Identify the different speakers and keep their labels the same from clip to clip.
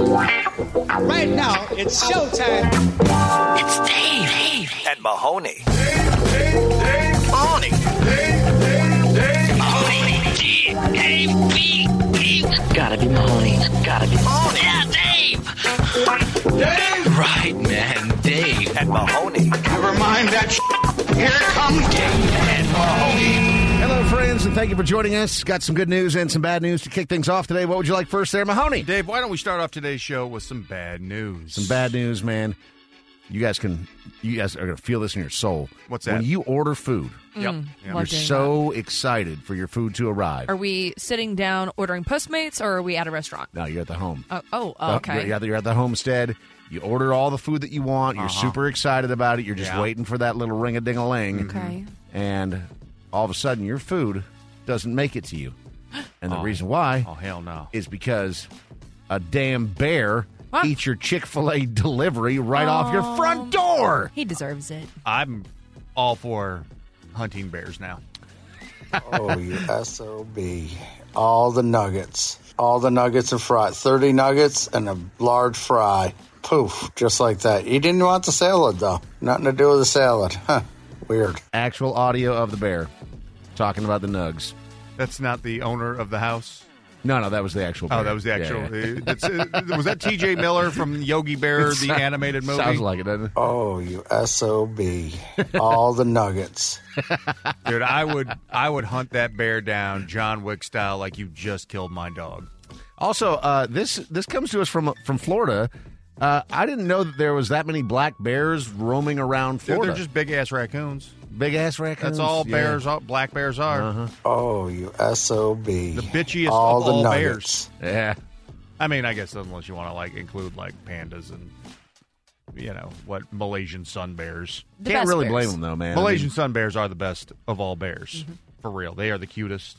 Speaker 1: Right now, it's showtime.
Speaker 2: It's Dave, Dave,
Speaker 3: and Mahoney.
Speaker 2: Mahoney. Mahoney. D- Dave, B, B. Gotta be Mahoney. Gotta be Mahoney. Yeah, Dave. Dave. Right, man. Dave.
Speaker 3: And Mahoney.
Speaker 4: Never mind that. Here comes Dave and Mahoney.
Speaker 5: Hello, friends, and thank you for joining us. Got some good news and some bad news to kick things off today. What would you like first, there, Mahoney?
Speaker 6: Dave, why don't we start off today's show with some bad news?
Speaker 5: Some bad news, man. You guys can, you guys are gonna feel this in your soul.
Speaker 6: What's that?
Speaker 5: When you order food,
Speaker 6: Yep. Yeah.
Speaker 5: you're
Speaker 7: Mm, doing
Speaker 5: so excited for your food to arrive.
Speaker 7: Are we sitting down ordering Postmates or are we at a restaurant?
Speaker 5: no, you're at the home.
Speaker 7: Oh, oh
Speaker 5: Uh,
Speaker 7: okay.
Speaker 5: You're, you're at the homestead. You order all the food that you want. You're super excited about it. You're just
Speaker 6: Uh-huh. Yeah.
Speaker 5: waiting for that little ring a ding a ling.
Speaker 7: Mm-hmm. Okay.
Speaker 5: And all of a sudden, your food doesn't make it to you. And the reason why
Speaker 6: Oh hell no!
Speaker 5: is because a damn bear
Speaker 7: What?
Speaker 5: eats your Chick fil A delivery right off your front
Speaker 7: Oh.
Speaker 5: door.
Speaker 7: He deserves it.
Speaker 6: I'm all for hunting bears now.
Speaker 8: Oh, you SOB. All the nuggets. All the nuggets and fry. 30 nuggets and a large fry. Poof, just like that. You didn't want the salad, though. Nothing to do with the salad. Huh. Weird.
Speaker 5: Actual audio of the bear talking about the nugs.
Speaker 6: That's not the owner of the house.
Speaker 5: No, no, that was the actual bear.
Speaker 6: Oh, that was the
Speaker 5: Yeah,
Speaker 6: actual.
Speaker 5: yeah.
Speaker 6: uh, that's, uh, was that T.J. Miller from Yogi Bear, the animated uh, movie?
Speaker 5: Sounds like it, doesn't it?
Speaker 8: Oh, you SOB. All the nuggets.
Speaker 6: Dude, I would, I would hunt that bear down, John Wick style, like you just killed my dog.
Speaker 5: Also, uh, this this comes to us from from Florida. Uh, I didn't know that there was that many black bears roaming around
Speaker 6: Dude,
Speaker 5: Florida.
Speaker 6: they're just big ass raccoons.
Speaker 5: big ass raccoons.
Speaker 6: That's all
Speaker 5: Yeah. Uh-huh.
Speaker 6: bears, all, black bears are.
Speaker 8: Oh, you SOB. The
Speaker 6: bitchiest of all bears.
Speaker 5: Yeah.
Speaker 6: I mean, I guess unless you want to like include like pandas and you know what Malaysian sun bears.
Speaker 7: The
Speaker 5: Can't
Speaker 7: best
Speaker 5: really
Speaker 7: bears.
Speaker 5: blame them though, man.
Speaker 6: Malaysian sun bears are the best of all bears. For real. They are the cutest.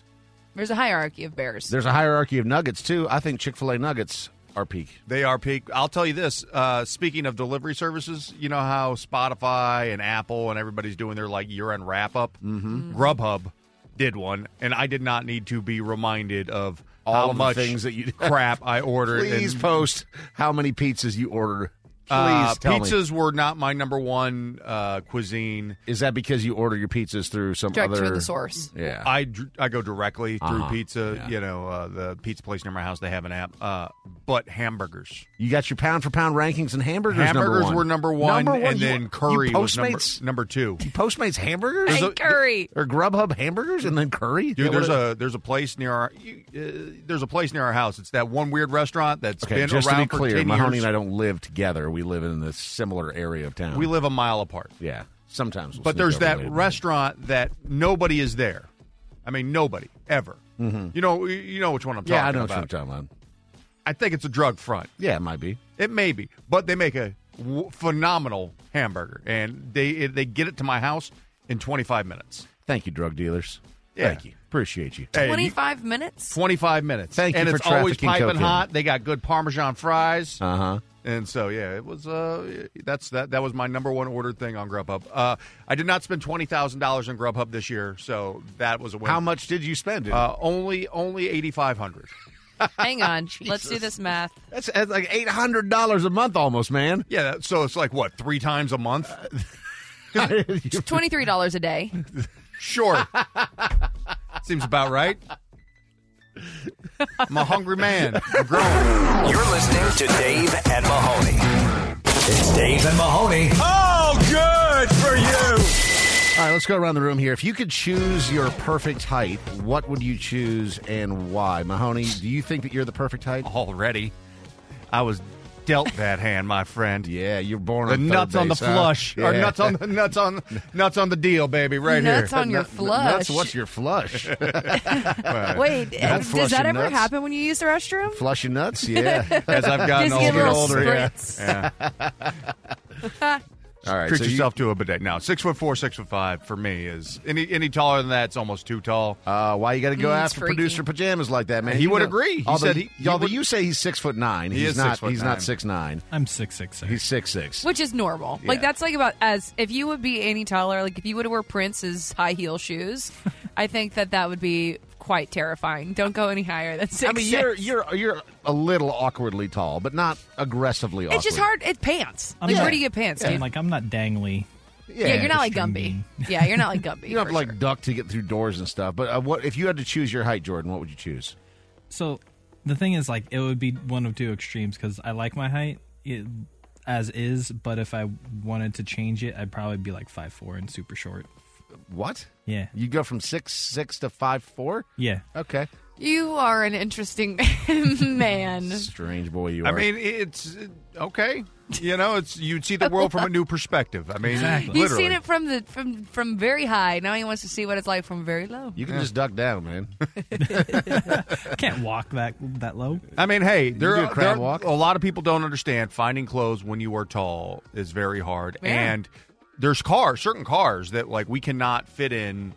Speaker 7: There's a hierarchy of bears.
Speaker 5: There's a hierarchy of nuggets too. I think Chick Fil A nuggets are peak.
Speaker 6: They are peak. I'll tell you this. Uh, speaking of delivery services, you know how Spotify and Apple and everybody's doing their like year end wrap up? Mm-hmm. Grubhub did one, and I did not need to be reminded of
Speaker 5: All
Speaker 6: how
Speaker 5: of the
Speaker 6: much
Speaker 5: things that you-
Speaker 6: crap I ordered.
Speaker 5: Please
Speaker 6: and,
Speaker 5: post how many pizzas you ordered. Please
Speaker 6: uh,
Speaker 5: tell me.
Speaker 6: pizzas were not my number one uh, cuisine.
Speaker 5: Is that because you order your pizzas through some
Speaker 7: Direct
Speaker 5: other
Speaker 7: through the source.
Speaker 5: Yeah.
Speaker 6: I, dr- I go directly through
Speaker 5: Uh-huh.
Speaker 6: pizza.
Speaker 5: Yeah.
Speaker 6: You know, uh, the pizza place near my house, they have an app. Uh, but hamburgers.
Speaker 5: you got your pound for pound rankings and hamburgers.
Speaker 6: hamburgers
Speaker 5: number one.
Speaker 6: were number one,
Speaker 5: Number
Speaker 6: and
Speaker 5: You-
Speaker 6: then
Speaker 5: you
Speaker 6: curry was number,
Speaker 5: Postmates
Speaker 6: number two.
Speaker 5: Postmates hamburgers
Speaker 7: and curry.
Speaker 5: or Grubhub hamburgers and then curry.
Speaker 6: Dude,
Speaker 5: Yeah,
Speaker 6: there's
Speaker 5: what-
Speaker 6: a there's a place near our you- uh, there's a place near our house. It's that one weird restaurant that's
Speaker 5: Okay,
Speaker 6: been
Speaker 5: just to
Speaker 6: around
Speaker 5: be
Speaker 6: for
Speaker 5: clear,
Speaker 6: ten
Speaker 5: Mahoney
Speaker 6: years.
Speaker 5: and I don't live together. We live in this similar area of town.
Speaker 6: we live a mile apart,
Speaker 5: yeah. Sometimes, we'll
Speaker 6: but
Speaker 5: sneak
Speaker 6: there's
Speaker 5: over
Speaker 6: that
Speaker 5: later.
Speaker 6: restaurant that nobody is there. I mean, nobody ever. You know, you know which one I'm
Speaker 5: Mm-hmm. Yeah, I
Speaker 6: talking
Speaker 5: know what
Speaker 6: about.
Speaker 5: you're talking about.
Speaker 6: I think it's a drug front.
Speaker 5: Yeah, it might be.
Speaker 6: It may be, but they make a w- phenomenal hamburger, and they it, they get it to my house in 25 minutes.
Speaker 5: Thank you, drug dealers.
Speaker 6: Yeah.
Speaker 5: Thank you. Appreciate you.
Speaker 6: Hey, you-
Speaker 7: 25 minutes?
Speaker 6: 25 minutes.
Speaker 5: Thank you
Speaker 6: and
Speaker 5: for
Speaker 6: it's always
Speaker 5: trafficking
Speaker 6: piping
Speaker 5: cocaine.
Speaker 6: hot. They got good Parmesan fries.
Speaker 5: Uh huh.
Speaker 6: And so yeah, it was uh that's that that was my number one ordered thing on Grubhub. Uh I did not spend twenty thousand dollars on Grubhub this year, so that was a win.
Speaker 5: How much did you spend? dude?
Speaker 6: Uh only only eighty five hundred.
Speaker 7: Hang on. Let's do this math.
Speaker 5: that's, that's like eight hundred dollars a month, almost, man.
Speaker 6: Yeah, that, so it's like what, three times a month?
Speaker 7: $23 a day.
Speaker 6: Sure. Seems about right. I'm a hungry man. I'm growing.
Speaker 3: You're listening to Dave and Mahoney. It's Dave and Mahoney. Oh, good for you.
Speaker 5: All right, let's go around the room here. If you could choose your perfect height, what would you choose and why? Mahoney, do you think that you're the perfect height?
Speaker 6: Already. I was dealt that hand, my friend.
Speaker 5: Yeah, you're born
Speaker 6: The
Speaker 5: on third
Speaker 6: nuts on the
Speaker 5: base, huh?
Speaker 6: flush. Or
Speaker 5: Yeah.
Speaker 6: nuts on the nuts on nuts on the deal, baby, right
Speaker 7: nuts
Speaker 6: here.
Speaker 7: on your flush.
Speaker 5: Nuts, what's your flush?
Speaker 7: Wait,
Speaker 5: flush
Speaker 7: does that
Speaker 5: your
Speaker 7: ever
Speaker 5: nuts.
Speaker 7: happen when you use the restroom?
Speaker 5: flush your nuts? Yeah.
Speaker 6: As I've gotten
Speaker 7: Just give
Speaker 6: older,
Speaker 7: it a
Speaker 6: older, yeah.
Speaker 7: spritz.
Speaker 6: yeah.
Speaker 5: All right.
Speaker 6: Treat
Speaker 5: so you-
Speaker 6: yourself to a bidet. Now, six foot four, six foot five for me is any any taller than that. It's almost too tall.
Speaker 5: Uh, why you got to go
Speaker 7: Mm, it's
Speaker 5: after
Speaker 7: freaky.
Speaker 5: producer pajamas like that, man?
Speaker 6: He
Speaker 5: You
Speaker 6: would
Speaker 5: know-
Speaker 6: agree. He
Speaker 5: although
Speaker 6: said he- he
Speaker 5: although
Speaker 6: would-
Speaker 5: you say he's six foot nine,
Speaker 6: He
Speaker 5: he's
Speaker 6: is
Speaker 5: not.
Speaker 6: six foot
Speaker 5: he's
Speaker 6: nine.
Speaker 5: not six nine.
Speaker 9: I'm six six six.
Speaker 5: He's six six.
Speaker 7: Which is normal. Like
Speaker 6: Yeah.
Speaker 7: that's like about as if you would be any taller. Like if you would wear Prince's high heel shoes, I think that that would be quite terrifying. Don't go any higher than six.
Speaker 5: I mean, you're you're you're a little awkwardly tall, but not aggressively. Awkward.
Speaker 7: It's just hard. It's pants.
Speaker 9: I'm
Speaker 7: like,
Speaker 9: not-
Speaker 7: where do you get pants,
Speaker 9: I'm
Speaker 7: dude?
Speaker 9: like, I'm not dangly.
Speaker 7: yeah, you're not like Gumby. Yeah, you're not like Gumby.
Speaker 5: You don't have
Speaker 7: for
Speaker 5: to, like
Speaker 7: sure.
Speaker 5: duck to get through doors and stuff. But uh, what if you had to choose your height, Jordan? What would you choose?
Speaker 9: So the thing is, like, it would be one of two extremes because I like my height it, as is, but if I wanted to change it, I'd probably be like five four and super short.
Speaker 5: What?
Speaker 9: Yeah.
Speaker 5: You go from six six to five four.
Speaker 9: Yeah.
Speaker 5: Okay.
Speaker 7: You are an interesting man.
Speaker 5: Strange boy you are.
Speaker 6: I mean, it's okay. You know, it's you'd see the world from a new perspective. I mean,
Speaker 9: Exactly.
Speaker 7: He's
Speaker 6: literally.
Speaker 7: seen it from the from from very high. Now he wants to see what it's like from very low.
Speaker 5: you can just duck down, man.
Speaker 9: I can't walk that that low.
Speaker 6: I mean, hey, there
Speaker 5: do
Speaker 6: are,
Speaker 5: a crab
Speaker 6: there are-
Speaker 5: walk?
Speaker 6: a lot of people don't understand finding clothes when you are tall is very hard,
Speaker 7: Yeah.
Speaker 6: and there's cars, certain cars that like we cannot fit in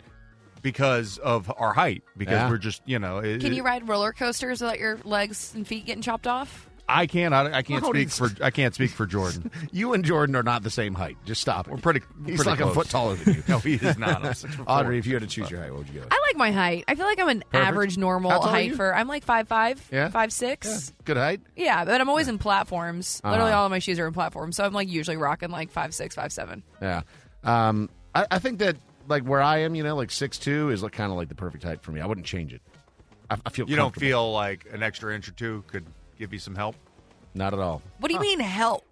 Speaker 6: because of our height because
Speaker 5: Yeah.
Speaker 6: we're just you know. it-
Speaker 7: Can you ride roller coasters without your legs and feet getting chopped off?
Speaker 6: I can't. I, I can't
Speaker 5: Well,
Speaker 6: speak for.
Speaker 5: it's-
Speaker 6: I can't speak for Jordan.
Speaker 5: You and Jordan are not the same height. Just stop.
Speaker 6: We're pretty.
Speaker 5: He's
Speaker 6: pretty
Speaker 5: like
Speaker 6: close.
Speaker 5: a foot taller than you.
Speaker 6: No, he is not. I'm six foot four.
Speaker 5: Audrey, if you had to choose your height, what would you go? with?
Speaker 7: I like my height. I feel like I'm an average normal
Speaker 5: How tall are
Speaker 7: height
Speaker 5: you?
Speaker 7: for. I'm like five five,
Speaker 5: Yeah? Uh-huh.
Speaker 7: five six.
Speaker 5: Good height.
Speaker 7: Yeah, but I'm always in platforms. Literally, all of my shoes are in platforms, so I'm like usually rocking like five six, five seven.
Speaker 5: Yeah. Um, I, I think that like where I am, you know, like six two is like kind of like the perfect height for me. I wouldn't change it. I, I feel
Speaker 6: you don't
Speaker 5: comfortable.
Speaker 6: feel like an extra inch or two could give you some help.
Speaker 5: not at all.
Speaker 7: What do you mean help?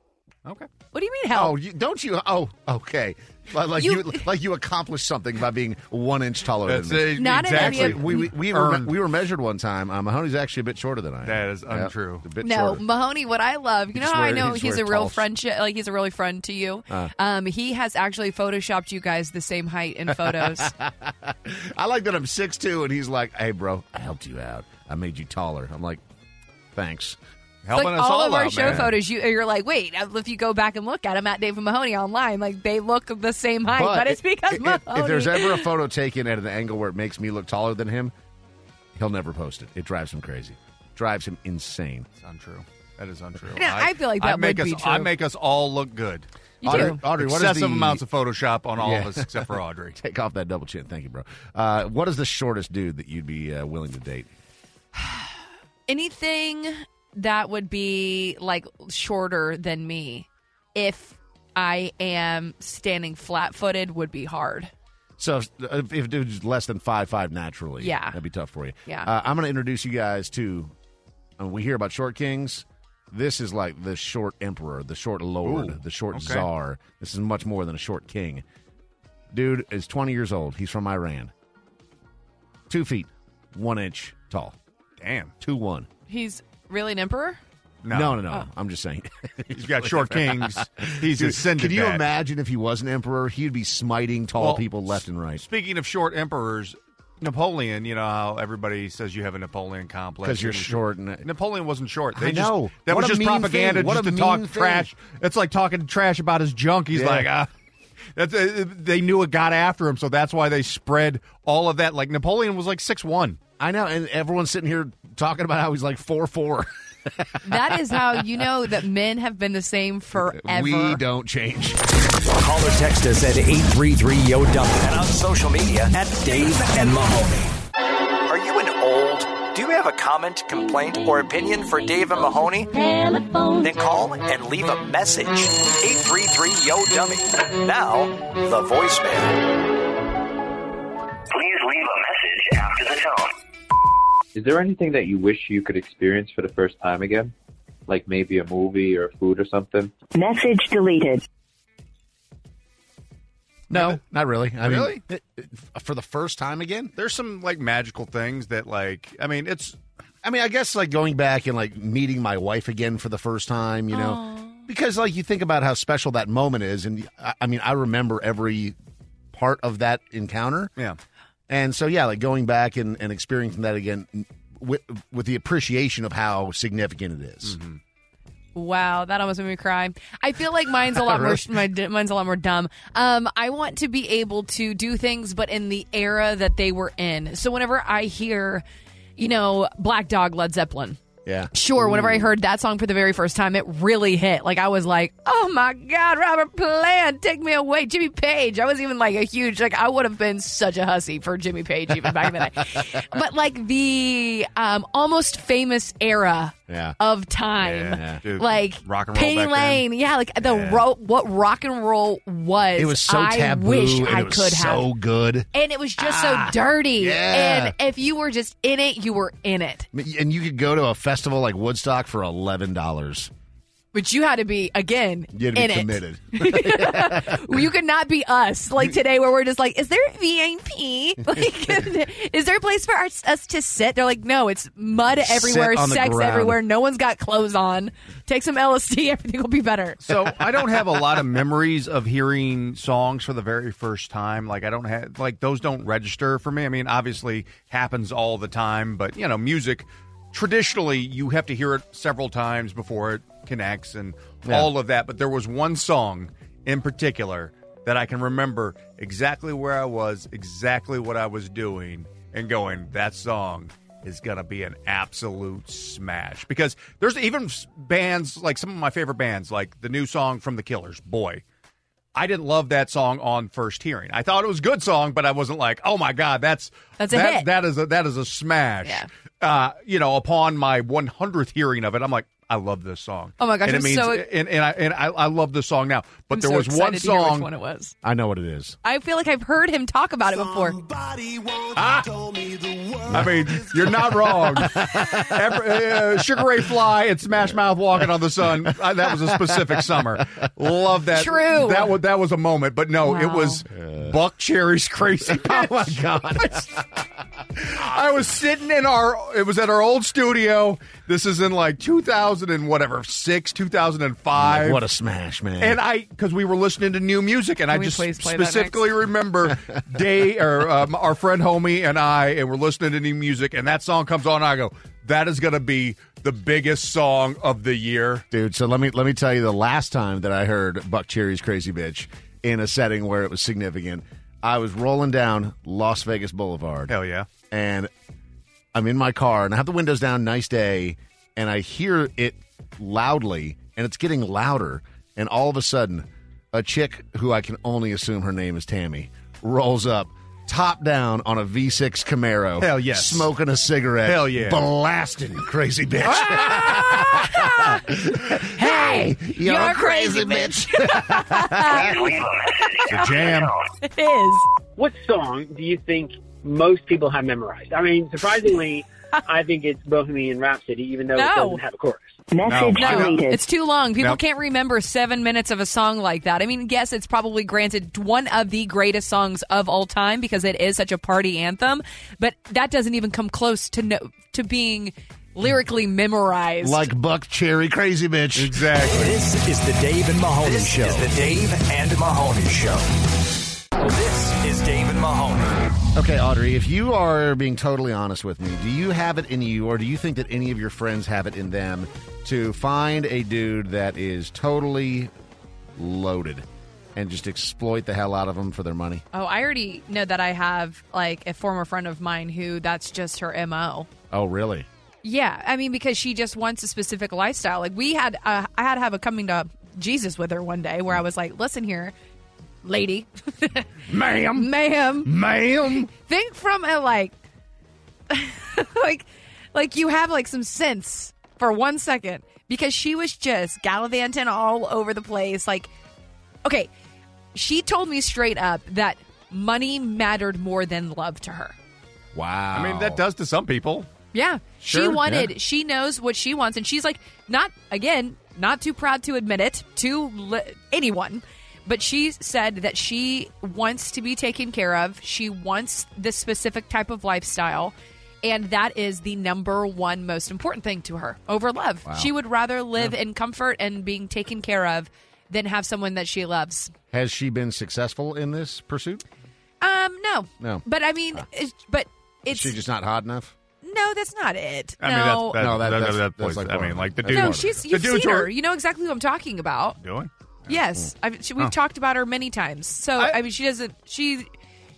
Speaker 6: Okay.
Speaker 7: What do you mean
Speaker 5: Oh,
Speaker 7: help?
Speaker 5: you, don't you? Oh, okay. Like, like you,
Speaker 7: You-
Speaker 5: like you accomplished something by being one inch taller
Speaker 6: That's
Speaker 5: than me.
Speaker 6: it,
Speaker 7: Not an
Speaker 6: exactly.
Speaker 7: idiot.
Speaker 5: We, we, we, were,
Speaker 6: Earned.
Speaker 5: we were measured one time. Uh, Mahoney's actually a bit shorter than I am.
Speaker 6: That is
Speaker 5: Yeah,
Speaker 6: untrue.
Speaker 5: a bit
Speaker 7: No,
Speaker 5: shorter.
Speaker 7: Mahoney. What I love, you know
Speaker 5: just
Speaker 7: how I
Speaker 5: wear- he
Speaker 7: know
Speaker 5: just
Speaker 7: he's a
Speaker 5: wears
Speaker 7: real
Speaker 5: talls.
Speaker 7: friendship, like he's a really friend to you.
Speaker 5: Uh.
Speaker 7: Um, he has actually photoshopped you guys the same height in photos.
Speaker 5: I like that I'm six two, and he's like, "Hey, bro, I helped you out. I made you taller." I'm like, "Thanks."
Speaker 6: Helping
Speaker 7: like
Speaker 6: us
Speaker 7: all,
Speaker 6: all
Speaker 7: of our
Speaker 6: out,
Speaker 7: show
Speaker 6: man.
Speaker 7: photos, you, you're like, wait, uh, if you go back and look at them at David Mahoney online, like they look the same height, but, it's because
Speaker 5: if, if-
Speaker 7: Mahoney.
Speaker 5: if there's ever a photo taken at an angle where it makes me look taller than him, he'll never post it. It drives him crazy. Drives him insane.
Speaker 6: It's untrue. That is untrue.
Speaker 7: No, I feel like that
Speaker 6: make
Speaker 7: would
Speaker 6: us,
Speaker 7: be
Speaker 6: I
Speaker 7: true.
Speaker 6: make us all look good.
Speaker 7: You
Speaker 5: Audrey,
Speaker 7: do.
Speaker 5: Audrey, what is
Speaker 6: Excessive
Speaker 5: the-
Speaker 6: amounts of Photoshop on all
Speaker 5: Yeah.
Speaker 6: of us except for Audrey.
Speaker 5: Take off that double chin. Thank you, bro. Uh, what is the shortest dude that you'd be uh, willing to date?
Speaker 7: anything that would be like shorter than me, if I am standing flat footed, would be hard.
Speaker 5: So if, if, if dude's less than five five naturally,
Speaker 7: Yeah.
Speaker 5: that'd be tough for you.
Speaker 7: Yeah.
Speaker 5: Uh, I'm going to introduce you guys to. uh, we hear about short kings. This is like the short emperor, the short lord,
Speaker 6: Ooh,
Speaker 5: the short
Speaker 6: okay.
Speaker 5: czar. This is much more than a short king. Dude is 20 years old. He's from Iran. Two feet, one inch tall.
Speaker 6: Damn.
Speaker 5: Two one.
Speaker 7: He's really an emperor.
Speaker 6: No.
Speaker 5: no, no.
Speaker 7: Oh.
Speaker 5: no. I'm just saying.
Speaker 6: He's got short kings. He's ascended.
Speaker 5: Can you
Speaker 6: that.
Speaker 5: imagine if he was an emperor? He'd be smiting tall
Speaker 6: Well,
Speaker 5: people left and right.
Speaker 6: Speaking of short emperors, Napoleon, you know how everybody says you have a Napoleon complex.
Speaker 5: Because you're short and
Speaker 6: Napoleon wasn't short. They
Speaker 5: I
Speaker 6: just-
Speaker 5: know.
Speaker 6: That
Speaker 5: What
Speaker 6: was
Speaker 5: a
Speaker 6: just
Speaker 5: mean
Speaker 6: propaganda
Speaker 5: thing. What
Speaker 6: just
Speaker 5: a
Speaker 6: to talk
Speaker 5: mean thing.
Speaker 6: trash. It's like talking trash about his junk. He's
Speaker 5: Yeah.
Speaker 6: like, ah. That's, uh, they knew it got after him, so that's why they spread all of that. Like Napoleon was like six one.
Speaker 5: I know, and everyone's sitting here talking about how he's like four four.
Speaker 7: That is how you know that men have been the same forever.
Speaker 5: We don't change.
Speaker 3: Call or text us at 833-YO-DUMP and on social media at Dave and Mahoney. Are you an old? Do you have a comment, complaint, or opinion for Dave and Mahoney? Then call and leave a message. 833-YO-DUMMY. Now, the voicemail.
Speaker 4: Please leave a message after the tone.
Speaker 10: Is there anything that you wish you could experience for the first time again? Like maybe a movie or food or something?
Speaker 11: Message deleted.
Speaker 5: No, not really. I
Speaker 6: Really?
Speaker 5: mean, for the first time again.
Speaker 6: There's some like magical things that like I mean it's
Speaker 5: I mean, I guess like going back and like meeting my wife again for the first time, you know, because like you think about how special that moment is, and I, I mean, I remember every part of that encounter,
Speaker 6: yeah.
Speaker 5: and so yeah, like going back and, and experiencing that again with with the appreciation of how significant it
Speaker 6: Mm.
Speaker 5: is.
Speaker 7: Wow, that almost made me cry. I feel like mine's a lot more my, mine's a lot more dumb. Um, I want to be able to do things, but in the era that they were in. So whenever I hear, you know, Black Dog, Led Zeppelin,
Speaker 5: Yeah.
Speaker 7: Sure, whenever
Speaker 5: Mm.
Speaker 7: I heard that song for the very first time, it really hit. Like I was like, "Oh my god, Robert Plant, take me away, Jimmy Page." I was even like a huge like I would have been such a hussy for Jimmy Page even back in the day. But like the um, almost famous era
Speaker 5: Yeah.
Speaker 7: of time,
Speaker 5: Yeah. Dude,
Speaker 7: like
Speaker 5: rock and roll
Speaker 7: Penny
Speaker 5: back then.
Speaker 7: Lane, yeah, like the ro- what rock and roll was.
Speaker 5: It was so
Speaker 7: I
Speaker 5: taboo.
Speaker 7: Wish
Speaker 5: and
Speaker 7: I
Speaker 5: it was
Speaker 7: could have
Speaker 5: so good.
Speaker 7: and it was just
Speaker 5: Ah,
Speaker 7: so dirty.
Speaker 5: yeah.
Speaker 7: And if you were just in it, you were in it.
Speaker 5: And you could go to a festival like Woodstock for eleven dollars.
Speaker 7: But you had to be again
Speaker 5: You had to
Speaker 7: in
Speaker 5: be
Speaker 7: it.
Speaker 5: committed.
Speaker 7: You could not be us like today, where we're just like, is there VIP? Like, is there a place for us, us to sit? They're like, no, it's mud everywhere,
Speaker 6: on the
Speaker 7: sex
Speaker 6: ground.
Speaker 7: everywhere. No one's got clothes on. Take some LSD, everything will be better.
Speaker 6: So I don't have a lot of memories of hearing songs for the very first time. Like I don't have like those don't register for me. I mean, obviously happens all the time, but you know, music traditionally you have to hear it several times before it connects and
Speaker 5: Yeah.
Speaker 6: all of that. But there was one song in particular that I can remember exactly where I was, exactly what I was doing, and going, that song is going to be an absolute smash. Because there's even s- bands, like some of my favorite bands, like the new song from The Killers, Boy. I didn't love that song on first hearing. I thought it was a good song, but I wasn't like, "Oh my god, that's
Speaker 7: That's a
Speaker 6: that,
Speaker 7: hit.
Speaker 6: that is a that is a smash." Uh, you know, upon my 100th hearing of it, I'm like, "I love this song."
Speaker 7: Oh my gosh,
Speaker 6: and it
Speaker 7: I'm
Speaker 6: means
Speaker 7: so-
Speaker 6: and, and I and I, I love this song now. But
Speaker 7: I'm
Speaker 6: there
Speaker 7: so
Speaker 6: was one
Speaker 7: excited to hear which
Speaker 6: song.
Speaker 7: one it was.
Speaker 5: I know what it is.
Speaker 7: I feel like I've heard him talk about it before.
Speaker 6: I mean, you're not wrong. Every- uh, Sugar Ray Fly and Smash Mouth Walking on the Sun. Uh, that was a specific summer. Love that.
Speaker 4: True.
Speaker 6: That was that was a moment. But no, it
Speaker 4: Wow.
Speaker 6: was Buck Cherry's Crazy. oh my
Speaker 5: god.
Speaker 6: I was sitting in our. It was at our old studio. This is in like 2000 and whatever six, 2005.
Speaker 5: Like, what a smash, man.
Speaker 6: And I, because we were listening to new music, and I
Speaker 5: Can we
Speaker 6: just
Speaker 5: please play that next?
Speaker 6: specifically remember Day or um, our friend Homie and I, and we're listening to new music, and that song comes on, and I go, "That is going to be the biggest song of the year."
Speaker 5: dude. So let me let me tell you the last time that I heard Buck Cherry's "Crazy Bitch" in a setting where it was significant. I was rolling down Las Vegas Boulevard. Hell
Speaker 6: yeah!
Speaker 5: And I'm in my car and I have the windows down. Nice day, and I hear it loudly, and it's getting louder. And all of a sudden, a chick who I can only assume her name is Tammy rolls up. Top down on a V6 Camaro.
Speaker 6: Hell yes.
Speaker 5: Smoking a cigarette.
Speaker 6: Hell yeah.
Speaker 5: Blasting crazy bitch. hey,
Speaker 4: you're, a crazy, bitch.
Speaker 6: It's a jam.
Speaker 7: It is.
Speaker 11: What song do you think most people have memorized? I mean, surprisingly, I think it's Bohemian Rhapsody, even though it
Speaker 7: No.
Speaker 11: doesn't have a chorus.
Speaker 7: No, it's too long. People
Speaker 11: Nope.
Speaker 7: can't remember seven minutes of a song like that. I mean, yes, it's probably granted one of the greatest songs of all time because it is such a party anthem, but that doesn't even come close to no, to being lyrically memorized.
Speaker 5: Like Buck Cherry Crazy Bitch.
Speaker 6: Exactly.
Speaker 3: This is the Dave and Mahoney This Show. is the Dave and Mahoney Show. This is Dave and Mahoney.
Speaker 5: Okay, Audrey, if you are being totally honest with me, do you have it in you or do you think that any of your friends have it in them to find a dude that is totally loaded and just exploit the hell out of them for their money?
Speaker 7: oh, I already know that I have like a former friend of mine who that's just her mo.
Speaker 5: Oh, really?
Speaker 7: Yeah, I mean because she just wants a specific lifestyle. Like we had, uh, I had to have a coming to Jesus with her one day where I was like, "Listen here, lady,
Speaker 4: Ma'am.
Speaker 7: ma'am,
Speaker 4: Ma'am.
Speaker 7: think from a like, like, like you have like some sense for one second because she was just gallivanting all over the place. Like, okay, she told me straight up that money mattered more than love to her.
Speaker 5: Wow.
Speaker 6: I mean, that does to some people.
Speaker 7: Yeah. she
Speaker 6: Sure,
Speaker 7: wanted,
Speaker 6: yeah.
Speaker 7: she knows what she wants. And she's like, not, again, not too proud to admit it to li- anyone. But she said that she wants to be taken care of. She wants this specific type of lifestyle. And that is the number one most important thing to her over love.
Speaker 5: Wow.
Speaker 7: She would rather live in comfort and being taken care of than have someone that she loves.
Speaker 5: Has she been successful in this pursuit?
Speaker 7: Um, no.
Speaker 5: No.
Speaker 7: But I mean, it's, but
Speaker 5: Is
Speaker 7: it's.
Speaker 5: she just not hot enough?
Speaker 7: no, that's not it.
Speaker 5: I
Speaker 7: no.
Speaker 5: mean, that's- that- No, that-
Speaker 6: that,
Speaker 5: that's-
Speaker 6: plays-
Speaker 5: that's like
Speaker 6: I
Speaker 5: part of
Speaker 6: mean,
Speaker 5: it.
Speaker 6: like the
Speaker 5: That's
Speaker 6: dude.
Speaker 7: No,
Speaker 5: part of
Speaker 7: she's
Speaker 6: the
Speaker 7: you've
Speaker 6: dudes
Speaker 7: seen
Speaker 6: who are-
Speaker 7: her. You know exactly who I'm talking about.
Speaker 6: doing. Oh.
Speaker 7: Yes, I've, she, we've
Speaker 6: Huh.
Speaker 7: talked about her many times. So I, mean, she doesn't. She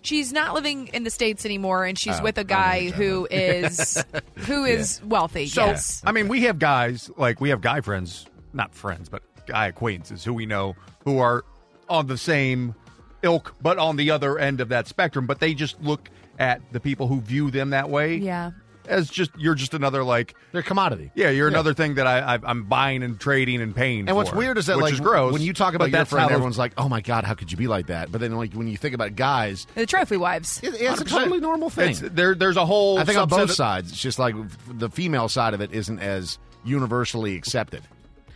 Speaker 7: she's not living in the states anymore, and she's
Speaker 6: Oh,
Speaker 7: with
Speaker 6: I
Speaker 7: a
Speaker 6: know
Speaker 7: guy
Speaker 6: you're
Speaker 7: who is who is wealthy.
Speaker 6: So,
Speaker 7: yes,
Speaker 6: I mean, we have guys, like, we have guy friends, not friends, but guy acquaintances who we know who are on the same ilk, but on the other end of that spectrum. But they just look at the people who view them that way
Speaker 7: yeah.
Speaker 6: as just, you're just another, like,
Speaker 5: they're commodity.
Speaker 6: Yeah, you're
Speaker 5: Yeah.
Speaker 6: another thing that I, I, I'm buying and trading and paying
Speaker 5: And what's
Speaker 6: for,
Speaker 5: weird is that
Speaker 6: which
Speaker 5: like
Speaker 6: is gross,
Speaker 5: when you talk
Speaker 6: but
Speaker 5: about your
Speaker 6: that's
Speaker 5: friend,
Speaker 6: how-
Speaker 5: everyone's like, "Oh my god, how could you be like that?" But then like when you think about guys,
Speaker 7: the trophy wives.
Speaker 5: it's a totally normal thing.
Speaker 6: It's- there, there's a whole.
Speaker 5: I think on
Speaker 6: subset
Speaker 5: both
Speaker 6: of-
Speaker 5: sides, it's just like the female side of it isn't as universally accepted,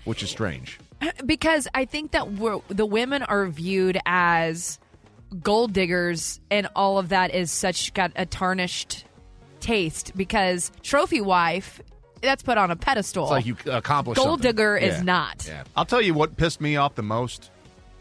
Speaker 5: which is strange.
Speaker 7: because I think that we're, the women are viewed as gold diggers, and all of that is such got a tarnished taste because trophy wife that's put on a pedestal.
Speaker 5: It's like you accomplish
Speaker 7: gold
Speaker 5: something.
Speaker 7: digger is
Speaker 6: Yeah.
Speaker 7: not.
Speaker 6: I'll tell you what pissed me off the most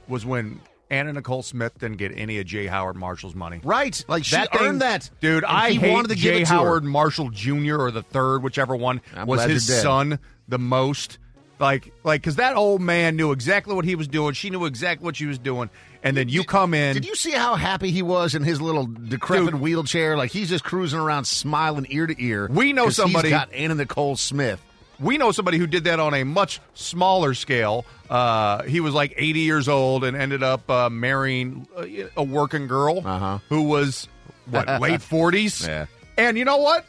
Speaker 6: was when Anna Nicole Smith didn't get any of Jay Howard Marshall's money.
Speaker 5: Right, like she
Speaker 6: That thing-
Speaker 5: earned that,
Speaker 6: dude.
Speaker 5: And
Speaker 6: I
Speaker 5: he
Speaker 6: hate
Speaker 5: wanted to give
Speaker 6: Jay
Speaker 5: it to her.
Speaker 6: Howard Marshall Jr. or the third, whichever one
Speaker 5: I'm
Speaker 6: was
Speaker 5: glad
Speaker 6: his
Speaker 5: you're dead.
Speaker 6: son the most. Like, like, because that old man knew exactly what he was doing. She knew exactly what she was doing, and then you come in.
Speaker 5: Did you see how happy he was in his little decrepit
Speaker 6: Dude.
Speaker 5: wheelchair? Like he's just cruising around, smiling ear to ear.
Speaker 6: We know
Speaker 5: 'cause he's
Speaker 6: somebody-
Speaker 5: got Anna Nicole Smith.
Speaker 6: we know somebody who did that on a much smaller scale. Uh, he was like 80 years old and ended up uh, marrying a, a working girl who was what late 40s.
Speaker 5: Uh-huh. Yeah.
Speaker 6: And you know what?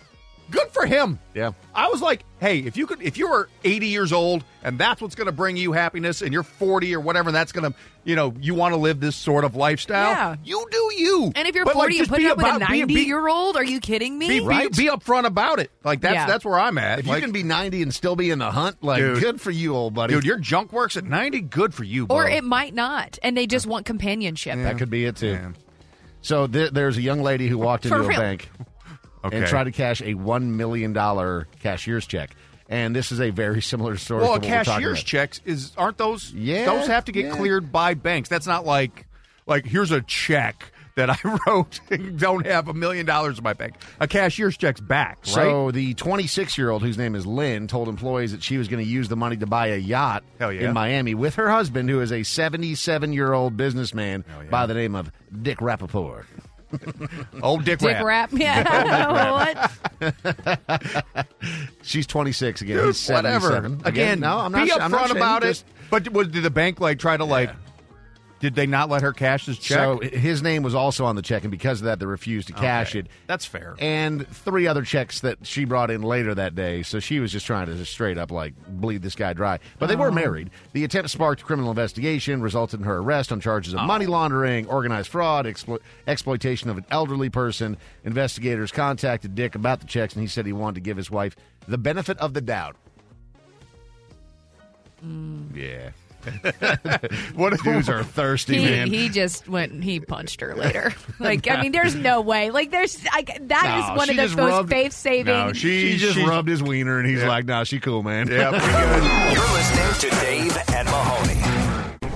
Speaker 6: Good for him.
Speaker 5: Yeah.
Speaker 6: I was like, hey, if you could, if you were 80 years old and that's what's going to bring you happiness, and you're 40 or whatever, that's going to, you know, you want to live this sort of lifestyle.
Speaker 7: Yeah.
Speaker 6: You do you.
Speaker 7: And if you're
Speaker 6: But, like,
Speaker 7: 40 and
Speaker 6: just
Speaker 7: putting
Speaker 6: be
Speaker 7: up with a
Speaker 6: about- be-
Speaker 7: 90
Speaker 6: be-
Speaker 7: year old, are you kidding me?
Speaker 6: Be, be, be upfront about it. Like that's
Speaker 7: Yeah.
Speaker 6: that's where I'm at.
Speaker 5: If
Speaker 6: Like-
Speaker 5: you can be ninety and still be in the hunt, like
Speaker 6: Dude.
Speaker 5: good for you, old buddy.
Speaker 6: Dude, your junk works at 90. Good for you, bro.
Speaker 7: or it might not, and they just want companionship.
Speaker 5: that could be it too. So th- there's a young lady who walked
Speaker 7: For
Speaker 5: into a
Speaker 7: real.
Speaker 5: bank
Speaker 6: Okay.
Speaker 5: and tried to cash a one million dollar cashier's check, and this is a very similar story.
Speaker 6: well,
Speaker 5: to
Speaker 6: a
Speaker 5: what we're talking
Speaker 6: cashier's
Speaker 5: about.
Speaker 6: checks is aren't those?
Speaker 5: Yeah,
Speaker 6: those have to get
Speaker 5: yeah.
Speaker 6: cleared by banks. That's not like like here's a check that I wrote and don't have a million dollars in my bank. A cashier's check's back, right?
Speaker 5: So the 26 year old, whose name is Lynn, told employees that she was going to use the money to buy a yacht
Speaker 6: Hell yeah.
Speaker 5: in Miami with her husband, who is a 77 year old businessman by the name of Dick Rappaport.
Speaker 6: Old Dick,
Speaker 7: Dick rap. Yeah. what?
Speaker 5: She's 26 again. He's 77.
Speaker 6: Whatever.
Speaker 5: Again,
Speaker 6: Again,
Speaker 5: no, I'm not
Speaker 6: be
Speaker 5: sh-
Speaker 6: upfront
Speaker 5: I'm not ashamed,
Speaker 6: about
Speaker 5: just-
Speaker 6: it. But was, did the bank like try to like? Did they not let her cash this check?
Speaker 5: So his name was also on the check, and because of that, they refused to cash
Speaker 6: Okay.
Speaker 5: it.
Speaker 6: That's fair.
Speaker 5: And three other checks that she brought in later that day. So she was just trying to just straight up like bleed this guy dry. But they
Speaker 6: Oh.
Speaker 5: were married. The attempt sparked a criminal investigation, resulted in her arrest on charges
Speaker 6: Oh.
Speaker 5: of money laundering, organized fraud, explo- exploitation of an elderly person. Investigators contacted Dick about the checks, and he said he wanted to give his wife the benefit of the doubt. Yeah.
Speaker 6: what if
Speaker 5: Dudes are thirsty,
Speaker 7: He,
Speaker 5: man.
Speaker 7: he just went and he punched her later. Like, I mean, there's no way. Like, there's, I, that is
Speaker 5: No,
Speaker 7: one
Speaker 5: she
Speaker 7: of the,
Speaker 5: just
Speaker 7: those
Speaker 5: rubbed-
Speaker 7: faith saving.
Speaker 5: No, she,
Speaker 6: She-
Speaker 5: just
Speaker 6: she-
Speaker 5: rubbed his wiener, and he's
Speaker 6: Yeah.
Speaker 5: like, "Nah, she cool, man."
Speaker 3: You're listening to Dave and Mahoney.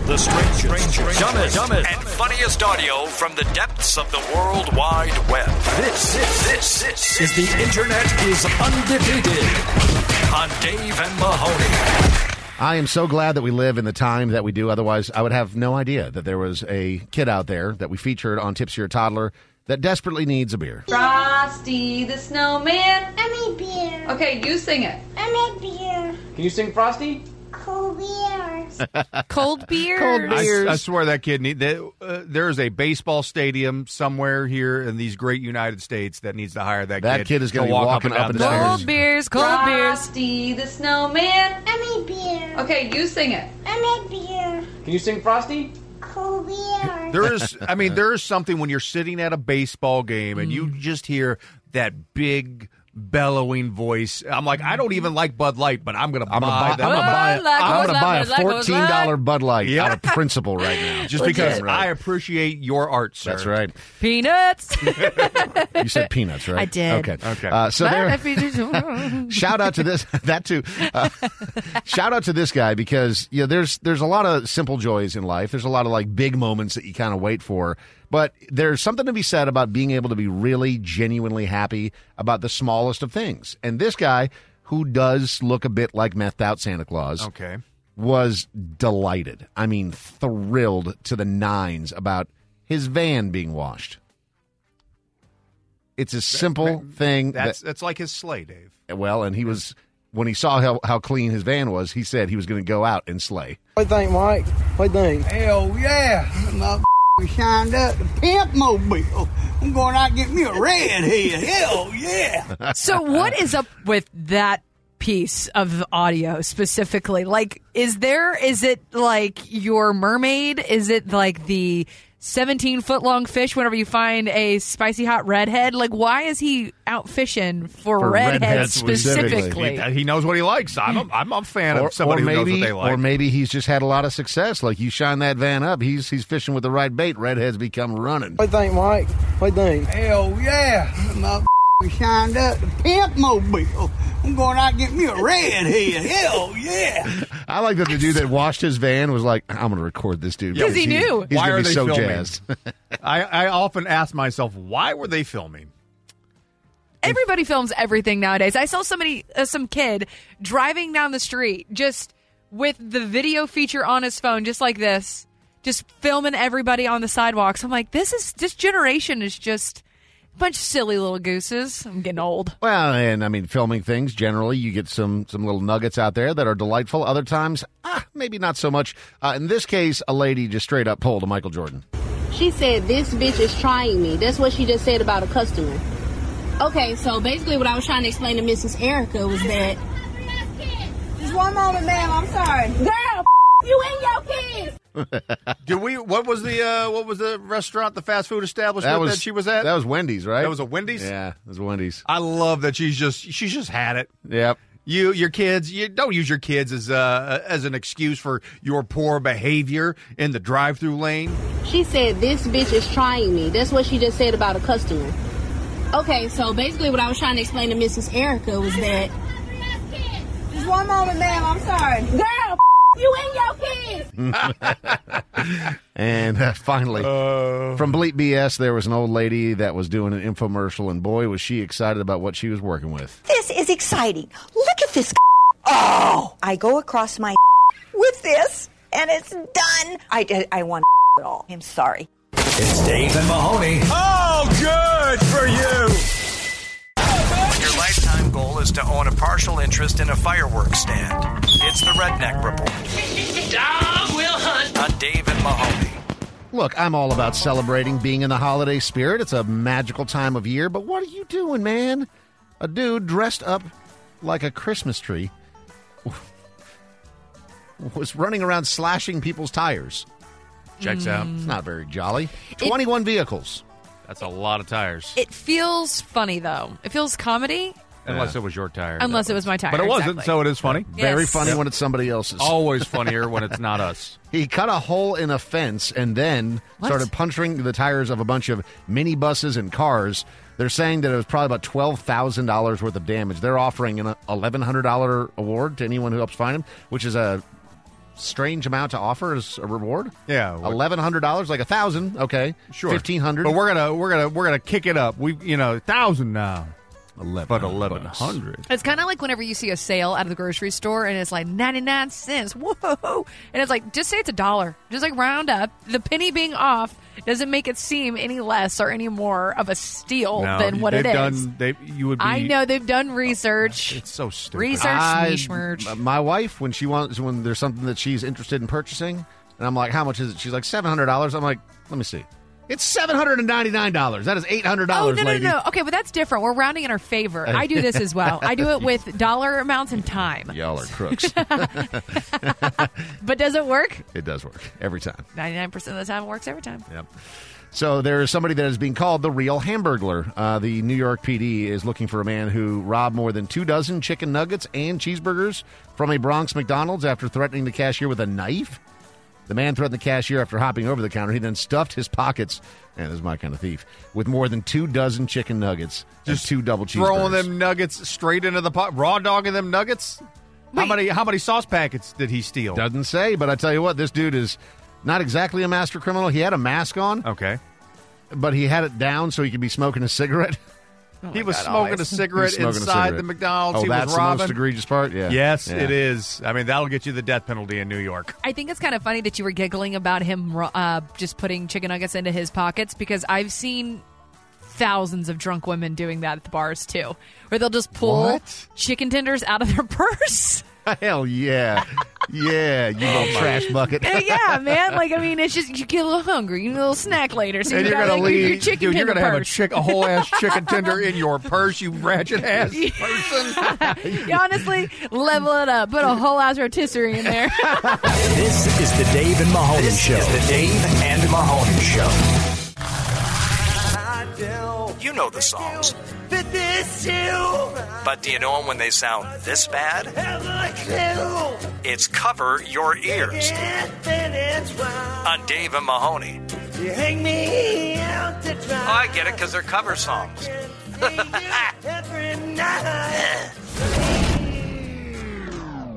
Speaker 3: The strangest, dumbest, and funniest audio from the depths of the World Wide Web. This, this, this is the Internet is Undefeated on Dave and Mahoney.
Speaker 5: I am so glad that we live in the time that we do. Otherwise, I would have no idea that there was a kid out there that we featured on Tips Your Toddler that desperately needs a beer.
Speaker 12: Frosty the Snowman.
Speaker 13: I'm a beer.
Speaker 12: Okay, you sing it.
Speaker 13: I'm a beer.
Speaker 6: Can you sing Frosty?
Speaker 13: Cool beers.
Speaker 7: Cold beer.
Speaker 6: I, I swear that kid need that. Uh, there is a baseball stadium somewhere here in these great United States that needs to hire that.
Speaker 5: That
Speaker 6: kid,
Speaker 5: kid is gonna
Speaker 6: to
Speaker 5: be
Speaker 6: walk
Speaker 5: walking
Speaker 6: up
Speaker 5: up
Speaker 6: and
Speaker 5: and
Speaker 6: down
Speaker 5: down.
Speaker 6: the
Speaker 7: Cold beers, cold beers.
Speaker 12: Frosty the Snowman.
Speaker 13: I'm a beer.
Speaker 12: Okay, you sing it.
Speaker 13: I'm a beer.
Speaker 6: Can you sing Frosty?
Speaker 13: Cool beers.
Speaker 6: There is, I mean, there is something when you're sitting at a baseball game and you just hear that big bellowing voice. I'm like, I don't even like Bud Light, but I'm gonna
Speaker 5: I'm gonna buy,
Speaker 6: buy
Speaker 5: I'm
Speaker 6: that.
Speaker 5: gonna buy,
Speaker 7: Bud Light
Speaker 5: I'm
Speaker 7: goes
Speaker 5: gonna buy a
Speaker 7: up, Bud Light goes
Speaker 5: fourteen dollar Bud Light
Speaker 6: Yeah.
Speaker 5: out of principle right now.
Speaker 6: just because I appreciate your art, sir.
Speaker 5: That's right.
Speaker 7: Peanuts.
Speaker 5: You said peanuts, right?
Speaker 7: I did.
Speaker 5: Okay.
Speaker 6: Okay.
Speaker 5: Uh, so there.
Speaker 7: Peanuts.
Speaker 5: shout out to this that too uh, shout out to this guy because you know there's there's a lot of simple joys in life there's a lot of like big moments that you kind of wait for but there's something to be said about being able to be really genuinely happy about the smallest of things and this guy who does look a bit like methed out santa claus
Speaker 6: Okay.
Speaker 5: was delighted i mean thrilled to the nines about his van being washed It's a simple thing.
Speaker 6: That's
Speaker 5: that-
Speaker 6: that's like his sleigh, Dave.
Speaker 5: well, and he was when he saw how, how clean his van was, he said he was going to go out and slay.
Speaker 14: What do you think, Mike? What do you think? Hell yeah. My we shined up the pimp mobile. I'm going out and get me a redhead. Hell yeah.
Speaker 7: So what is up with that piece of audio specifically? Like, is there? Is it like your mermaid? Is it like the seventeen foot long fish? Whenever you find a spicy hot redhead, like why is he out fishing for, redheads specifically?
Speaker 6: He, he knows what he likes. I'm a, I'm a fan of somebody
Speaker 5: maybe,
Speaker 6: who knows what they like.
Speaker 5: Or maybe he's just had a lot of success. Like you shine that van up, he's he's fishing with the right bait. Redheads become running.
Speaker 14: What do you think, Mike? What do you think? Hell yeah. My we shined up the pimp mobile. I'm going out and get me a redhead. Hell yeah.
Speaker 5: I like that the dude that washed his van was like, "I'm going to record this dude
Speaker 6: Yeah,
Speaker 5: he's- He's
Speaker 6: Why
Speaker 5: gonna
Speaker 6: are
Speaker 5: be
Speaker 6: they
Speaker 5: so
Speaker 6: filming?
Speaker 5: jazzed.
Speaker 6: I, I often ask myself, why were they filming?
Speaker 7: Everybody films everything nowadays. I saw somebody, uh, some kid driving down the street just with the video feature on his phone, just like this, just filming everybody on the sidewalks. I'm like, this is this generation is just a bunch of silly little gooses. I'm getting old.
Speaker 5: Well, and I mean, filming things generally, you get some some little nuggets out there that are delightful. Other times, ah, maybe not so much. Uh, in this case, a lady just straight up pulled a Michael Jordan.
Speaker 15: She said, This bitch is trying me. That's what she just said about a customer. Okay, so basically, what I was trying to explain to Mrs. Erica was that. Just one moment, ma'am. I'm sorry. Girl, you and your kids.
Speaker 6: Did we? What was the uh, what was the restaurant, the fast food establishment that, she was at?
Speaker 5: That was Wendy's, right?
Speaker 6: That was a Wendy's?
Speaker 5: Yeah, that was Wendy's.
Speaker 6: I love that she's just she's just had it.
Speaker 5: Yep.
Speaker 6: You your kids you don't use your kids as uh, as an excuse for your poor behavior in the drive-through lane.
Speaker 15: She said, This bitch is trying me. That's what she just said about a customer. Okay, so basically, what I was trying to explain to Mrs. Erica was that. Just one moment, ma'am. I'm sorry. Girl, you and your kids.
Speaker 5: and uh, finally, from Bleep BS, there was an old lady that was doing an infomercial, and boy, was she excited about what she was working with.
Speaker 16: This is exciting. Look at this. Oh, I go across my with this, and it's done. I I, I want it all. I'm sorry.
Speaker 3: It's Dave and Mahoney.
Speaker 16: Oh, good for you.
Speaker 3: When your lifetime goal is to own a partial interest in a fireworks stand, it's the Redneck Report. Dog will hunt. On Dave and Mahoney.
Speaker 5: Look, I'm all about celebrating being in the holiday spirit. It's a magical time of year, but what are you doing, man? A dude dressed up like a Christmas tree was running around slashing people's tires.
Speaker 6: Checks out.
Speaker 5: It's not very jolly. 21 vehicles.
Speaker 6: That's a lot of tires.
Speaker 7: It feels funny though. It feels comedy.
Speaker 6: Unless it was your tire.
Speaker 7: Unless it was my tire,
Speaker 6: But it wasn't,
Speaker 7: exactly.
Speaker 6: so it is funny.
Speaker 7: Yes.
Speaker 5: Very funny when it's somebody else's.
Speaker 6: Always funnier when it's not us.
Speaker 5: He cut a hole in a fence and then
Speaker 6: What?
Speaker 5: started puncturing the tires of a bunch of minibuses and cars. They're saying that it was probably about twelve thousand dollars worth of damage. They're offering an eleven hundred dollar award to anyone who helps find him, which is a strange amount to offer as a reward.
Speaker 6: Yeah, what-
Speaker 5: eleven hundred dollars, like a thousand. Okay,
Speaker 6: Sure.
Speaker 5: fifteen hundred.
Speaker 6: But we're gonna we're gonna we're gonna kick it up. We you know thousand now.
Speaker 5: Eleven.
Speaker 6: But eleven hundred.
Speaker 7: It's kind of like whenever you see a sale at the grocery store and it's like 99 cents. Whoa. And it's like, just say it's a dollar. Just like round up. The penny being off doesn't make it seem any less or any more of a steal than what it
Speaker 6: they've
Speaker 7: is.
Speaker 6: done, They you would. Be,
Speaker 7: I know they've done research.
Speaker 6: It's so stupid.
Speaker 7: Research,
Speaker 5: I-
Speaker 7: schmeesh,
Speaker 5: m- My wife, when she wants, when there's something that she's interested in purchasing, and I'm like, "How much is it?" She's like, 700 dollars." I'm like, "Let me see." It's seven hundred and ninety nine dollars. That is eight hundred
Speaker 7: Oh,
Speaker 5: dollars,
Speaker 7: no, no,
Speaker 5: lady.
Speaker 7: no, no. Okay, but that's different. We're rounding in our favor. I do this as well. I do it with dollar amounts and time.
Speaker 5: Y'all are crooks.
Speaker 7: But does it work?
Speaker 5: it does work every time.
Speaker 7: 99% of the time it works every time.
Speaker 5: Yep. So there is somebody that is being called the real Hamburglar. Uh, the New York PD is looking for a man who robbed more than two dozen chicken nuggets and cheeseburgers from a Bronx McDonald's after threatening the cashier with a knife. The man threatened the cashier after hopping over the counter. He then stuffed his pockets, and this is my kind of thief, with more than two dozen chicken nuggets, just two double cheeseburgers.
Speaker 6: throwing them nuggets straight into the pot, raw dogging them nuggets. How many how many sauce packets did he steal?
Speaker 5: Doesn't say, but I tell you what, this dude is not exactly a master criminal. He had a mask on.
Speaker 6: Okay.
Speaker 7: Oh
Speaker 5: But he had it down so he could be smoking a cigarette.
Speaker 6: he was
Speaker 5: God,
Speaker 6: smoking
Speaker 5: always.
Speaker 6: a cigarette
Speaker 5: He was smoking a
Speaker 6: inside
Speaker 5: cigarette.
Speaker 6: the McDonald's.
Speaker 5: Oh,
Speaker 6: he
Speaker 5: that's
Speaker 6: was
Speaker 5: the most
Speaker 6: robbing.
Speaker 5: egregious part? Yeah.
Speaker 6: Yes,
Speaker 5: Yeah.
Speaker 6: it is. I mean, that'll get you the death penalty in New York.
Speaker 7: I think it's kind of funny that you were giggling about him uh, just putting chicken nuggets into his pockets because I've seen thousands of drunk women doing that at the bars too, where they'll just pull chicken tenders out of their purse.
Speaker 5: Hell yeah. Oh, yeah, you little trash bucket.
Speaker 7: Uh, yeah, man. Like I mean, it's just you get a little hungry, you need a little snack later, so
Speaker 6: and
Speaker 7: you
Speaker 6: you're
Speaker 7: gotta
Speaker 6: gonna
Speaker 7: like, keep
Speaker 6: leave,
Speaker 7: your chicken
Speaker 6: dude. You're
Speaker 7: tender
Speaker 6: gonna have a
Speaker 7: purse.
Speaker 6: chick, a whole ass chicken tender in your purse, you ratchet ass.
Speaker 7: You honestly, level it up. Put a whole ass rotisserie in there.
Speaker 3: This is the Dave and Mahoney Show. the Dave and Mahoney Show. You know the songs, but do you know them when they sound this bad? It's cover your ears on Dave and Mahoney.
Speaker 4: You hang me out to
Speaker 3: Oh,
Speaker 4: dry.
Speaker 3: I get it because they're cover songs.
Speaker 4: Every night.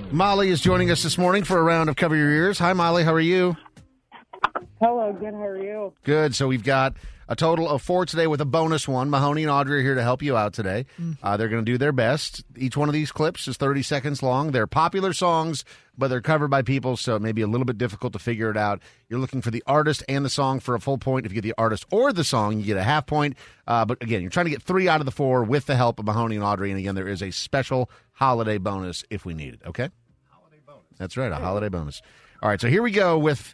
Speaker 5: Molly is joining us this morning for a round of Cover Your Ears. Hi, Molly. How are you?
Speaker 17: Hello, good. How are you?
Speaker 5: Good. So we've got a total of four today with a bonus one. Mahoney and Audrey are here to help you out today. Uh, they're going to do their best. Each one of these clips is 30 seconds long. They're popular songs, but they're covered by people, so it may be a little bit difficult to figure it out. You're looking for the artist and the song for a full point. If you get the artist or the song, you get a half point. Uh, but again, you're trying to get three out of the four with the help of Mahoney and Audrey. And again, there is a special holiday bonus if we need it. Okay? That's right, a holiday bonus. All right, so here we go with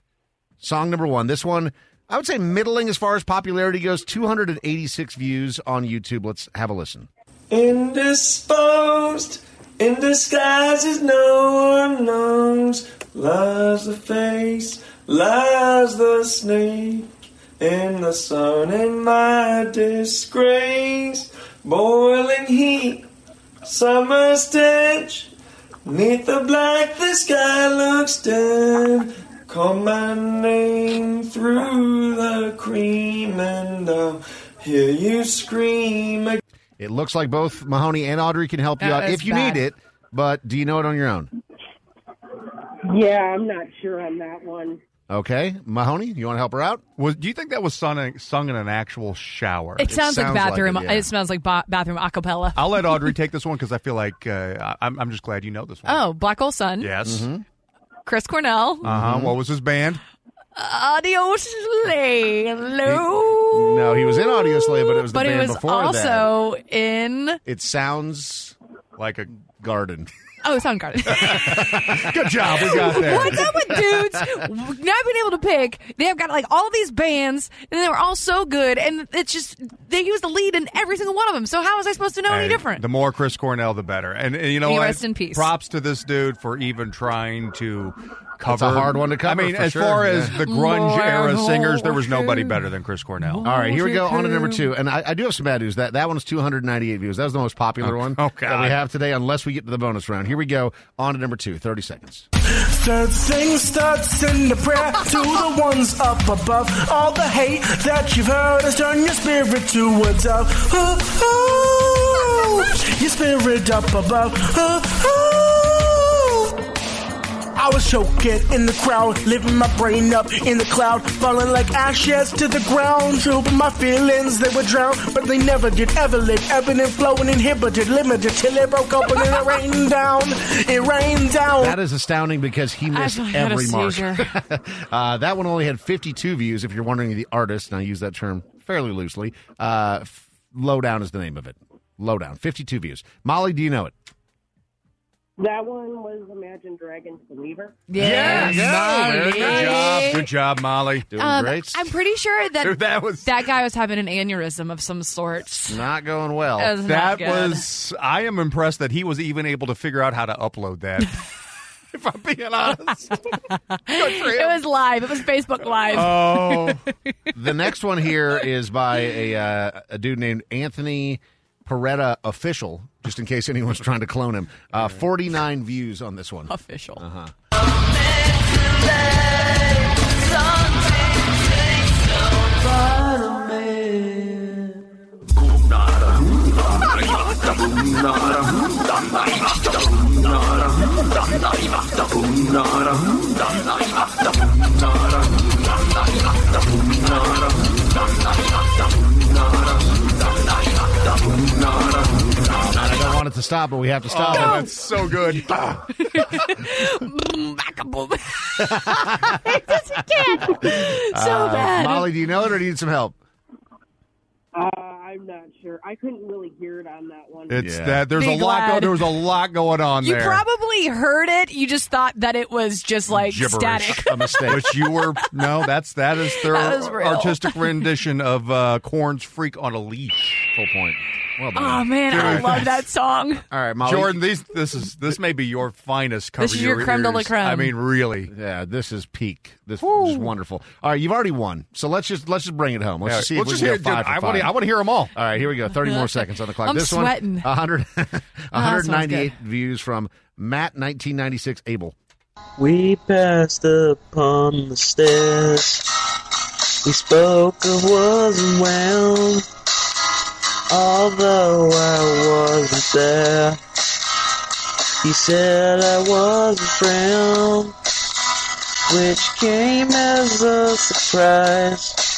Speaker 5: song number one. This one, I would say middling as far as popularity goes, 286 views on YouTube. Let's have a listen.
Speaker 4: Indisposed in disguises, no one knows. Lies the face, lies the snake. In the sun, in my disgrace. Boiling heat, summer stench. Neath the black, the sky looks dead. Call my name through the cream, and I'll hear you scream again.
Speaker 5: It looks like both Mahoney and Audrey can help you
Speaker 17: That
Speaker 5: out
Speaker 17: is
Speaker 5: if you
Speaker 17: bad.
Speaker 5: need it, but do you know it on your own?
Speaker 17: Yeah, I'm not sure on that one.
Speaker 5: Okay, Mahoney, you want to help her out?
Speaker 6: Was, do you think that was sung, sung in an actual shower?
Speaker 7: It sounds, like bathroom.
Speaker 6: Like
Speaker 7: it,
Speaker 6: it, yeah.
Speaker 7: smells like ba- bathroom acapella.
Speaker 6: I'll let Audrey take this one because I feel like uh, I- I'm, I'm just glad you know this one.
Speaker 7: Oh, Black Hole Sun.
Speaker 6: Yes.
Speaker 5: Mm-hmm.
Speaker 7: Chris Cornell.
Speaker 6: Uh huh. What was his band?
Speaker 7: Adios, Lalo.
Speaker 5: No, he was in Audio Slave, but it was the
Speaker 7: But
Speaker 5: band
Speaker 7: it was
Speaker 5: before that.
Speaker 7: also in.
Speaker 5: It sounds like a garden.
Speaker 7: Oh, Soundgarden.
Speaker 5: Good job, we got there.
Speaker 7: What's up with dudes not being able to pick? They have got like all these bands, and they were all so good, and it's just they, he was the lead in every single one of them. So how was I supposed to know any
Speaker 6: And
Speaker 7: different?
Speaker 6: The more Chris Cornell, the better. And, and you know
Speaker 7: May he
Speaker 6: what?
Speaker 7: rest in peace.
Speaker 6: Props to this dude for even trying to cover.
Speaker 5: That's a hard one to cover,
Speaker 6: I mean,
Speaker 5: for
Speaker 6: as
Speaker 5: sure,
Speaker 6: far as
Speaker 5: yeah.
Speaker 6: the grunge era
Speaker 5: Lord,
Speaker 6: singers, there was nobody better than Chris Cornell.
Speaker 5: All
Speaker 7: Oh,
Speaker 5: right, here we go on to number two, and I, I do have some bad news. That that one's 298 views. That was the most popular one
Speaker 7: Oh,
Speaker 5: that we have today, unless we get to the bonus round. Here we go on to number two. 30 seconds.
Speaker 4: Third thing starts in the prayer to the ones up above. All the hate that you've heard has turned your spirit to a dove. Ooh, ooh, your spirit up above. Ooh, ooh. I was choking in the crowd, lifting my brain up in the cloud, falling like ashes to the ground. Trooping my feelings, they were drowned, but they never did ever let ebbing and flowing, inhibited, limited till it broke open and it rained down. It rained down.
Speaker 5: That is astounding because he missed
Speaker 4: feel like I had a
Speaker 5: every mark.
Speaker 4: seizure.
Speaker 5: uh, that one only had 52 views. If you're wondering, the artist, and I use that term fairly loosely, uh, f- Lowdown is the name of it. Lowdown, 52 views. Molly, do you know it?
Speaker 17: That one was Imagine Dragons Believer.
Speaker 6: Molly. Good job. Good job, Molly. Doing
Speaker 7: Um, I'm pretty sure that
Speaker 6: Dude, that was-
Speaker 7: that guy was having an aneurysm of some sort.
Speaker 5: Not going well.
Speaker 7: That was
Speaker 6: that
Speaker 7: not good.
Speaker 6: was. I am impressed that he was even able to figure out how to upload that. if I'm being honest,
Speaker 7: it was live. It was Facebook Live.
Speaker 5: Oh. the next one here is by a uh, a dude named Anthony Peretta official. Just in case anyone's trying to clone him, uh, forty nine views on this
Speaker 6: Oh,
Speaker 5: one.
Speaker 7: Official.
Speaker 5: Uh-huh. I don't want it to stop, but we have to stop.
Speaker 6: Oh,
Speaker 5: it.
Speaker 6: that's so good.
Speaker 7: so
Speaker 5: Uh,
Speaker 7: bad.
Speaker 6: Uh,
Speaker 5: Molly, do you know it or do you need some help?
Speaker 17: Uh, I I'm not sure. I couldn't really hear it on that one.
Speaker 6: It's that there's
Speaker 7: Be
Speaker 6: a lot. Go,
Speaker 7: glad.
Speaker 6: there was a lot going on
Speaker 7: You
Speaker 6: there.
Speaker 7: probably heard it. You just thought that it was just like
Speaker 6: Gibberish.
Speaker 7: static.
Speaker 5: a mistake.
Speaker 6: Which you were no. That's that is their
Speaker 7: That was real.
Speaker 6: artistic rendition of uh, Corn's "Freak on a Leash." Full point. Well
Speaker 7: Oh man, I
Speaker 6: Dude.
Speaker 7: love that song.
Speaker 5: All right, Molly.
Speaker 6: Jordan, these this is this may be your finest cover.
Speaker 7: This is your creme de la
Speaker 6: ears.
Speaker 7: creme.
Speaker 6: I mean, really.
Speaker 5: Yeah, this is peak. This, is wonderful. All right, you've already won, so let's just let's just bring it home. Let's
Speaker 6: Yeah,
Speaker 5: just see
Speaker 6: let's
Speaker 5: if
Speaker 6: just
Speaker 5: we
Speaker 6: hear
Speaker 5: can
Speaker 6: it,
Speaker 5: get
Speaker 6: dude.
Speaker 5: five.
Speaker 6: I wanna- I wanna hear 'em all.
Speaker 5: All right, here we go. Thirty more seconds on the clock.
Speaker 7: I'm
Speaker 5: this
Speaker 7: sweating.
Speaker 5: one, 100,
Speaker 6: Oh,
Speaker 7: one's
Speaker 5: 198 views from Matt, nineteen ninety six. Abel.
Speaker 18: We passed upon the stairs. We spoke of was and well, although I wasn't there. He said I was a friend, which came as a surprise.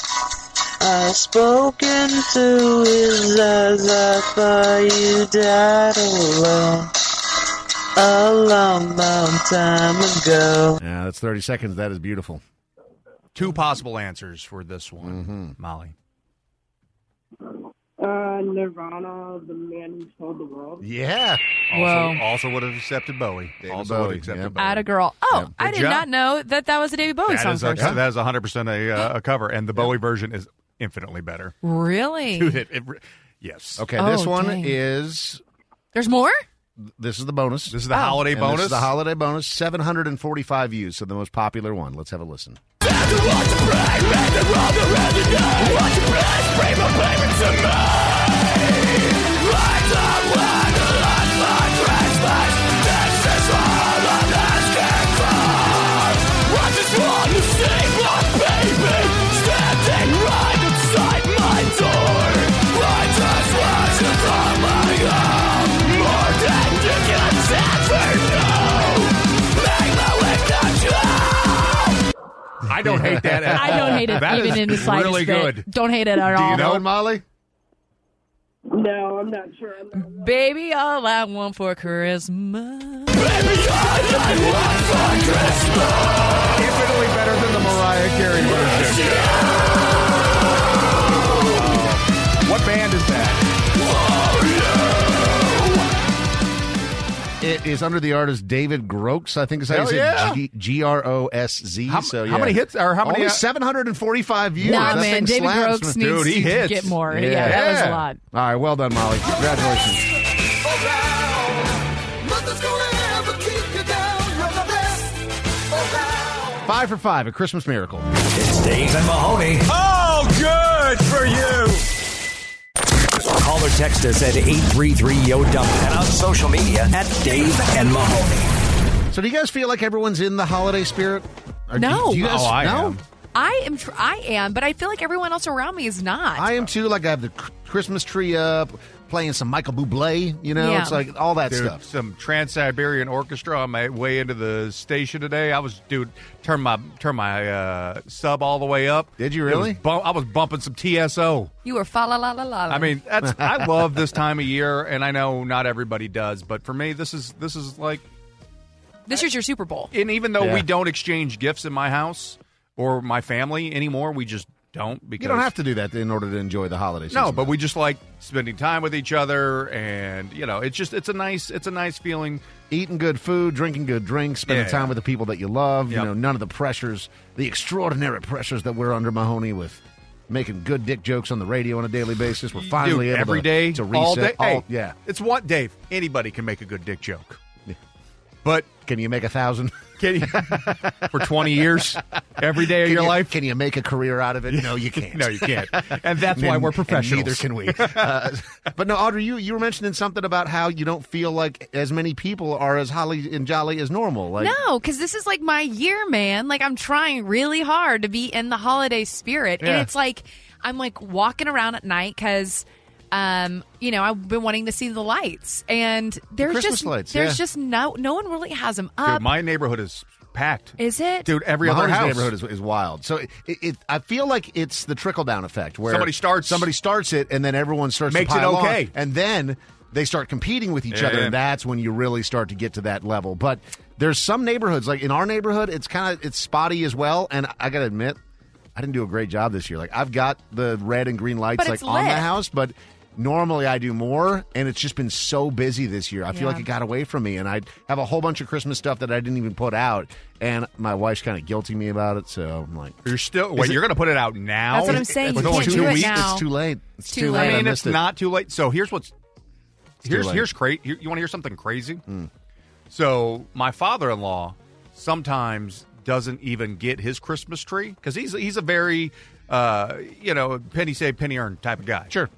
Speaker 18: I spoke into his eyes, I thought you died alone, a long, long time ago.
Speaker 5: Yeah, that's thirty seconds. That is beautiful.
Speaker 6: Two possible answers for this one,
Speaker 5: Mm-hmm.
Speaker 6: Molly.
Speaker 17: Uh, Nirvana, the man who sold the world.
Speaker 5: Yeah.
Speaker 6: Also, also would have accepted Bowie. also would have
Speaker 5: Bowie,
Speaker 6: accepted
Speaker 5: yeah.
Speaker 6: Bowie.
Speaker 7: Atta girl. Oh, I
Speaker 6: Good
Speaker 7: did
Speaker 6: job.
Speaker 7: not know that that was a David Bowie
Speaker 6: that
Speaker 7: song.
Speaker 6: is,
Speaker 7: for
Speaker 6: a,
Speaker 7: a second.
Speaker 6: that is 100% a, uh, a cover, and the Bowie version is infinitely better.
Speaker 7: Really?
Speaker 6: Dude, it, it re- yes.
Speaker 5: Okay, this one is.
Speaker 7: There's more.
Speaker 5: This is the bonus. This
Speaker 6: is the Oh. holiday
Speaker 5: And This
Speaker 6: bonus?
Speaker 5: is the holiday bonus. Seven hundred and forty five views. So the most popular one. Let's have a listen.
Speaker 6: I don't hate that at
Speaker 7: I
Speaker 6: all.
Speaker 7: don't hate it
Speaker 6: That
Speaker 7: even
Speaker 6: is
Speaker 7: in the slightest
Speaker 6: really
Speaker 7: bit.
Speaker 6: good.
Speaker 7: Don't hate it at
Speaker 6: Do
Speaker 7: all.
Speaker 6: you know it, Molly?
Speaker 17: No, I'm not sure. I'm not
Speaker 7: Baby, all I want for Christmas.
Speaker 6: Infinitely better than the Mariah Carey version. What band is that?
Speaker 5: It is under the artist David Groks. I think is how you
Speaker 6: Hell
Speaker 5: say
Speaker 6: yeah.
Speaker 5: it. G- G R O S Z.
Speaker 6: How-
Speaker 5: So yeah.
Speaker 6: how many hits- or how many-
Speaker 5: Only seven hundred and forty five views.
Speaker 7: uh, Nah,
Speaker 5: That
Speaker 7: man,
Speaker 5: thing
Speaker 7: David
Speaker 5: slaps,
Speaker 7: Groks
Speaker 5: man.
Speaker 7: needs Dude, he to hits. get more. Yeah, that was a lot.
Speaker 5: All right, well done, Molly. Congratulations. Five for five, a Christmas miracle.
Speaker 3: It's Dave and Mahoney. Oh, good for you. Call or text us at 833 Yo Dump and on social media at Dave and Mahoney.
Speaker 5: So, do you guys feel like everyone's in the holiday spirit? Or do-
Speaker 7: No.
Speaker 5: do you guys-
Speaker 7: Oh, I
Speaker 5: no?
Speaker 7: am. I am. Tr- I am, but I feel like everyone else around me is not.
Speaker 5: I am too. Like I have the cr- Christmas tree up, playing some Michael Bublé. You know,
Speaker 7: Yeah.
Speaker 5: it's like all that
Speaker 6: Dude,
Speaker 5: stuff.
Speaker 6: Some Trans Siberian Orchestra on my way into the station today. I was, dude, turned my turned my uh, sub all the way up. Did you
Speaker 5: really?
Speaker 6: I was bumping some TSO.
Speaker 7: You were fa la la la la.
Speaker 6: I mean, that's I love this time of year, and I know not everybody does, but for me, this is this is like,
Speaker 7: this is your Super Bowl.
Speaker 6: and even though
Speaker 5: Yeah.
Speaker 6: we don't exchange gifts in my house or my family anymore, we just don't because
Speaker 5: You don't have to do that in order to enjoy the holiday season.
Speaker 6: no, but we just like spending time with each other, and you know, it's just it's a nice it's a nice feeling.
Speaker 5: eating good food, drinking good drinks, spending
Speaker 6: Yeah.
Speaker 5: time with the people that you love.
Speaker 6: Yep.
Speaker 5: You know, none of the pressures, the extraordinary pressures that we're under, Mahoney, with making good dick jokes on the radio on a daily basis. We're finally
Speaker 6: Dude,
Speaker 5: able
Speaker 6: every
Speaker 5: to,
Speaker 6: day,
Speaker 5: to reset.
Speaker 6: all day.
Speaker 5: all-
Speaker 6: hey,
Speaker 5: yeah.
Speaker 6: it's what Dave. Anybody can make a good dick joke, but
Speaker 5: Can you make a thousand?
Speaker 6: can you for twenty years every day of
Speaker 5: Can
Speaker 6: your
Speaker 5: you-
Speaker 6: life?
Speaker 5: Can you make a career out of it? No, you can't.
Speaker 6: No, you can't. And that's why
Speaker 5: And-
Speaker 6: we're
Speaker 5: and
Speaker 6: professionals.
Speaker 5: Neither can we. Uh, but no, Audrey, you, you were mentioning something about how you don't feel like as many people are as holly and jolly as normal. Like,
Speaker 7: no, because this is like my year, man. Like I'm trying really hard to be in the holiday spirit,
Speaker 5: Yeah.
Speaker 7: and it's like I'm like walking around at night because, um, you know, I've been wanting to see the lights, and there's
Speaker 6: Christmas
Speaker 7: just
Speaker 6: lights,
Speaker 7: there's
Speaker 6: yeah.
Speaker 7: just no no one really has them
Speaker 6: Dude,
Speaker 7: up.
Speaker 6: my neighborhood is packed.
Speaker 7: is it?
Speaker 6: Dude, every
Speaker 5: Mahoney's
Speaker 6: other house.
Speaker 5: neighborhood is, is wild. So it, it, it, I feel like it's the trickle down effect where
Speaker 6: Somebody starts-
Speaker 5: somebody starts it, and then everyone starts
Speaker 6: Makes
Speaker 5: to
Speaker 6: it
Speaker 5: pile on,
Speaker 6: okay.
Speaker 5: and then they start competing with each
Speaker 6: Yeah.
Speaker 5: other, and that's when you really start to get to that level. But there's some neighborhoods, like in our neighborhood, it's kind of it's spotty as well, and I gotta admit. I didn't do a great job this year. Like I've got the red and green lights
Speaker 7: But
Speaker 5: like
Speaker 7: it's
Speaker 5: on the
Speaker 7: lit.
Speaker 5: house, but normally I do more, and it's just been so busy this year. I feel
Speaker 7: Yeah.
Speaker 5: like it got away from me, and I have a whole bunch of Christmas stuff that I didn't even put out, and my wife's kind of guilty me about it. So I'm like,
Speaker 6: you're still
Speaker 5: Is
Speaker 6: wait.
Speaker 5: it-
Speaker 6: you're going to put it out now?
Speaker 7: That's what I'm saying. You
Speaker 6: With only
Speaker 7: can't
Speaker 6: two
Speaker 7: do it
Speaker 6: weeks?
Speaker 7: now.
Speaker 5: It's too late. It's
Speaker 7: too late.
Speaker 6: I
Speaker 5: I
Speaker 6: mean, it's
Speaker 5: missed it.
Speaker 6: not too late. So here's what's
Speaker 5: It's too
Speaker 6: here's
Speaker 5: late. Hmm.
Speaker 6: here's crazy. You, want to hear something crazy? So my father-in-law sometimes doesn't even get his Christmas tree because he's he's a very uh, you know penny save penny earn type of guy. Sure.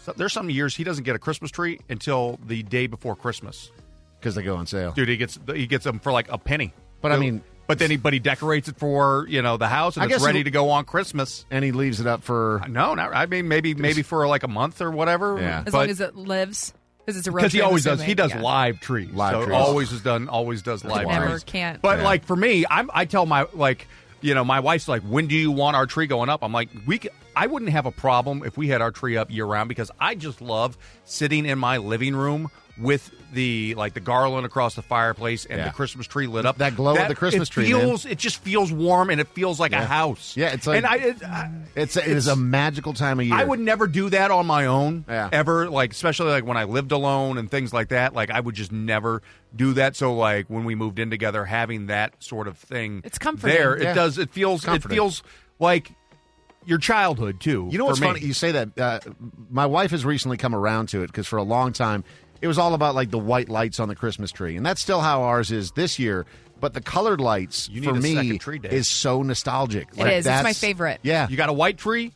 Speaker 6: So there's some years he doesn't get a Christmas tree until the day before Christmas.
Speaker 5: because they go on sale.
Speaker 6: Dude, he gets he gets them for like a penny.
Speaker 5: But I mean-
Speaker 6: but then he but he decorates it for you know the house and
Speaker 5: I
Speaker 6: it's
Speaker 5: guess
Speaker 6: ready
Speaker 5: it-
Speaker 6: to go on Christmas.
Speaker 5: And he leaves it up for
Speaker 6: no, not, I mean maybe maybe for like a month or whatever.
Speaker 5: Yeah.
Speaker 7: As
Speaker 6: but-
Speaker 7: long as it lives, because it's a road
Speaker 6: because he
Speaker 7: trip, I'm
Speaker 6: always does. He
Speaker 7: assuming.
Speaker 6: does
Speaker 7: Yeah.
Speaker 6: live trees.
Speaker 5: Live
Speaker 6: so
Speaker 5: trees.
Speaker 6: Always has done. Always does live
Speaker 7: Never
Speaker 6: trees.
Speaker 7: can't.
Speaker 6: But
Speaker 7: Yeah.
Speaker 6: like for me, I'm. I tell my like, you know, my wife's like, when do you want our tree going up? I'm like, we. c I wouldn't have a problem if we had our tree up year round because I just love sitting in my living room with the like the garland across the fireplace and
Speaker 5: Yeah.
Speaker 6: the Christmas tree lit up.
Speaker 5: That glow of the Christmas
Speaker 6: it
Speaker 5: tree, man.
Speaker 6: feels. It just feels warm and it feels like a
Speaker 5: Yeah.
Speaker 6: house.
Speaker 5: Yeah, it's like
Speaker 6: and I. It, I
Speaker 5: it's, it is
Speaker 6: it's-
Speaker 5: a magical time of year.
Speaker 6: I would never do that on my own
Speaker 5: Yeah.
Speaker 6: ever. Like especially like when I lived alone and things like that. Like I would just never do that. So like when we moved in together, having that sort of thing,
Speaker 7: It's comforting.
Speaker 6: There,
Speaker 5: Yeah.
Speaker 6: it does. It feels. It
Speaker 5: Comforting.
Speaker 6: feels like your childhood too.
Speaker 5: You know
Speaker 6: for
Speaker 5: what's
Speaker 6: me.
Speaker 5: funny? You say that. Uh, my wife has recently come around to it because for a long time it was all about like the white lights on the Christmas tree, and that's still how ours is this year. But the colored lights
Speaker 6: You need
Speaker 5: for
Speaker 6: a
Speaker 5: me
Speaker 6: second tree, Dave.
Speaker 5: is so nostalgic.
Speaker 7: It is. It's my favorite.
Speaker 5: Yeah.
Speaker 6: You got a white tree,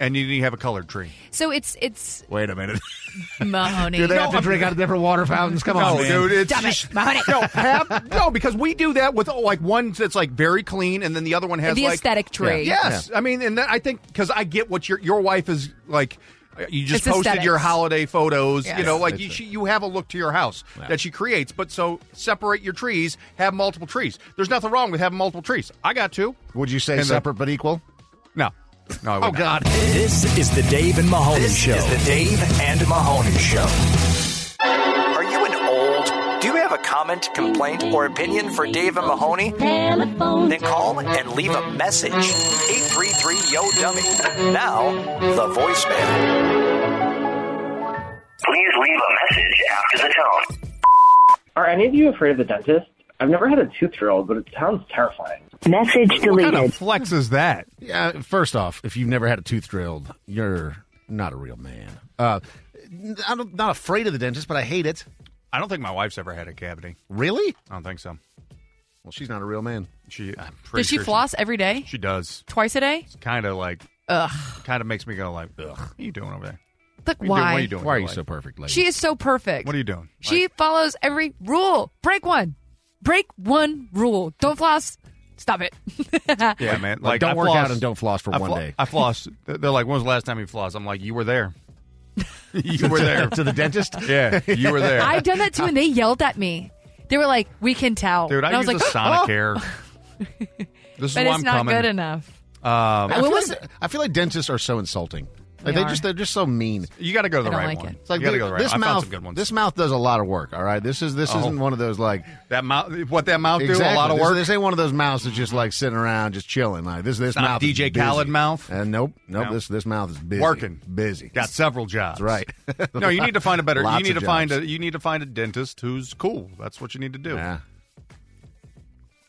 Speaker 6: and you need to have a colored tree.
Speaker 7: So it's it's
Speaker 5: Wait a minute.
Speaker 7: Mahoney.
Speaker 5: Do they have to drink out of different water fountains? Come on,
Speaker 6: no,
Speaker 5: man.
Speaker 6: dude. It's
Speaker 7: Stop it,
Speaker 6: just,
Speaker 7: Mahoney.
Speaker 6: No, have, no, because we do that with oh, like one that's like very clean, and then the other one has
Speaker 7: The
Speaker 6: like
Speaker 7: aesthetic tree. Yeah.
Speaker 6: Yes, I mean, and that, I think because I get what your your wife is like. uh, You just
Speaker 7: It's
Speaker 6: posted
Speaker 7: aesthetics.
Speaker 6: your holiday photos.
Speaker 7: Yes.
Speaker 6: You know, like
Speaker 5: It's
Speaker 6: you,
Speaker 5: a-
Speaker 6: she, you have a look to your house that she creates. But so separate your trees. Have multiple trees. There's nothing wrong with having multiple trees. I got two.
Speaker 5: Would you say
Speaker 6: And the-
Speaker 5: separate but equal?
Speaker 6: No, no. I would
Speaker 5: Oh God.
Speaker 6: not.
Speaker 3: This is the Dave and Mahoney Show. the Dave and Mahoney Show.
Speaker 2: Are you an old?
Speaker 3: Do you have a comment, complaint, or opinion for Dave and Mahoney? Then call and leave a message. 833 Yo Dummy. Now, the voicemail.
Speaker 2: Please leave a message after the tone.
Speaker 11: Are any of you afraid of the dentist? I've never had a tooth drilled, but it sounds terrifying.
Speaker 18: Message
Speaker 6: What kind of flex is that?
Speaker 5: Yeah, first off, if you've never had a tooth drilled, you're not a real man. Uh, n- I'm not afraid of the dentist, but I hate it.
Speaker 6: I don't think my wife's ever had a cavity.
Speaker 5: Really?
Speaker 6: I don't think so.
Speaker 5: Well, she's not a real man.
Speaker 6: She I'm pretty
Speaker 7: Does she
Speaker 6: sure
Speaker 7: floss every day?
Speaker 6: She, does.
Speaker 7: Twice a day?
Speaker 6: It's kind of like
Speaker 7: Ugh.
Speaker 6: kind of makes me go like, ugh. What are you doing over there?
Speaker 7: Look,
Speaker 6: What are
Speaker 7: why?
Speaker 6: you doing? What are
Speaker 5: Why are you
Speaker 6: you doing? Like,
Speaker 5: so perfect, lady?
Speaker 7: She is so perfect.
Speaker 6: What are you doing?
Speaker 7: She follows every rule. Break one. Break one rule. Don't floss. Stop it.
Speaker 6: Yeah, man.
Speaker 5: like,
Speaker 6: Like,
Speaker 5: don't
Speaker 6: I
Speaker 5: work
Speaker 6: floss-
Speaker 5: out and don't floss for
Speaker 6: I
Speaker 5: one
Speaker 6: flo-
Speaker 5: day.
Speaker 6: I floss. They're like, when was the last time you flossed? I'm like, you were there. you were there.
Speaker 5: to the dentist.
Speaker 6: yeah, you were there.
Speaker 7: I've done that too, and they yelled at me. They were like, "We can tell."
Speaker 6: Dude, I,
Speaker 7: and I was
Speaker 6: use
Speaker 7: like,
Speaker 6: a
Speaker 7: "Oh."
Speaker 6: Sonicare. this is
Speaker 7: but
Speaker 6: why
Speaker 7: it's
Speaker 6: I'm
Speaker 7: not
Speaker 6: coming.
Speaker 7: good enough.
Speaker 5: I,
Speaker 6: um,
Speaker 5: feel
Speaker 7: What
Speaker 5: like,
Speaker 7: was
Speaker 5: I feel like dentists are so insulting. Like
Speaker 7: They
Speaker 5: they,
Speaker 7: are.
Speaker 5: just they're just so mean.
Speaker 6: you got to go to the
Speaker 7: I don't
Speaker 6: right
Speaker 7: like
Speaker 6: one.
Speaker 7: it.
Speaker 6: It's
Speaker 5: It's like
Speaker 6: you got to
Speaker 5: the-
Speaker 6: go to the right
Speaker 5: this
Speaker 6: one. I found
Speaker 5: mouth.
Speaker 6: some good ones.
Speaker 5: This mouth does a lot of work. All right, this is this
Speaker 6: Oh.
Speaker 5: isn't one of those like
Speaker 6: that mouth, what that mouth do, a
Speaker 5: Exactly.
Speaker 6: lot of
Speaker 5: This-
Speaker 6: work.
Speaker 5: This, ain't one of those mouths that's just like sitting around just chilling. Like this this
Speaker 6: not
Speaker 5: mouth is
Speaker 6: DJ
Speaker 5: busy.
Speaker 6: Khaled mouth.
Speaker 5: Uh, nope, nope.
Speaker 6: No.
Speaker 5: This this mouth is busy.
Speaker 6: Working.
Speaker 5: busy.
Speaker 6: Got several jobs.
Speaker 5: That's right.
Speaker 6: no, you need to find a better.
Speaker 5: Lots
Speaker 6: you need
Speaker 5: of
Speaker 6: to find
Speaker 5: jobs.
Speaker 6: a. You need to find a dentist who's cool. That's what you need to do.
Speaker 5: Yeah.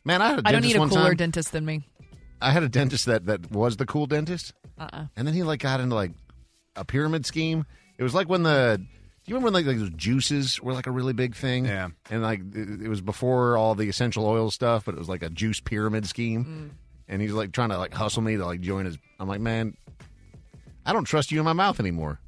Speaker 5: Man, I had a dentist
Speaker 7: I don't need a
Speaker 5: one
Speaker 7: cooler
Speaker 5: time.
Speaker 7: dentist than me.
Speaker 5: I had a dentist that that was the cool dentist,
Speaker 7: Uh-uh.
Speaker 5: and then he like got into like a pyramid scheme. It was like when the do you remember when like, like those juices were like a really big thing?
Speaker 6: Yeah.
Speaker 5: and like it, it was before all the essential oil stuff, but it was like a juice pyramid scheme.
Speaker 7: Mm.
Speaker 5: And he's like trying to like hustle me to like join his. I'm like, man, I don't trust you in my mouth anymore.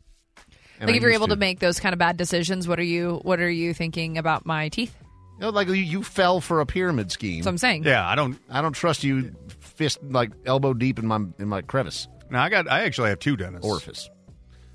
Speaker 5: And
Speaker 7: like,
Speaker 5: I
Speaker 7: if you're
Speaker 5: used
Speaker 7: able to. make those kind of bad decisions, what are you? What are you thinking about my teeth?
Speaker 5: you know, like you, you fell for a pyramid scheme.
Speaker 7: That's what I'm saying.
Speaker 6: Yeah, I don't.
Speaker 5: I don't trust you, fist like elbow deep in my in my crevice
Speaker 6: No, I got. I actually have two dentists.
Speaker 5: orifice.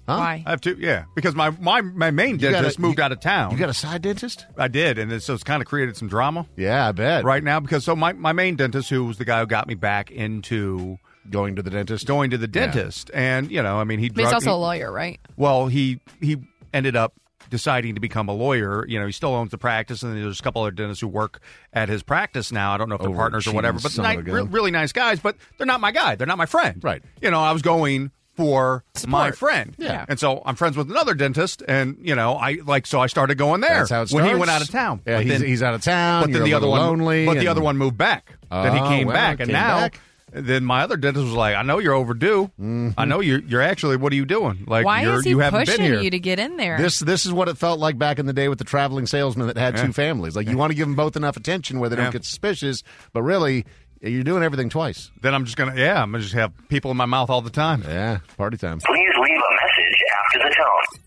Speaker 7: Why?
Speaker 6: I have two. Yeah, because my my my main
Speaker 5: got a-
Speaker 6: dentist moved
Speaker 5: you-
Speaker 6: out of town.
Speaker 5: You got a side dentist?
Speaker 6: I did, and it, so it's kind of created some drama
Speaker 5: Yeah, I bet.
Speaker 6: right now because so my my main dentist, who was the guy who got me back into
Speaker 5: Going to the dentist.
Speaker 6: going to the dentist, and you know, I mean, he
Speaker 7: I mean,
Speaker 6: drugged
Speaker 7: he's also
Speaker 6: me-
Speaker 7: a lawyer, right?
Speaker 6: Well, he he ended up deciding to become a lawyer. You know, he still owns the practice, and there's a couple other dentists who work at his practice now. I don't know if they're
Speaker 5: Overachiever
Speaker 6: partners or whatever, but
Speaker 5: son
Speaker 6: ni-
Speaker 5: Oh, of a
Speaker 6: re-
Speaker 5: gun.
Speaker 6: really nice guys. But they're not my guy. They're not my friend. Right. You know, I was going for my friend.
Speaker 5: Yeah.
Speaker 6: And so I'm friends with another dentist, and you know, I like so I started going there
Speaker 5: That's how it
Speaker 6: when he
Speaker 5: starts.
Speaker 6: went out of town.
Speaker 5: Yeah,
Speaker 6: But
Speaker 5: he's- he's out of town,
Speaker 6: But then
Speaker 5: you're a
Speaker 6: the other
Speaker 5: little
Speaker 6: one,
Speaker 5: lonely,
Speaker 6: but the
Speaker 5: and-
Speaker 6: other one moved back. then he
Speaker 5: Oh,
Speaker 6: came
Speaker 5: well,
Speaker 6: back, and
Speaker 5: came
Speaker 6: now
Speaker 5: back.
Speaker 6: then my other dentist was like, "I know you're overdue.
Speaker 5: Mm-hmm.
Speaker 6: I know you're you're actually. What are you doing? Like,
Speaker 7: Why
Speaker 6: you're,
Speaker 7: is he
Speaker 6: you haven't
Speaker 7: pushing
Speaker 6: been here.
Speaker 7: you to get in there?
Speaker 5: This this is what it felt like back in the day with the traveling salesman that had
Speaker 6: Yeah.
Speaker 5: two families. Like you want to give them both enough attention where they
Speaker 6: Yeah.
Speaker 5: don't get suspicious, but really you're doing everything twice.
Speaker 6: Then I'm just gonna yeah, I'm gonna just have people in my mouth all the time.
Speaker 5: Yeah, party time.
Speaker 2: Please leave a message after the tone.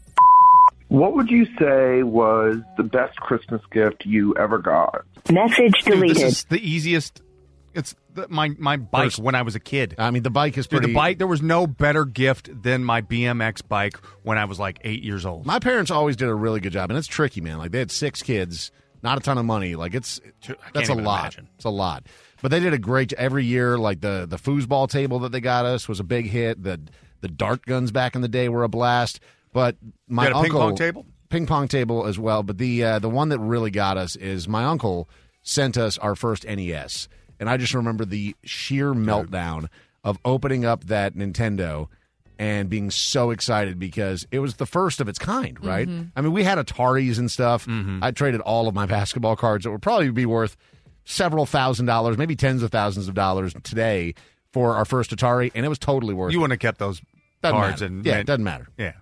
Speaker 19: What would you say was the best Christmas gift you ever got? Message
Speaker 6: Dude, This is the easiest. It's the, my my bike
Speaker 5: First-
Speaker 6: when I was a kid.
Speaker 5: I mean, the bike is
Speaker 6: Dude,
Speaker 5: pretty.
Speaker 6: the bike. There was no better gift than my BMX bike when I was like eight years old.
Speaker 5: My parents always did a really good job, and it's tricky, man. Like they had six kids, not a ton of money. Like it's that's a
Speaker 6: even
Speaker 5: lot.
Speaker 6: imagine.
Speaker 5: It's a lot. But they did a great every year. Like the the foosball table that they got us was a big hit. The the dart guns back in the day were a blast. But my
Speaker 6: had a
Speaker 5: uncle
Speaker 6: ping pong table?
Speaker 5: ping pong table as well. But the uh, the one that really got us is my uncle sent us our first NES, and I just remember the sheer meltdown of opening up that Nintendo and being so excited because it was the first of its kind. Right?
Speaker 6: Mhm.
Speaker 5: I mean, we had Ataris and stuff.
Speaker 6: Mm-hmm.
Speaker 5: I traded all of my basketball cards that would probably be worth several thousand dollars, maybe tens of thousands of dollars today for our first Atari, and it was totally worth.
Speaker 6: You
Speaker 5: it.
Speaker 6: wouldn't have kept those
Speaker 5: Doesn't
Speaker 6: cards
Speaker 5: matter.
Speaker 6: and
Speaker 5: yeah, it doesn't Mm-hmm. matter.
Speaker 6: Yeah.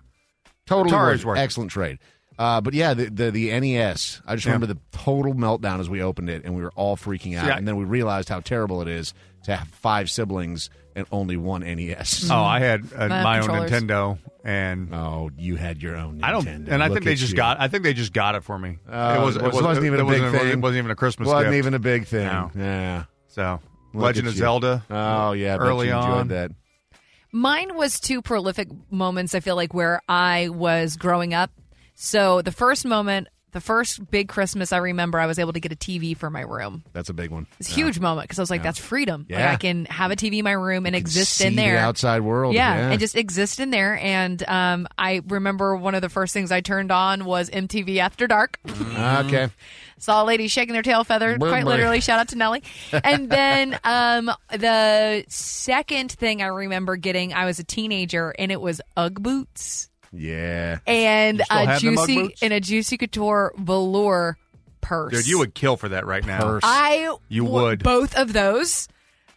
Speaker 5: Totally
Speaker 6: Atari's
Speaker 5: worth it.
Speaker 6: worth it.
Speaker 5: excellent trade. Uh, but yeah, the, the the NES. I just remember the total meltdown as we opened it, and we were all freaking out.
Speaker 6: See, I-
Speaker 5: and then we realized how terrible it is to have five siblings and only one E NES.
Speaker 6: Oh, I had uh, my own Nintendo, and
Speaker 5: oh, you had your own.
Speaker 6: I don't,
Speaker 5: Nintendo.
Speaker 6: and I
Speaker 5: Look
Speaker 6: think they
Speaker 5: at
Speaker 6: just
Speaker 5: you.
Speaker 6: got. I think they just got it for me.
Speaker 5: Uh, it, was, not even a
Speaker 6: it
Speaker 5: big
Speaker 6: wasn't-
Speaker 5: thing.
Speaker 6: It wasn't even a Christmas.
Speaker 5: Wasn't
Speaker 6: gift.
Speaker 5: even a big thing.
Speaker 6: No.
Speaker 5: Yeah.
Speaker 6: So,
Speaker 5: Look
Speaker 6: Legend
Speaker 5: at
Speaker 6: of
Speaker 5: you.
Speaker 6: Zelda.
Speaker 5: Oh yeah, I bet
Speaker 6: early
Speaker 5: you enjoyed
Speaker 6: on.
Speaker 5: that.
Speaker 7: Mine was two prolific moments, I feel like, where I was growing up. So the first moment, the first big Christmas I remember, I was able to get a TV for my room.
Speaker 5: That's a big one.
Speaker 7: It's a huge moment because I was like, that's freedom.
Speaker 5: Yeah.
Speaker 7: Like, I can have a TV in my room and exist
Speaker 5: See
Speaker 7: in there.
Speaker 5: the outside world.
Speaker 7: Yeah, and just exist in there. And um, I remember one of the first things I turned on was MTV After Dark.
Speaker 5: okay.
Speaker 7: Saw a lady shaking their tail feather,
Speaker 5: Boom,
Speaker 7: quite
Speaker 5: boy.
Speaker 7: literally. Shout out to Nelly. And then um, the second thing I remember getting, I was a teenager, and it was Ugg boots
Speaker 5: Yeah.
Speaker 7: and
Speaker 6: You still
Speaker 7: a
Speaker 6: have them Ugg
Speaker 7: juicy
Speaker 6: boots?
Speaker 7: and a juicy couture velour purse.
Speaker 6: Dude, you would kill for that right now.
Speaker 7: I
Speaker 6: You
Speaker 7: w-
Speaker 6: would.
Speaker 7: both of those.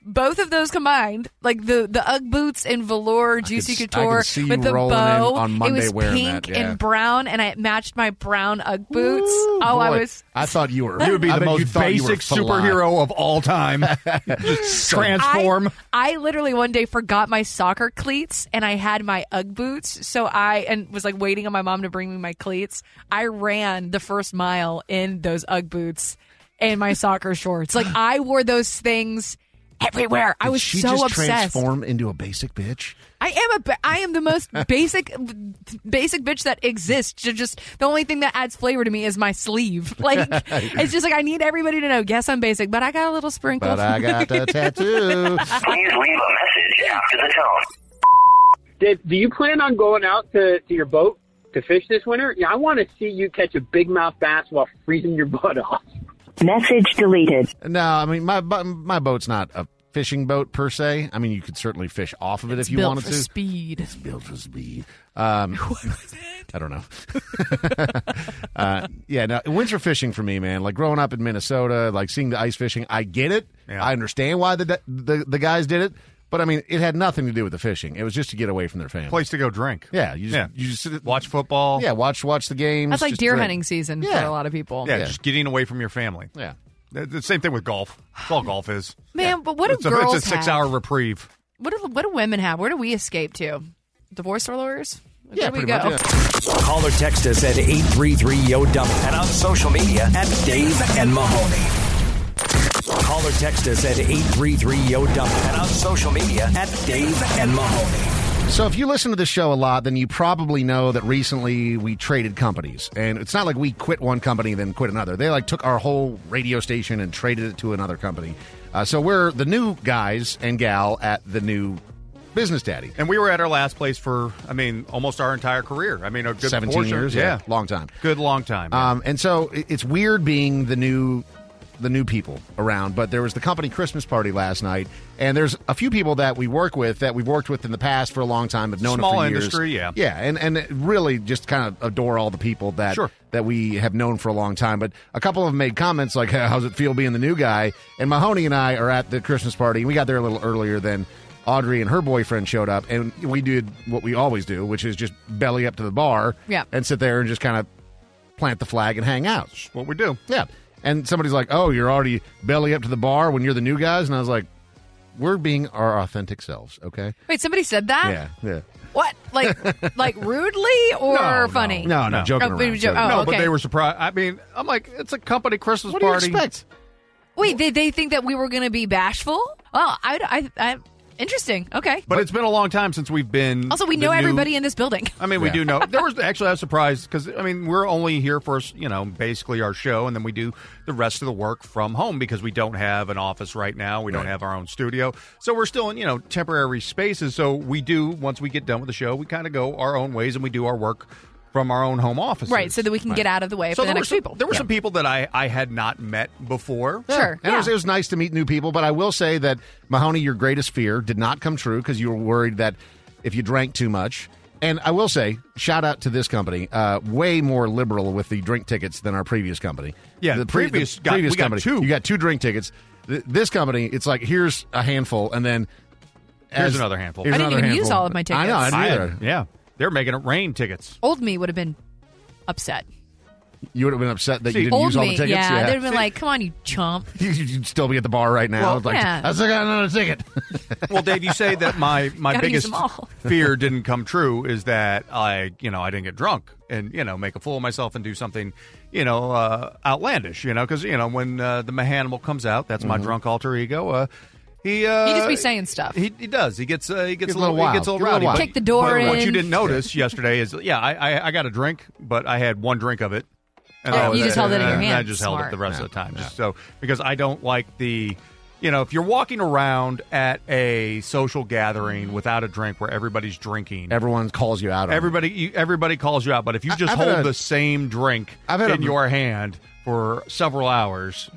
Speaker 7: Both of those combined, like the the UGG boots and velour juicy
Speaker 5: s- I can
Speaker 7: couture
Speaker 5: see you
Speaker 7: with the
Speaker 5: rolling in
Speaker 7: bow,
Speaker 5: on Monday
Speaker 7: it was
Speaker 5: wearing
Speaker 7: pink
Speaker 5: that, yeah.
Speaker 7: and brown, and I it matched my brown UGG boots. oh, I
Speaker 5: Boy,
Speaker 7: was
Speaker 5: I thought you were.
Speaker 6: You would be
Speaker 5: I
Speaker 6: the
Speaker 5: bet you
Speaker 6: most
Speaker 5: thought you were
Speaker 6: basic
Speaker 5: fly.
Speaker 6: superhero of all time. Just transform.
Speaker 7: I, I literally one day forgot my soccer cleats and I had my UGG boots. So I and was like waiting on my mom to bring me my cleats. I ran the first mile in those UGG boots and my soccer shorts. Like I wore those things everywhere. I
Speaker 5: Did
Speaker 7: was
Speaker 5: she
Speaker 7: so
Speaker 5: just
Speaker 7: obsessed.
Speaker 5: Transform into a basic bitch.
Speaker 7: I am a ba- I am the most basic basic bitch that exists. To just the only thing that adds flavor to me is my sleeve. Like it's just like I need everybody to know. Yes, I'm basic, but I got a little sprinkle.
Speaker 5: But I got the tattoo.
Speaker 2: Please leave a message after the tone.
Speaker 11: Did, do you plan on going out to, to your boat to fish this winter? Yeah, I want to see you catch a big mouth bass while freezing your butt off.
Speaker 5: Message deleted. No, I mean my bo- my boat's not a fishing boat per se. I mean you could certainly fish off of it if you wanted to.
Speaker 7: speed.
Speaker 5: It's built for speed. Um, I don't know. uh, yeah, no, winter fishing for me, man. Like growing up in Minnesota, like seeing the ice fishing, I get it. I understand why the, the the guys did it, but I mean it had nothing to do with the fishing. It was just to get away from their family.
Speaker 6: Place to go drink.
Speaker 5: Yeah, you just,
Speaker 6: Yeah.
Speaker 5: you just sit,
Speaker 6: watch football.
Speaker 5: Yeah, watch watch the games.
Speaker 7: That's like
Speaker 5: just
Speaker 7: deer
Speaker 5: drink.
Speaker 7: hunting season for
Speaker 5: Yeah.
Speaker 7: a lot of people.
Speaker 6: Yeah, just getting away from your family.
Speaker 5: Yeah.
Speaker 6: The, the same thing with golf. That's all golf is.
Speaker 7: Man, but what do
Speaker 6: it's a,
Speaker 7: girls
Speaker 6: It's a six
Speaker 7: have?
Speaker 6: hour reprieve.
Speaker 7: What do what do women have? Where do we escape to? Divorce lawyers? Where do we go.
Speaker 3: Call or text us at 833-YO-DUMP and on social media at Dave and Mahoney. Call or text us at 833-YO-DUMP and on social media at Dave and Mahoney.
Speaker 5: So, if you listen to this show a lot, then you probably know that recently we traded companies. And it's not like we quit one company and then quit another. They like took our whole radio station and traded it to another company. Uh, so, we're the new guys and gal at the new business daddy.
Speaker 6: And we were at our last place for, I mean, almost our entire career. I mean, a good
Speaker 5: 17
Speaker 6: portion-
Speaker 5: years, yeah,
Speaker 6: yeah,
Speaker 5: long time.
Speaker 6: Good long time.
Speaker 5: Um, and so it- it's weird being the new the new people around, but there was the company Christmas party last night, and there's a few people that we work with that we've worked with in the past for a long time, have known them
Speaker 6: Small
Speaker 5: for
Speaker 6: industry, yeah.
Speaker 5: years. yeah, and and really just kind of adore all the people that
Speaker 6: Sure.
Speaker 5: that we have known for a long time. But a couple of them made comments like, "How's it feel being the new guy?" And Mahoney and I are at the Christmas party. We got there a little earlier than Audrey and her boyfriend showed up, and we did what we always do, which is just belly up to the bar,
Speaker 7: Yeah.
Speaker 5: and sit there and just kind of plant the flag and hang out.
Speaker 6: what we do.
Speaker 5: Yeah. And somebody's like, "Oh, you're already belly up to the bar when you're the new guys," and I was like, "We're being our authentic selves, okay?" Oh.
Speaker 7: Wait, somebody said that?
Speaker 5: yeah, yeah.
Speaker 7: What? Like like rudely or funny?
Speaker 5: No, no, joking
Speaker 7: Oh,
Speaker 5: around.
Speaker 7: we were jo- oh,
Speaker 6: no,
Speaker 7: okay.
Speaker 6: but they were surprised. I mean, I'm like, it's a company Christmas
Speaker 7: What do you
Speaker 6: party.
Speaker 7: expect? Wait, they, they think that we were going to be bashful? Oh, I, I, I, interesting. Okay.
Speaker 6: But it's been a long time since we've been.
Speaker 7: Also, we
Speaker 6: the
Speaker 7: know
Speaker 6: new-
Speaker 7: everybody in this building.
Speaker 6: I mean, we do know. There was actually I was surprised because I mean we're only here for you know basically our show, and then we do the rest of the work from home because we don't have an office right now. We don't have our own studio, so we're still in you know temporary spaces. So we do once we get done with the show, we kind of go our own ways and we do our work from our own home office.
Speaker 7: Right, so that we can get out of the way
Speaker 6: so
Speaker 7: for the
Speaker 6: there were
Speaker 7: next
Speaker 6: some,
Speaker 7: people.
Speaker 6: There were some people that I I had not met before.
Speaker 5: Yeah. And it, was, it was nice to meet new people, but I will say that Mahoney, your greatest fear did not come true because you were worried that if you drank too much. And I will say, shout out to this company, uh, way more liberal with the drink tickets than our previous company.
Speaker 6: Yeah,
Speaker 5: the
Speaker 6: previous
Speaker 5: the
Speaker 6: got-
Speaker 5: previous
Speaker 6: we got
Speaker 5: company,
Speaker 6: two.
Speaker 5: you got two drink tickets. Th- This company, it's like here's a handful, and then
Speaker 6: Here's another handful.
Speaker 5: here's
Speaker 7: I didn't
Speaker 5: another
Speaker 7: even use
Speaker 5: handful.
Speaker 7: all of my tickets.
Speaker 5: I know, I didn't
Speaker 6: I
Speaker 5: either.
Speaker 6: had- yeah, they're making it rain tickets.
Speaker 7: Old me would have been upset.
Speaker 5: You would have been upset that
Speaker 6: See,
Speaker 5: you didn't
Speaker 7: Old
Speaker 5: use all
Speaker 7: me,
Speaker 5: the tickets.
Speaker 7: yeah. They'd have been
Speaker 5: See,
Speaker 7: like, come on, you chump.
Speaker 5: you- you'd still be at the bar right now.
Speaker 6: Well,
Speaker 5: It's like,
Speaker 7: yeah.
Speaker 5: I still got another ticket.
Speaker 6: well, Dave, you say that my my
Speaker 7: Gotta use
Speaker 6: biggest
Speaker 7: them all.
Speaker 6: fear didn't come true is that I, you know, I didn't get drunk and you know make a fool of myself and do something, you know, uh, outlandish, you know, because you know when uh, the Mahanimal comes out, that's my drunk alter ego. Uh, he uh,
Speaker 7: He'd just be saying stuff.
Speaker 6: He, he does. He gets uh, he gets
Speaker 7: Gets
Speaker 6: a little, he gets a little rowdy. but-
Speaker 7: Kick the door
Speaker 6: but
Speaker 7: in.
Speaker 6: What you didn't notice yesterday is yeah, I, I I got a drink, but I had one drink of it.
Speaker 7: Oh,
Speaker 6: that
Speaker 7: you
Speaker 6: was
Speaker 7: just held it in your
Speaker 6: And I
Speaker 7: hand.
Speaker 6: just held
Speaker 7: Smart.
Speaker 6: it the rest
Speaker 7: Yeah.
Speaker 6: of the time. Just so because I don't like the you know, if you're walking around at a social gathering without a drink where everybody's drinking,
Speaker 5: Everyone calls you out. On it.
Speaker 6: everybody you, everybody calls you out, but if you just
Speaker 5: I've had
Speaker 6: hold
Speaker 5: a-
Speaker 6: the same drink
Speaker 5: I've had a-
Speaker 6: in your hand for several hours,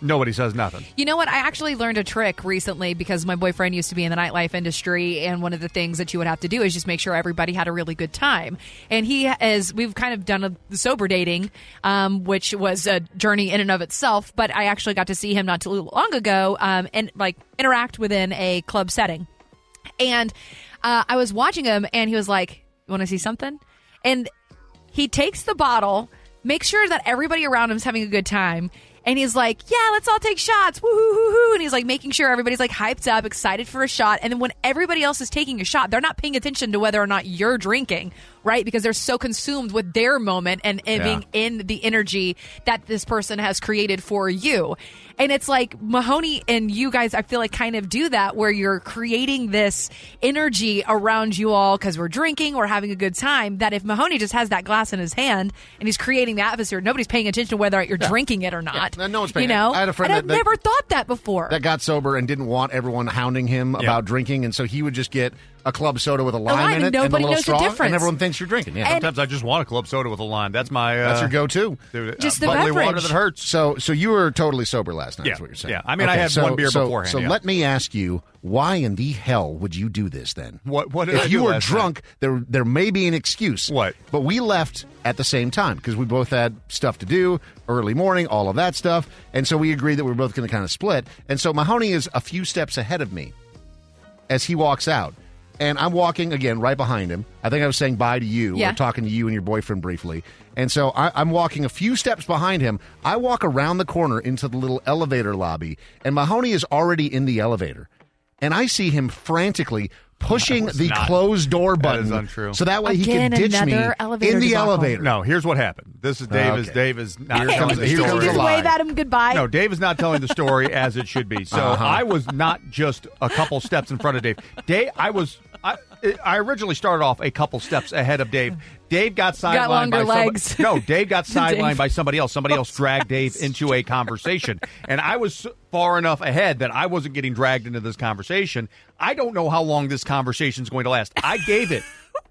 Speaker 6: nobody says nothing.
Speaker 7: You know what? I actually learned a trick recently because my boyfriend used to be in the nightlife industry, and one of the things that you would have to do is just make sure everybody had a really good time. And he is, we've kind of done a sober dating, um, which was a journey in and of itself, but I actually got to see him not too long ago um, and like interact within a club setting. And uh, I was watching him, and he was like, You want to see something? And he takes the bottle, makes sure that everybody around him is having a good time. And he's like, yeah, let's all take shots. Woo hoo hoo hoo. And he's like making sure everybody's like hyped up, excited for a shot. And then when everybody else is taking a shot, they're not paying attention to whether or not you're drinking, right? Because they're so consumed with their moment and, and
Speaker 20: Yeah.
Speaker 7: being in the energy that this person has created for you. And it's like Mahoney and you guys, I feel like kind of do that where you're creating this energy around you all because we're drinking, we're having a good time. That if Mahoney just has that glass in his hand and he's creating the atmosphere, nobody's paying attention to whether or not you're drinking it or not.
Speaker 5: No one's paying
Speaker 7: You know,
Speaker 5: attention. I had a friend
Speaker 7: and
Speaker 5: that-
Speaker 7: I've
Speaker 5: that-
Speaker 7: never thought that before.
Speaker 5: that got sober and didn't want everyone hounding him about drinking, and so he would just get a club soda with a lime,
Speaker 7: lime,
Speaker 5: in it
Speaker 7: Oh, and
Speaker 5: and a
Speaker 7: nobody
Speaker 5: little
Speaker 7: knows the
Speaker 5: straw,
Speaker 7: difference.
Speaker 5: and everyone thinks you're drinking. Yeah,
Speaker 7: And-
Speaker 6: Sometimes I just want a club soda with a lime. That's my uh,
Speaker 5: that's your go-to.
Speaker 6: Dude, uh, Just the bubbly water beverage. that hurts.
Speaker 5: So, so you were totally sober last night.
Speaker 6: Yeah,
Speaker 5: Is what you're saying?
Speaker 6: yeah. I mean, I had
Speaker 5: so-
Speaker 6: one beer
Speaker 5: so,
Speaker 6: beforehand,
Speaker 5: So
Speaker 6: yeah.
Speaker 5: let me ask you, why in the hell would you do this then?
Speaker 6: What- what did
Speaker 5: if
Speaker 6: I
Speaker 5: you
Speaker 6: do
Speaker 5: were
Speaker 6: last
Speaker 5: drunk? There, there may be an excuse. What? But we left at the same time because we both had stuff to do, early morning, all of that stuff, and so we agreed that we were both going to kind of split. And so Mahoney is a few steps ahead of me as he walks out. And I'm walking again right behind him. I think I was saying bye to you
Speaker 7: Yeah.
Speaker 5: or talking to you and your boyfriend briefly. And so I, I'm walking a few steps behind him. I walk around the corner into the little elevator lobby, and Mahoney is already in the elevator. And I see him frantically pushing the
Speaker 6: not-
Speaker 5: closed door
Speaker 6: That
Speaker 5: button.
Speaker 6: is untrue.
Speaker 5: So that way he can ditch me in the elevator.
Speaker 6: No, here's what happened. This is Dave. Is
Speaker 5: Okay.
Speaker 6: Dave is not
Speaker 5: Here
Speaker 6: telling
Speaker 5: comes-
Speaker 6: the
Speaker 5: here
Speaker 6: story.
Speaker 5: comes a lie.
Speaker 7: Wave at him goodbye.
Speaker 6: No, Dave is not telling the story as it should be. So
Speaker 5: Uh-huh.
Speaker 6: I was not just a couple steps in front of Dave. Dave, I was. I, it- I originally started off a couple steps ahead of Dave. Dave got sidelined
Speaker 7: Got longer
Speaker 6: by somebody-
Speaker 7: legs.
Speaker 6: no, Dave got
Speaker 7: Dave.
Speaker 6: sidelined by somebody else. Somebody else dragged Dave into a conversation, and I was far enough ahead that I wasn't getting dragged into this conversation. I don't know how long this conversation is going to last. I gave it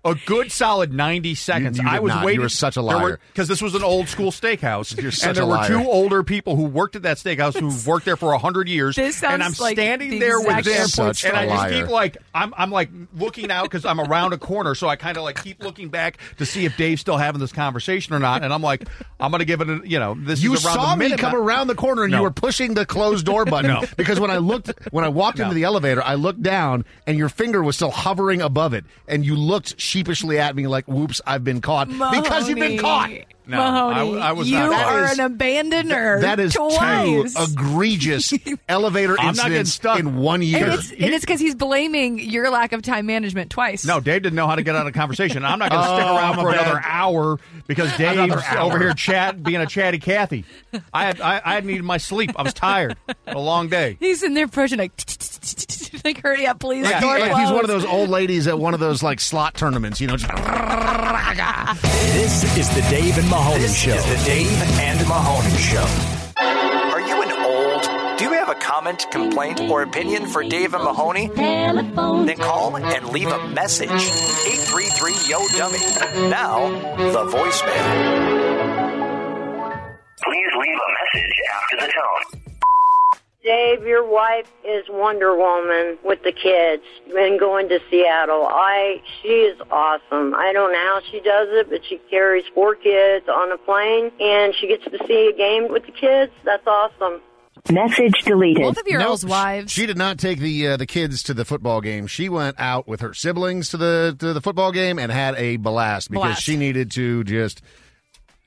Speaker 6: a good solid ninety seconds.
Speaker 5: you
Speaker 6: I
Speaker 5: did
Speaker 6: was
Speaker 5: not. You
Speaker 6: waiting.
Speaker 5: were such a liar.
Speaker 6: because this was an old school steakhouse,
Speaker 5: such
Speaker 6: and there
Speaker 5: a
Speaker 6: were
Speaker 5: liar.
Speaker 6: two older people who worked at that steakhouse who worked there for hundred years.
Speaker 7: This
Speaker 6: and I'm
Speaker 7: sounds like
Speaker 6: standing
Speaker 7: the
Speaker 6: there with
Speaker 7: exact
Speaker 6: them,
Speaker 5: Such
Speaker 6: and
Speaker 5: a
Speaker 6: I just
Speaker 5: liar.
Speaker 6: keep like I'm I'm like looking out because I'm around a corner, so I kind of like keep looking back to see if Dave's still having this conversation or not. And I'm like, I'm gonna give it, a, you know, this.
Speaker 5: you
Speaker 6: is around
Speaker 5: saw
Speaker 6: the
Speaker 5: me
Speaker 6: minute
Speaker 5: come
Speaker 6: mark.
Speaker 5: around the corner and
Speaker 6: No.
Speaker 5: you were pushing the closed door button
Speaker 6: No.
Speaker 5: because when I looked when I walked into the elevator, I looked down and your finger was still hovering above it and you looked sheepishly at me like, "Whoops, I've been caught." because you've been caught.
Speaker 7: Mahoney, Mahoney, you are an abandoner.
Speaker 5: That is
Speaker 7: twice.
Speaker 5: two egregious elevator
Speaker 6: I'm not getting
Speaker 5: incidents in one year.
Speaker 7: And it's and it's because he's blaming your lack of time management twice.
Speaker 6: No, Dave didn't know how to get out of conversation. I'm not going to
Speaker 5: Oh,
Speaker 6: stick around
Speaker 5: my
Speaker 6: for
Speaker 5: bad.
Speaker 6: another hour because Dave's
Speaker 5: Another hour.
Speaker 6: over here chat being a chatty Cathy. I had, I, I needed my sleep. I was tired. A long day.
Speaker 7: He's in there pushing like, like hurry up, please.
Speaker 5: Like, he-
Speaker 7: door
Speaker 5: like he's one of
Speaker 7: closed.
Speaker 5: those old ladies at one of those like slot tournaments, you know. Just,
Speaker 3: This is the Dave and Mahoney Show. the Dave and Mahoney Show.
Speaker 2: Are you an old?
Speaker 3: Do you have a comment, complaint, or opinion for Dave and Mahoney? Then call and leave a message. 833 Yo Dummy. Now, the voicemail.
Speaker 2: Please leave a message after the tone.
Speaker 20: Dave, your wife is Wonder Woman with the kids and going to Seattle. I she is awesome. I don't know how she does it, but she carries four kids on a plane and she gets to see a game with the kids. That's awesome.
Speaker 5: Message deleted. Both
Speaker 7: of your old wives.
Speaker 5: She did not take the uh, the kids to the football game. She went out with her siblings to the to the football game and had a blast because
Speaker 7: Blast.
Speaker 5: she needed to just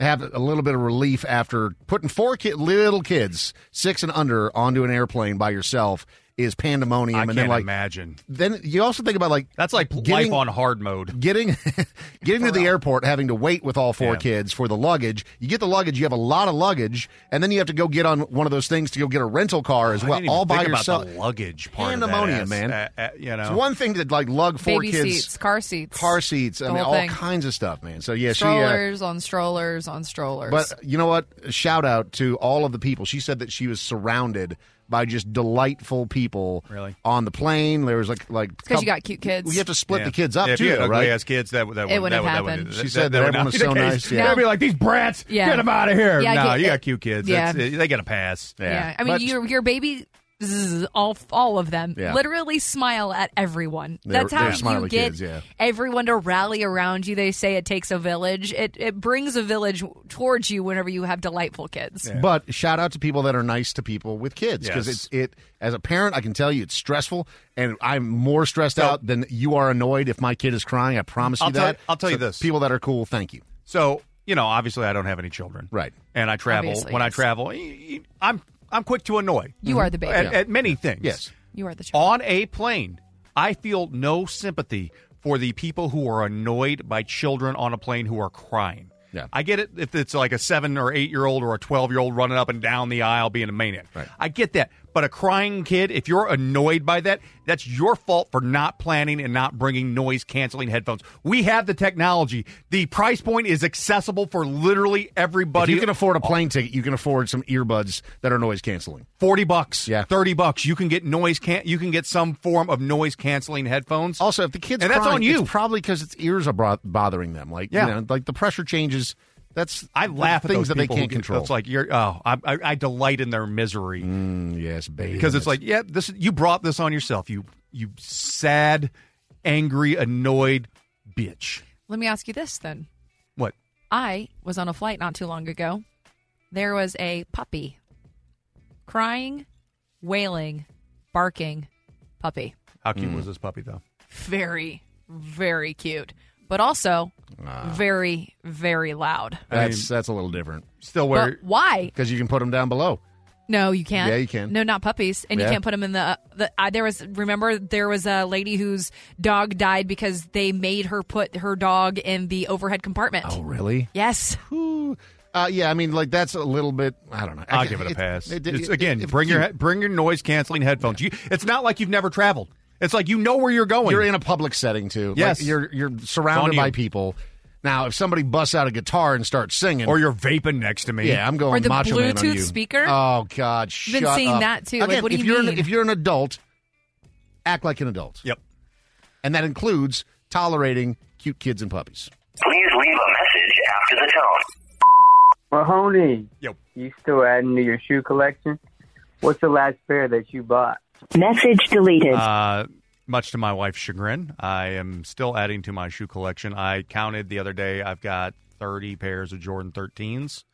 Speaker 5: have a little bit of relief after putting four ki- little kids, six and under, onto an airplane by yourself is pandemonium.
Speaker 6: I
Speaker 5: and
Speaker 6: can't
Speaker 5: then like
Speaker 6: imagine.
Speaker 5: then you also think about like
Speaker 6: That's like life on hard mode.
Speaker 5: Getting getting to the airport, having to wait with all four
Speaker 6: Yeah.
Speaker 5: kids for the luggage. You get the luggage, you have a lot of luggage, and then you have to go get on one of those things to go get a rental car as well,
Speaker 6: didn't even
Speaker 5: all by
Speaker 6: think about
Speaker 5: yourself.
Speaker 6: the luggage part of that
Speaker 5: pandemonium,
Speaker 6: ass-
Speaker 5: man.
Speaker 6: uh, uh, you know.
Speaker 5: it's one thing to like lug four
Speaker 7: baby
Speaker 5: kids,
Speaker 7: seats, car seats,
Speaker 5: car seats, I
Speaker 7: The
Speaker 5: mean,
Speaker 7: whole
Speaker 5: all
Speaker 7: thing.
Speaker 5: kinds of stuff, man. So yeah, she. Uh,
Speaker 7: strollers on strollers on strollers.
Speaker 5: but you know what? Shout out to all of the people. She said that she was surrounded by just delightful people. Really? On the plane, there was like like
Speaker 7: because you got cute kids.
Speaker 5: We have to split
Speaker 6: Yeah.
Speaker 5: the kids up
Speaker 6: Yeah, if
Speaker 5: too,
Speaker 6: you had
Speaker 5: though,
Speaker 6: ugly
Speaker 5: right?
Speaker 6: ass kids, that would- that It would- wouldn't that have would- that happened. would-
Speaker 5: she
Speaker 6: that-
Speaker 5: said
Speaker 6: that
Speaker 5: that,
Speaker 6: would
Speaker 5: everyone
Speaker 6: not
Speaker 5: was
Speaker 6: be
Speaker 5: so
Speaker 6: the case.
Speaker 5: nice.
Speaker 6: They'd be like, "These brats,
Speaker 7: Yeah.
Speaker 6: get them out of here."
Speaker 7: Yeah,
Speaker 6: no,
Speaker 7: get-
Speaker 6: you got cute kids.
Speaker 7: Yeah.
Speaker 6: That's- they get a pass.
Speaker 7: yeah. I mean,
Speaker 6: But-
Speaker 7: your your baby, zzz, all all of them,
Speaker 6: Yeah.
Speaker 7: literally smile at everyone.
Speaker 5: They're-
Speaker 7: That's how
Speaker 5: they're smiley
Speaker 7: you get
Speaker 5: kids, yeah.
Speaker 7: everyone to rally around you. They say it takes a village. It it brings a village towards you whenever you have delightful kids.
Speaker 5: But shout out to people that are nice to people with kids because
Speaker 6: Yes.
Speaker 5: it's it as a parent I can tell you it's stressful and I'm more stressed out than you are annoyed if my kid is crying. I promise you
Speaker 6: I'll tell-
Speaker 5: that.
Speaker 6: I'll tell you
Speaker 5: So
Speaker 6: this.
Speaker 5: People that are cool, thank you.
Speaker 6: So you know, obviously, I don't have any children, right? And I travel.
Speaker 7: Obviously,
Speaker 6: when I
Speaker 7: yes.
Speaker 6: travel, y- y- I'm I'm quick to annoy.
Speaker 5: Mm-hmm.
Speaker 7: You are the baby.
Speaker 6: at, at many things. Yes,
Speaker 7: You are the child.
Speaker 6: on a plane, I feel no sympathy for the people who are annoyed by children on a plane who are crying. Yeah. I get it if it's like a seven or eight year old or a 12 year old running up and down the aisle being a maniac. Right. I get that. But a crying kid, if you're annoyed by that, that's your fault for not planning and not bringing noise canceling headphones. We have the technology. The price point is accessible for literally
Speaker 5: But
Speaker 6: everybody.
Speaker 5: if you can afford a plane ticket, you can afford some earbuds that are noise canceling.
Speaker 6: 40 bucks, yeah. 30 bucks, you can get noise can you can get some form of noise canceling headphones.
Speaker 5: Also, if the kids
Speaker 6: And that's
Speaker 5: crying,
Speaker 6: on you.
Speaker 5: It's probably because its ears are bro- bothering them. Like
Speaker 6: Yeah.
Speaker 5: you know, like the pressure changes. That's
Speaker 6: I laugh at
Speaker 5: things
Speaker 6: those
Speaker 5: that they
Speaker 6: people who
Speaker 5: can't
Speaker 6: get-
Speaker 5: control. Mm-hmm.
Speaker 6: It's like you're oh, I, I, I delight in their misery.
Speaker 5: yes, baby.
Speaker 6: Because it's like, yeah, this you brought this on yourself. You you sad, angry, annoyed bitch.
Speaker 7: Let me ask you this then.
Speaker 6: What?
Speaker 7: I was on a flight not too long ago. There was a puppy crying, wailing, barking puppy.
Speaker 6: How cute
Speaker 5: Mm.
Speaker 6: was this puppy though?
Speaker 7: Very, very cute, but also
Speaker 5: Ah.
Speaker 7: very, very loud.
Speaker 5: that's that's a little different.
Speaker 6: Still
Speaker 7: But why?
Speaker 5: Because you can put them down below.
Speaker 7: No, you can't.
Speaker 5: Yeah, you can.
Speaker 7: No, not puppies, and you
Speaker 5: Yeah.
Speaker 7: can't put them in the. uh, the I, there was remember there was a lady whose dog died because they made her put her dog in the overhead compartment. Oh,
Speaker 5: Really?
Speaker 7: Yes.
Speaker 5: Uh, yeah, I mean, like that's a little bit. I don't know.
Speaker 6: I'll give it a pass.
Speaker 5: it-
Speaker 6: It's-
Speaker 5: it-
Speaker 6: again,
Speaker 5: if
Speaker 6: bring your
Speaker 5: you-
Speaker 6: he- bring your noise canceling headphones. You, it's not like you've never traveled. It's like you know where you're going.
Speaker 5: You're in a public setting too. Like,
Speaker 6: Yes.
Speaker 5: you're you're surrounded
Speaker 6: On you.
Speaker 5: by people. Now, if somebody busts out a guitar and starts singing,
Speaker 6: Or you're vaping next to me.
Speaker 5: yeah, I'm going
Speaker 7: Or the
Speaker 5: Macho Man on
Speaker 7: Bluetooth
Speaker 5: you.
Speaker 7: speaker.
Speaker 5: Oh God,
Speaker 7: Been
Speaker 5: shut
Speaker 7: seeing
Speaker 5: up.
Speaker 7: that, too. Like,
Speaker 5: Again,
Speaker 7: what do
Speaker 5: if
Speaker 7: you
Speaker 5: are
Speaker 7: mean?
Speaker 5: An, if you're an adult, act like an adult.
Speaker 6: Yep,
Speaker 5: and that includes tolerating cute kids and puppies.
Speaker 18: Please leave a message after the tone.
Speaker 21: Mahoney.
Speaker 6: Yep.
Speaker 21: You still adding to your shoe collection? What's the last pair that you bought?
Speaker 22: Message deleted.
Speaker 6: Uh, much to my wife's chagrin, I am still adding to my shoe collection. I counted the other day. I've got 30 pairs of Jordan 13s.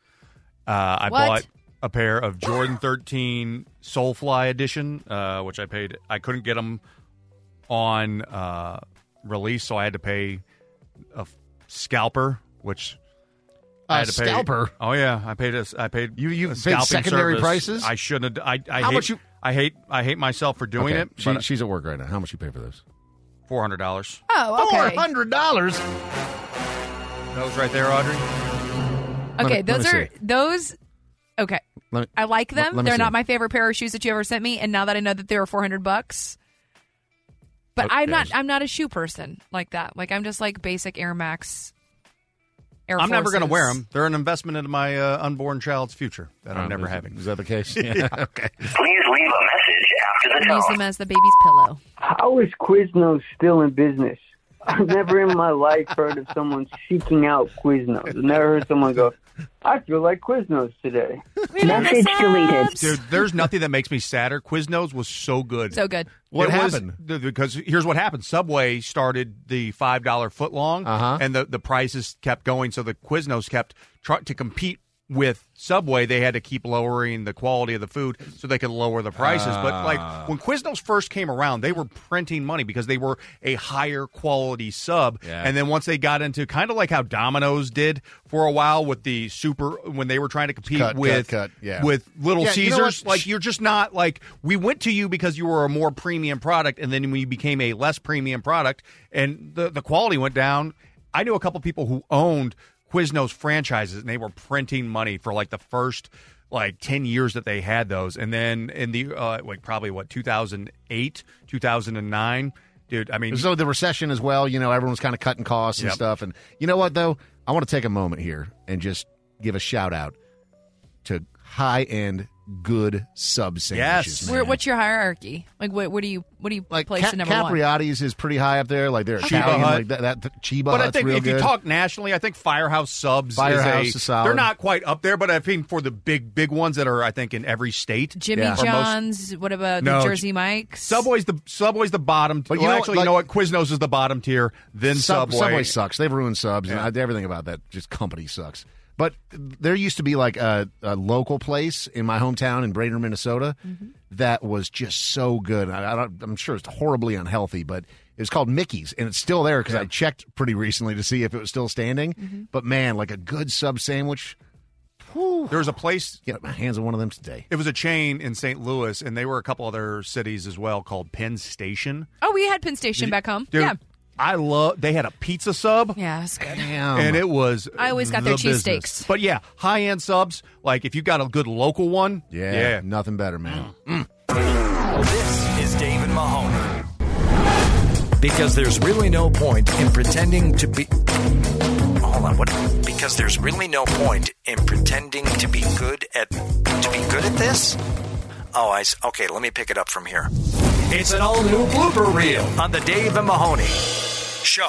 Speaker 6: Uh, I
Speaker 7: What?
Speaker 6: bought a pair of Jordan 13 Soulfly Edition, uh, which I paid. I couldn't get them on uh, release, so I had to pay a f- scalper, which.
Speaker 5: A
Speaker 6: I had to pay,
Speaker 5: scalper?
Speaker 6: Oh yeah, I paid. A, I paid. You you
Speaker 5: paid secondary prices?
Speaker 6: I shouldn't. have- I I
Speaker 5: How
Speaker 6: hate,
Speaker 5: much you-
Speaker 6: I hate. I hate myself for doing
Speaker 5: Okay,
Speaker 6: it.
Speaker 5: She,
Speaker 6: but-
Speaker 5: she's at work right now. How much you pay for those?
Speaker 6: Four hundred dollars.
Speaker 7: Oh, okay.
Speaker 5: $400?
Speaker 6: Those right there, Audrey.
Speaker 7: Okay,
Speaker 6: Let me-
Speaker 7: those
Speaker 6: let me
Speaker 7: are those. Okay,
Speaker 5: Let me-
Speaker 7: I like
Speaker 5: let-
Speaker 7: them.
Speaker 5: let me
Speaker 7: they're
Speaker 5: see
Speaker 7: not
Speaker 5: them.
Speaker 7: my favorite pair of shoes that you ever sent me, and now that I know that they were four hundred bucks, but
Speaker 6: Okay.
Speaker 7: I'm not. I'm not a shoe person like that. Like I'm just like basic Air Max. Air
Speaker 6: I'm never going to
Speaker 7: Forces.
Speaker 6: wear them. They're an investment into my uh, unborn child's future that I'm
Speaker 5: Um,
Speaker 6: never
Speaker 5: is-
Speaker 6: having.
Speaker 5: Is that the case? Okay.
Speaker 18: Please leave a message after the
Speaker 7: And use
Speaker 18: tone.
Speaker 7: them as the baby's pillow.
Speaker 21: How is Quiznos still in business? I've never in my life heard of someone seeking out Quiznos. I've never heard someone go, I feel like Quiznos today.
Speaker 22: Message deleted.
Speaker 6: Dude, there's nothing that makes me sadder. Quiznos was so good.
Speaker 7: So good.
Speaker 5: What
Speaker 6: It was-
Speaker 5: happened?
Speaker 6: th- because here's what happened. Subway started the five dollar foot long,
Speaker 5: Uh-huh.
Speaker 6: and the the prices kept going. So the Quiznos kept try- to compete with Subway. They had to keep lowering the quality of the food so they could lower the prices. but
Speaker 5: Ah.
Speaker 6: like when Quiznos first came around, they were printing money because they were a higher quality sub.
Speaker 5: Yeah.
Speaker 6: And then once they got into kind of like how Domino's did for a while with the super when they were trying to compete
Speaker 5: Cut, cut,
Speaker 6: with
Speaker 5: cut, yeah.
Speaker 6: with Little
Speaker 5: Yeah, you know
Speaker 6: Caesars,
Speaker 5: what?
Speaker 6: like you're just not like we went to you because you were a more premium product, and then we became a less premium product, and the the quality went down. I knew a couple people who owned Quiznos franchises, and they were printing money for like the first like 10 years that they had those and then in the uh like probably what 2008 2009 dude i mean
Speaker 5: So the recession as well, you know, everyone's kind of cutting costs and
Speaker 6: Yep.
Speaker 5: stuff. And you know what though? I want to take a moment here and just give a shout out to high end good sub sandwiches.
Speaker 7: Where, what's your hierarchy? Like what? What do you? What do you place
Speaker 5: Ca-
Speaker 7: at number one?
Speaker 5: Capriati's is pretty high up there. Like they're
Speaker 6: Chiba
Speaker 5: Italian,
Speaker 6: Hut.
Speaker 5: like that, that th- Chiba
Speaker 6: But I
Speaker 5: Hut's
Speaker 6: think
Speaker 5: real
Speaker 6: if you
Speaker 5: good.
Speaker 6: talk nationally, I think Firehouse Subs
Speaker 5: Firehouse
Speaker 6: is, a,
Speaker 5: is solid.
Speaker 6: They're not quite up there, but I think for the big big ones that are, I think in every state,
Speaker 7: Jimmy
Speaker 6: for most-
Speaker 7: John's. What about
Speaker 6: No,
Speaker 7: New Jersey Mike's?
Speaker 6: Subway's the Subway's the bottom.
Speaker 5: But
Speaker 6: But
Speaker 5: you know,
Speaker 6: actually,
Speaker 5: like-
Speaker 6: you know what? Quiznos is the bottom tier, then
Speaker 5: Sub-
Speaker 6: Subway.
Speaker 5: Subway sucks. They've ruined subs and I- everything about that. Just company sucks. But there used to be like a, a local place in my hometown in Brainerd, Minnesota, that was just so good. I, I don't, I'm sure it's horribly unhealthy, but it was called Mickey's, and it's still there because I checked pretty recently to see if it was still standing. But man, like a good sub sandwich.
Speaker 6: There was a place.
Speaker 5: Get my hands on one of them today.
Speaker 6: It was a chain in St. Louis, and they were a couple other cities as well called Penn Station.
Speaker 7: Oh, we had Penn Station back home.
Speaker 6: Dude,
Speaker 7: yeah,
Speaker 6: I love. They had a pizza sub.
Speaker 7: yeah, that's good.
Speaker 6: and it was.
Speaker 7: I always got
Speaker 6: the
Speaker 7: their cheese
Speaker 6: business.
Speaker 7: steaks.
Speaker 6: But yeah, high end subs. Like if you got a good local one,
Speaker 5: Yeah, nothing better,
Speaker 6: Mm.
Speaker 5: man.
Speaker 3: This is Dave and Mahoney. Because there's really no point in pretending to be. Hold on, what? Because there's really no point in pretending to be good at to be good at this. Oh, I s- okay. Let me pick it up from here. It's an all new blooper reel on the Dave and Mahoney show.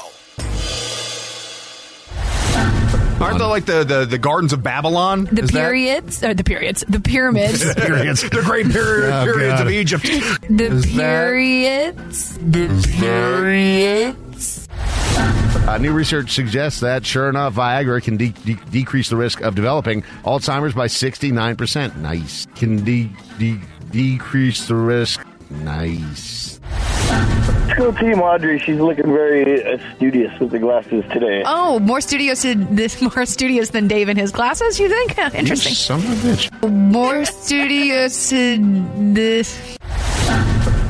Speaker 6: Aren't they like the, the, the Gardens of Babylon?
Speaker 7: The
Speaker 6: Is that-
Speaker 7: periods, or the periods, the pyramids,
Speaker 6: The periods. the great period,
Speaker 5: Oh,
Speaker 6: periods
Speaker 5: God.
Speaker 6: of Egypt.
Speaker 7: the
Speaker 5: Is that-
Speaker 7: periods.
Speaker 5: Uh, new research suggests that, sure enough, Viagra can de- de- decrease the risk of developing Alzheimer's by 69%. Nice. Can de- de- decrease the risk. Nice.
Speaker 23: School team Audrey, she's looking very uh, studious with the glasses today.
Speaker 7: Oh, more studios to this more studios than Dave in his classes. You think? Interesting.
Speaker 5: You son of a bitch.
Speaker 7: More studios to this.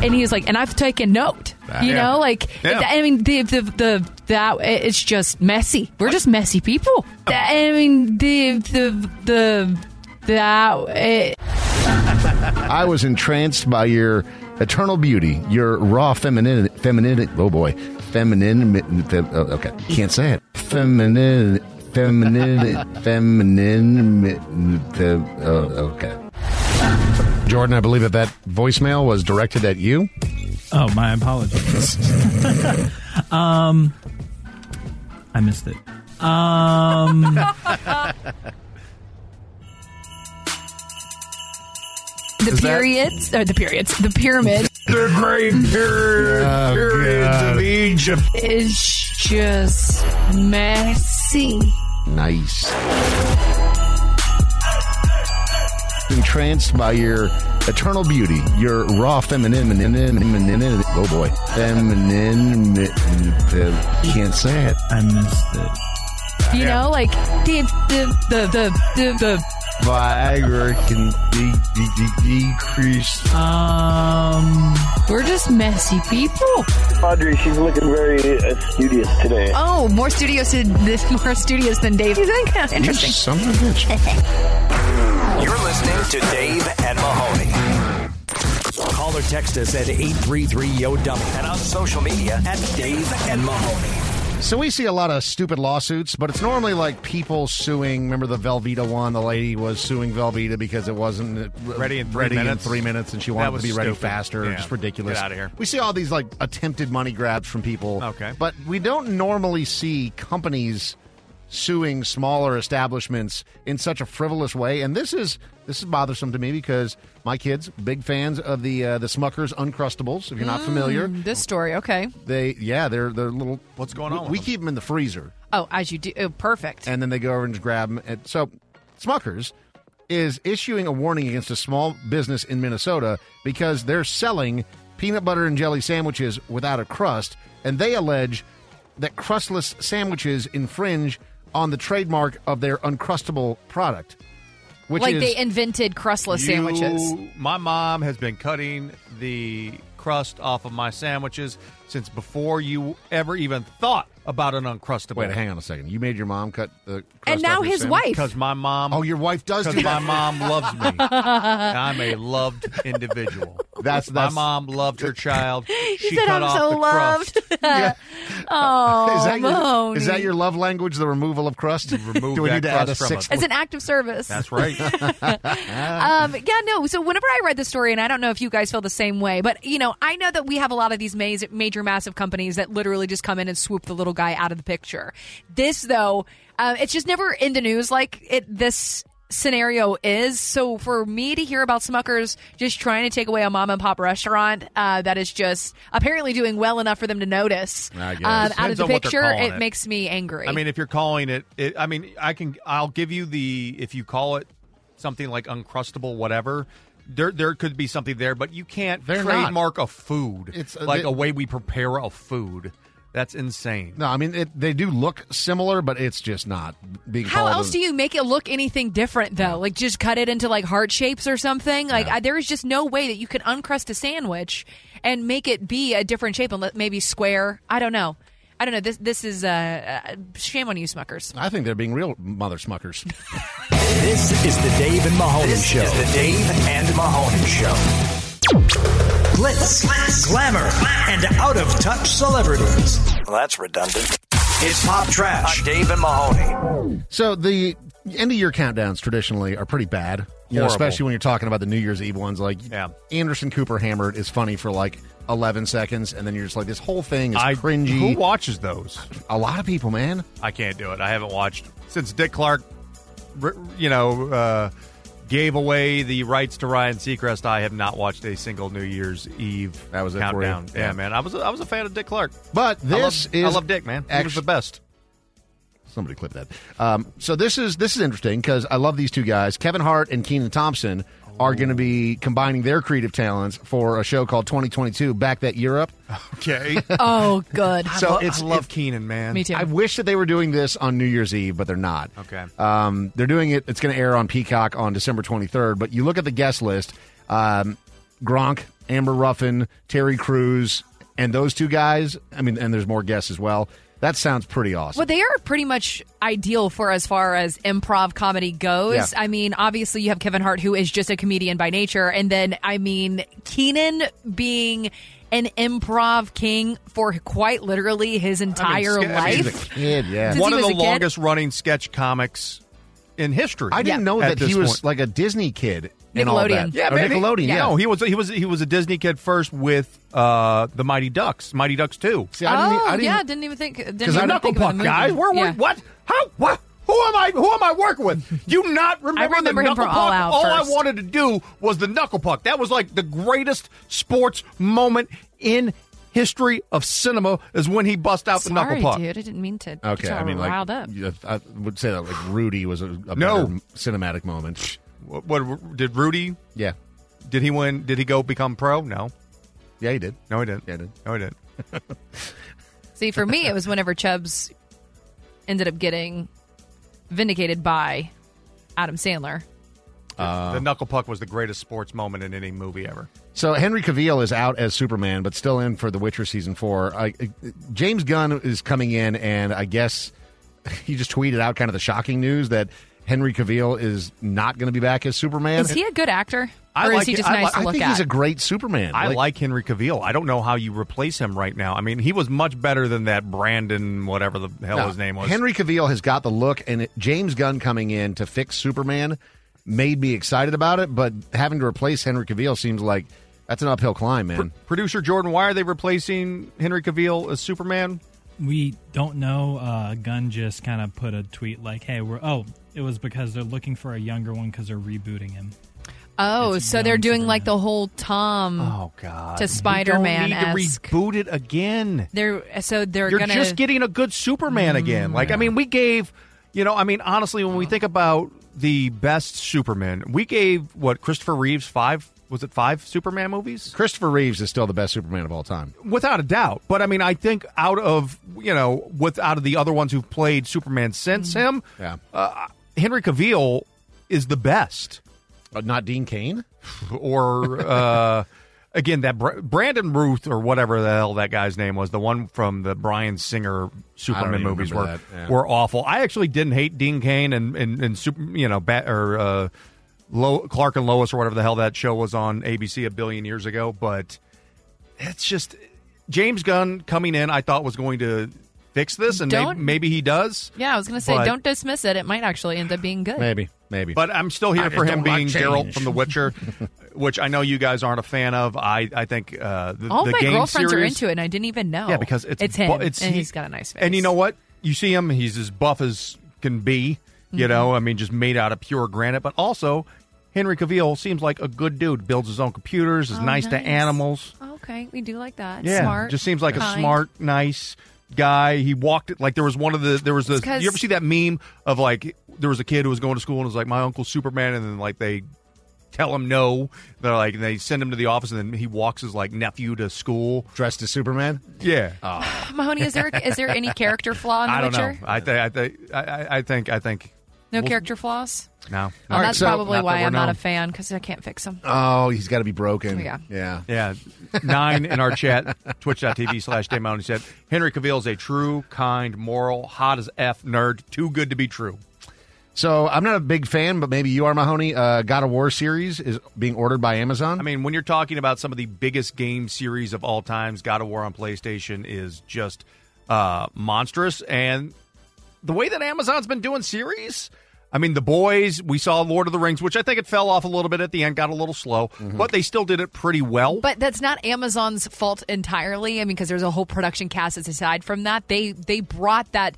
Speaker 7: And he's like, and I've taken note.
Speaker 5: Ah,
Speaker 7: You
Speaker 5: yeah.
Speaker 7: know, like
Speaker 5: Yeah.
Speaker 7: th- I mean, the, the the that it's just messy. We're just messy people.
Speaker 5: Oh.
Speaker 7: Th- I mean, the the the that. It,
Speaker 5: I was entranced by your eternal beauty, your raw feminine, feminine. Oh boy, feminine. Fem, oh, okay, can't say it. Feminine, feminine, feminine. Fem, oh, okay. Jordan, I believe that that voicemail was directed at you.
Speaker 1: Oh, my apologies. um, I missed it. Um,
Speaker 7: The
Speaker 1: Is that-
Speaker 7: periods, or the periods, the pyramid
Speaker 1: the great period,
Speaker 6: Oh,
Speaker 5: periods
Speaker 6: Uh,
Speaker 5: of
Speaker 1: Egypt
Speaker 7: is just messy.
Speaker 5: Nice. Entranced by your eternal beauty, your raw feminine, feminine, feminine- oh boy, feminine. mi- fe- Can't say it.
Speaker 1: I missed it.
Speaker 7: You know, like the the the the the.
Speaker 5: Viagra can de- de- de- decrease.
Speaker 7: the um, we're just messy people.
Speaker 23: Audrey, she's looking very uh, studious today.
Speaker 7: Oh, more studios than more studios than Dave. You think? Interesting.
Speaker 5: Some of bitch.
Speaker 3: You're listening to Dave and Mahoney. Call or text us at 833-YO-DUMP and on social media at Dave and Mahoney.
Speaker 5: So we see a lot of stupid lawsuits, but it's normally like people suing. Remember the Velveeta one? The lady was suing Velveeta because it wasn't
Speaker 6: Ready in three
Speaker 5: ready
Speaker 6: minutes?
Speaker 5: three minutes, and she
Speaker 6: That
Speaker 5: wanted
Speaker 6: was
Speaker 5: to be ready
Speaker 6: stupid.
Speaker 5: faster.
Speaker 6: Yeah.
Speaker 5: Just ridiculous.
Speaker 6: Get outta here.
Speaker 5: We see all these like attempted money grabs from people. Okay, but we don't normally see companies suing smaller establishments in such a frivolous way. And this is this is bothersome to me because my kids big fans of the uh, the Smuckers Uncrustables. If you're not familiar,
Speaker 7: Mm, this story, okay.
Speaker 5: they yeah they're they're little. What's
Speaker 6: going on
Speaker 5: We,
Speaker 6: with
Speaker 5: we keep them in the freezer
Speaker 7: Oh, as you do. Oh, perfect.
Speaker 5: and then they go over and just grab them. And so, Smuckers is issuing a warning against a small business in Minnesota because they're selling peanut butter and jelly sandwiches without a crust, and they allege that crustless sandwiches infringe on the trademark of their uncrustable product, which
Speaker 7: like
Speaker 5: is
Speaker 7: they invented crustless
Speaker 6: You-
Speaker 7: sandwiches.
Speaker 6: My mom has been cutting the crust off of my sandwiches since before you ever even thought about an uncrustable.
Speaker 5: Wait, hang on a second. You made your mom cut the
Speaker 7: And now his wife.
Speaker 6: because my mom.
Speaker 5: Oh, your wife does.
Speaker 6: Because
Speaker 5: do
Speaker 6: my
Speaker 5: that.
Speaker 6: mom loves me. And I'm a loved individual.
Speaker 5: That's- that's-
Speaker 6: my mom loved her child. She
Speaker 7: said
Speaker 6: cut
Speaker 7: I'm
Speaker 6: off
Speaker 7: so
Speaker 6: the
Speaker 7: loved.
Speaker 6: crust.
Speaker 7: oh,
Speaker 5: is that, your,
Speaker 7: Mahoney.
Speaker 5: is that your love language? The removal of crust.
Speaker 6: Remove
Speaker 5: Do we
Speaker 6: that
Speaker 5: need to add a
Speaker 6: crust from
Speaker 5: sixth?
Speaker 6: us.
Speaker 7: As an act of service.
Speaker 6: That's right.
Speaker 7: um, yeah, no. So whenever I read the story, and I don't know if you guys feel the same way, but you know, I know that we have a lot of these ma- major, massive companies that literally just come in and swoop the little guy out of the picture. This though, uh, it's just never in the news like it. This scenario is so for me to hear about Smuckers just trying to take away a mom and pop restaurant uh, that is just apparently doing well enough for them to notice
Speaker 6: I guess.
Speaker 7: um, out of
Speaker 6: Depends
Speaker 7: the
Speaker 6: on what they're
Speaker 7: picture.
Speaker 6: calling
Speaker 7: It,
Speaker 6: it.
Speaker 7: makes me angry.
Speaker 6: I mean, if you're calling it, it, I mean, I can. I'll give you the if you call it something like uncrustable, whatever. There, there could be something there, but you can't
Speaker 5: They're not.
Speaker 6: trademark a food.
Speaker 5: It's a-
Speaker 6: like
Speaker 5: they-
Speaker 6: a way we prepare a food. That's insane.
Speaker 5: No, I mean it, they do look similar, but it's just not being.
Speaker 7: How
Speaker 5: called
Speaker 7: else
Speaker 5: a-
Speaker 7: do you make it look anything different though? Like just cut it into like heart shapes or something. Like I, there is just no way that you can uncrust a sandwich and make it be a different shape, unless maybe square. I don't know. I don't know. This this is uh, uh, shame on you, Smuckers.
Speaker 5: I think they're being real mother smuckers.
Speaker 3: This is the Dave and Mahoney Show. This is the Dave and Mahoney Show. Glitz, glamour, and out of touch celebrities. Well, that's redundant. It's pop trash. on Dave and Mahoney.
Speaker 5: so the end of year countdowns traditionally are pretty bad, you know,
Speaker 6: Horrible.
Speaker 5: especially when you're talking about the New Year's Eve ones. Like Anderson Cooper hammered is funny for like 11 seconds, and then you're just like, this whole thing is
Speaker 6: I-
Speaker 5: cringy.
Speaker 6: who watches those?
Speaker 5: A lot of people, man.
Speaker 6: I can't do it. I haven't watched since Dick Clark, r- you know, uh, gave away the rights to Ryan Seacrest. I have not watched a single New Year's Eve that was
Speaker 5: it for you.
Speaker 6: countdown. Yeah,
Speaker 5: Yeah.
Speaker 6: man, I was I was a fan of Dick Clark,
Speaker 5: But
Speaker 6: I love-
Speaker 5: this is
Speaker 6: I love Dick, man. He was
Speaker 5: act-
Speaker 6: the best.
Speaker 5: Somebody clip that. Um, so this is this is interesting because I love these two guys. Kevin Hart and Keenan Thompson are going to be combining their creative talents for a show called 2022 Back That Year Up.
Speaker 6: Okay.
Speaker 7: oh, good.
Speaker 5: So it's
Speaker 6: love Keenan, man.
Speaker 7: Me too.
Speaker 5: I wish that they were doing this on New Year's Eve, but they're not.
Speaker 6: Okay.
Speaker 5: Um, they're doing it. It's going to air on Peacock on December 23rd. But you look at the guest list: um, Gronk, Amber Ruffin, Terry Crews, and those two guys. I mean, and there's more guests as well. That sounds pretty awesome.
Speaker 7: Well, they are pretty much ideal for as far as improv comedy goes.
Speaker 5: Yeah.
Speaker 7: I mean, obviously you have Kevin Hart, who is just a comedian by nature, and then I mean Keenan being an improv king for quite literally his entire
Speaker 6: Ske- I mean,
Speaker 7: life.
Speaker 6: he's a
Speaker 5: kid, yeah.
Speaker 7: Since
Speaker 6: One of
Speaker 7: he was
Speaker 6: the
Speaker 7: a kid.
Speaker 6: longest running sketch comics in history.
Speaker 5: I didn't know
Speaker 6: At
Speaker 5: that he
Speaker 6: this
Speaker 5: was
Speaker 6: point.
Speaker 5: like a Disney kid and all that.
Speaker 6: Yeah,
Speaker 5: Or
Speaker 6: baby.
Speaker 5: Nickelodeon. Yeah.
Speaker 6: No, he was he was he was a Disney kid first with uh the Mighty Ducks, Mighty Ducks two.
Speaker 5: See,
Speaker 7: oh, yeah, didn't even think. didn't
Speaker 6: because
Speaker 7: even
Speaker 6: I'm
Speaker 7: think
Speaker 6: knuckle puck
Speaker 7: about the
Speaker 6: guys.
Speaker 7: movie.
Speaker 6: Where, where
Speaker 7: Yeah.
Speaker 6: what? How? What? Who am I? Who am I working with? You not remember,
Speaker 7: remember
Speaker 6: the
Speaker 7: him
Speaker 6: knuckle
Speaker 7: from
Speaker 6: puck?
Speaker 7: All Out
Speaker 6: I
Speaker 7: first.
Speaker 6: wanted to do was the knuckle puck. That was like the greatest sports moment in history of cinema. Is when he bust out the
Speaker 7: Sorry,
Speaker 6: knuckle puck.
Speaker 7: dude. I didn't mean to.
Speaker 5: Okay,
Speaker 7: get
Speaker 5: I
Speaker 7: all
Speaker 5: mean, like,
Speaker 7: riled up.
Speaker 5: yeah, I would say that like Rudy was a, a
Speaker 6: No.
Speaker 5: better cinematic moment.
Speaker 6: What, what did Rudy?
Speaker 5: Yeah.
Speaker 6: Did he win? Did he go become pro? No.
Speaker 5: Yeah, he did.
Speaker 6: No, he didn't.
Speaker 5: Yeah, he did.
Speaker 6: No, he didn't.
Speaker 7: See, for me, it was whenever Chubbs ended up getting vindicated by Adam Sandler.
Speaker 5: Uh-huh.
Speaker 6: the knuckle puck was the greatest sports moment in any movie ever.
Speaker 5: So Henry Cavill is out as Superman, but still in for The Witcher season four. I, I- James Gunn is coming in, and I guess he just tweeted out kind of the shocking news that Henry Cavill is not going to be back as Superman.
Speaker 7: Is he a good actor?
Speaker 6: I
Speaker 7: or is
Speaker 6: like
Speaker 7: he
Speaker 6: it.
Speaker 7: just
Speaker 6: I
Speaker 7: nice
Speaker 6: like-
Speaker 7: to
Speaker 6: I
Speaker 7: look
Speaker 6: think
Speaker 7: at?
Speaker 6: he's
Speaker 5: He's a great Superman.
Speaker 6: I like, Henry Cavill. I don't know how you replace him right now. I mean, he was much better than that Brandon, whatever the hell
Speaker 5: No,
Speaker 6: his name was.
Speaker 5: Henry Cavill has got the look, and it, James Gunn coming in to fix Superman made me excited about it. But having to replace Henry Cavill seems like that's an uphill climb, man.
Speaker 6: Producer Jordan, why are they replacing Henry Cavill as Superman?
Speaker 1: We don't know. Uh, Gunn just kind of put a tweet like, "Hey, we're oh, it was because they're looking for a younger one because they're rebooting him."
Speaker 7: oh, so they're doing like the whole Tom
Speaker 6: Oh, God.
Speaker 7: to Spider Man
Speaker 6: You don't need to reboot it again.
Speaker 7: They're so they're
Speaker 6: You're
Speaker 7: gonna
Speaker 6: just getting a good Superman again. Like, I mean, we gave, you know, I mean, honestly, when we think about the best Superman, we gave what Christopher Reeves five was it five Superman movies?
Speaker 5: Christopher Reeves is still the best Superman of all time.
Speaker 6: Without a doubt. But I mean, I think out of you know, with out of the other ones who've played Superman since him,
Speaker 5: Yeah.
Speaker 6: uh, Henry Cavill is the best.
Speaker 5: Uh, not Dean Kane,
Speaker 6: or uh, again that Br- Brandon Ruth or whatever the hell that guy's name was, the one from the Brian Singer Superman
Speaker 5: even
Speaker 6: movies were
Speaker 5: remember that, yeah.
Speaker 6: were awful. I actually didn't hate Dean Kane and and, and super, you know bat, or uh, Lo- Clark and Lois or whatever the hell that show was on ABC a billion years ago, but it's just James Gunn coming in. I thought was going to fix this, and may-
Speaker 7: Don't-
Speaker 6: maybe he does.
Speaker 7: Yeah, I was gonna say
Speaker 6: But-
Speaker 7: don't dismiss it. It might actually end up being good.
Speaker 5: maybe, maybe.
Speaker 6: But I'm still here
Speaker 5: I
Speaker 6: for
Speaker 5: just
Speaker 6: him
Speaker 5: don't like
Speaker 6: being
Speaker 5: change.
Speaker 6: Geralt from The Witcher, which I know you guys aren't a fan of. I I think uh, the,
Speaker 7: All
Speaker 6: the
Speaker 7: my
Speaker 6: game
Speaker 7: girlfriends
Speaker 6: series,
Speaker 7: are into it, and I didn't even know.
Speaker 6: Yeah, because it's
Speaker 7: it's
Speaker 6: bu-
Speaker 7: him,
Speaker 6: it's-
Speaker 7: and
Speaker 6: he-
Speaker 7: has got a nice face.
Speaker 6: And you know what? You see him; he's as buff as can be.
Speaker 7: Mm-hmm.
Speaker 6: You know, I mean, just made out of pure granite. But also, Henry Cavill seems like a good dude. Builds his own computers. Is
Speaker 7: Oh,
Speaker 6: nice, to
Speaker 7: nice.
Speaker 6: animals.
Speaker 7: Okay, we do like that.
Speaker 6: Yeah,
Speaker 7: smart.
Speaker 6: just seems like a
Speaker 7: kind.
Speaker 6: smart, nice guy. He walked it like there was one of the there was the
Speaker 7: It's 'cause-
Speaker 6: you ever see that meme of like there was a kid who was going to school and was like my uncle's Superman and then like they tell him no they're like they send him to the office and then he walks his like nephew to school
Speaker 5: dressed as Superman.
Speaker 6: Yeah,
Speaker 7: Mahoney, is there is there any character flaw in The
Speaker 6: I don't
Speaker 7: Witcher?
Speaker 6: know. I think I think I- I, I think I think
Speaker 7: No
Speaker 6: we'll-
Speaker 7: character flaws.
Speaker 6: No,
Speaker 7: Well, that's probably
Speaker 6: Not that
Speaker 7: why
Speaker 6: we're
Speaker 7: I'm not
Speaker 6: known.
Speaker 7: a fan because I can't fix them.
Speaker 5: Oh, he's got to be broken.
Speaker 7: Yeah.
Speaker 5: yeah.
Speaker 6: Yeah. Nine in our chat, twitch.tv slash Dave Mahoney said, Henry Cavill is a true, kind, moral, hot as F nerd, too good to be true.
Speaker 5: So I'm not a big fan, but maybe you are, Mahoney. Uh, God of War series is being ordered by Amazon.
Speaker 6: I mean, when you're talking about some of the biggest game series of all times, God of War on PlayStation is just uh, monstrous. And the way that Amazon's been doing series, I mean, The Boys, we saw Lord of the Rings, which I think it fell off a little bit at the end, got a little slow, but they still did it pretty well.
Speaker 7: But that's not Amazon's fault entirely. I mean, because there's a whole production cast that's aside from that. They they brought that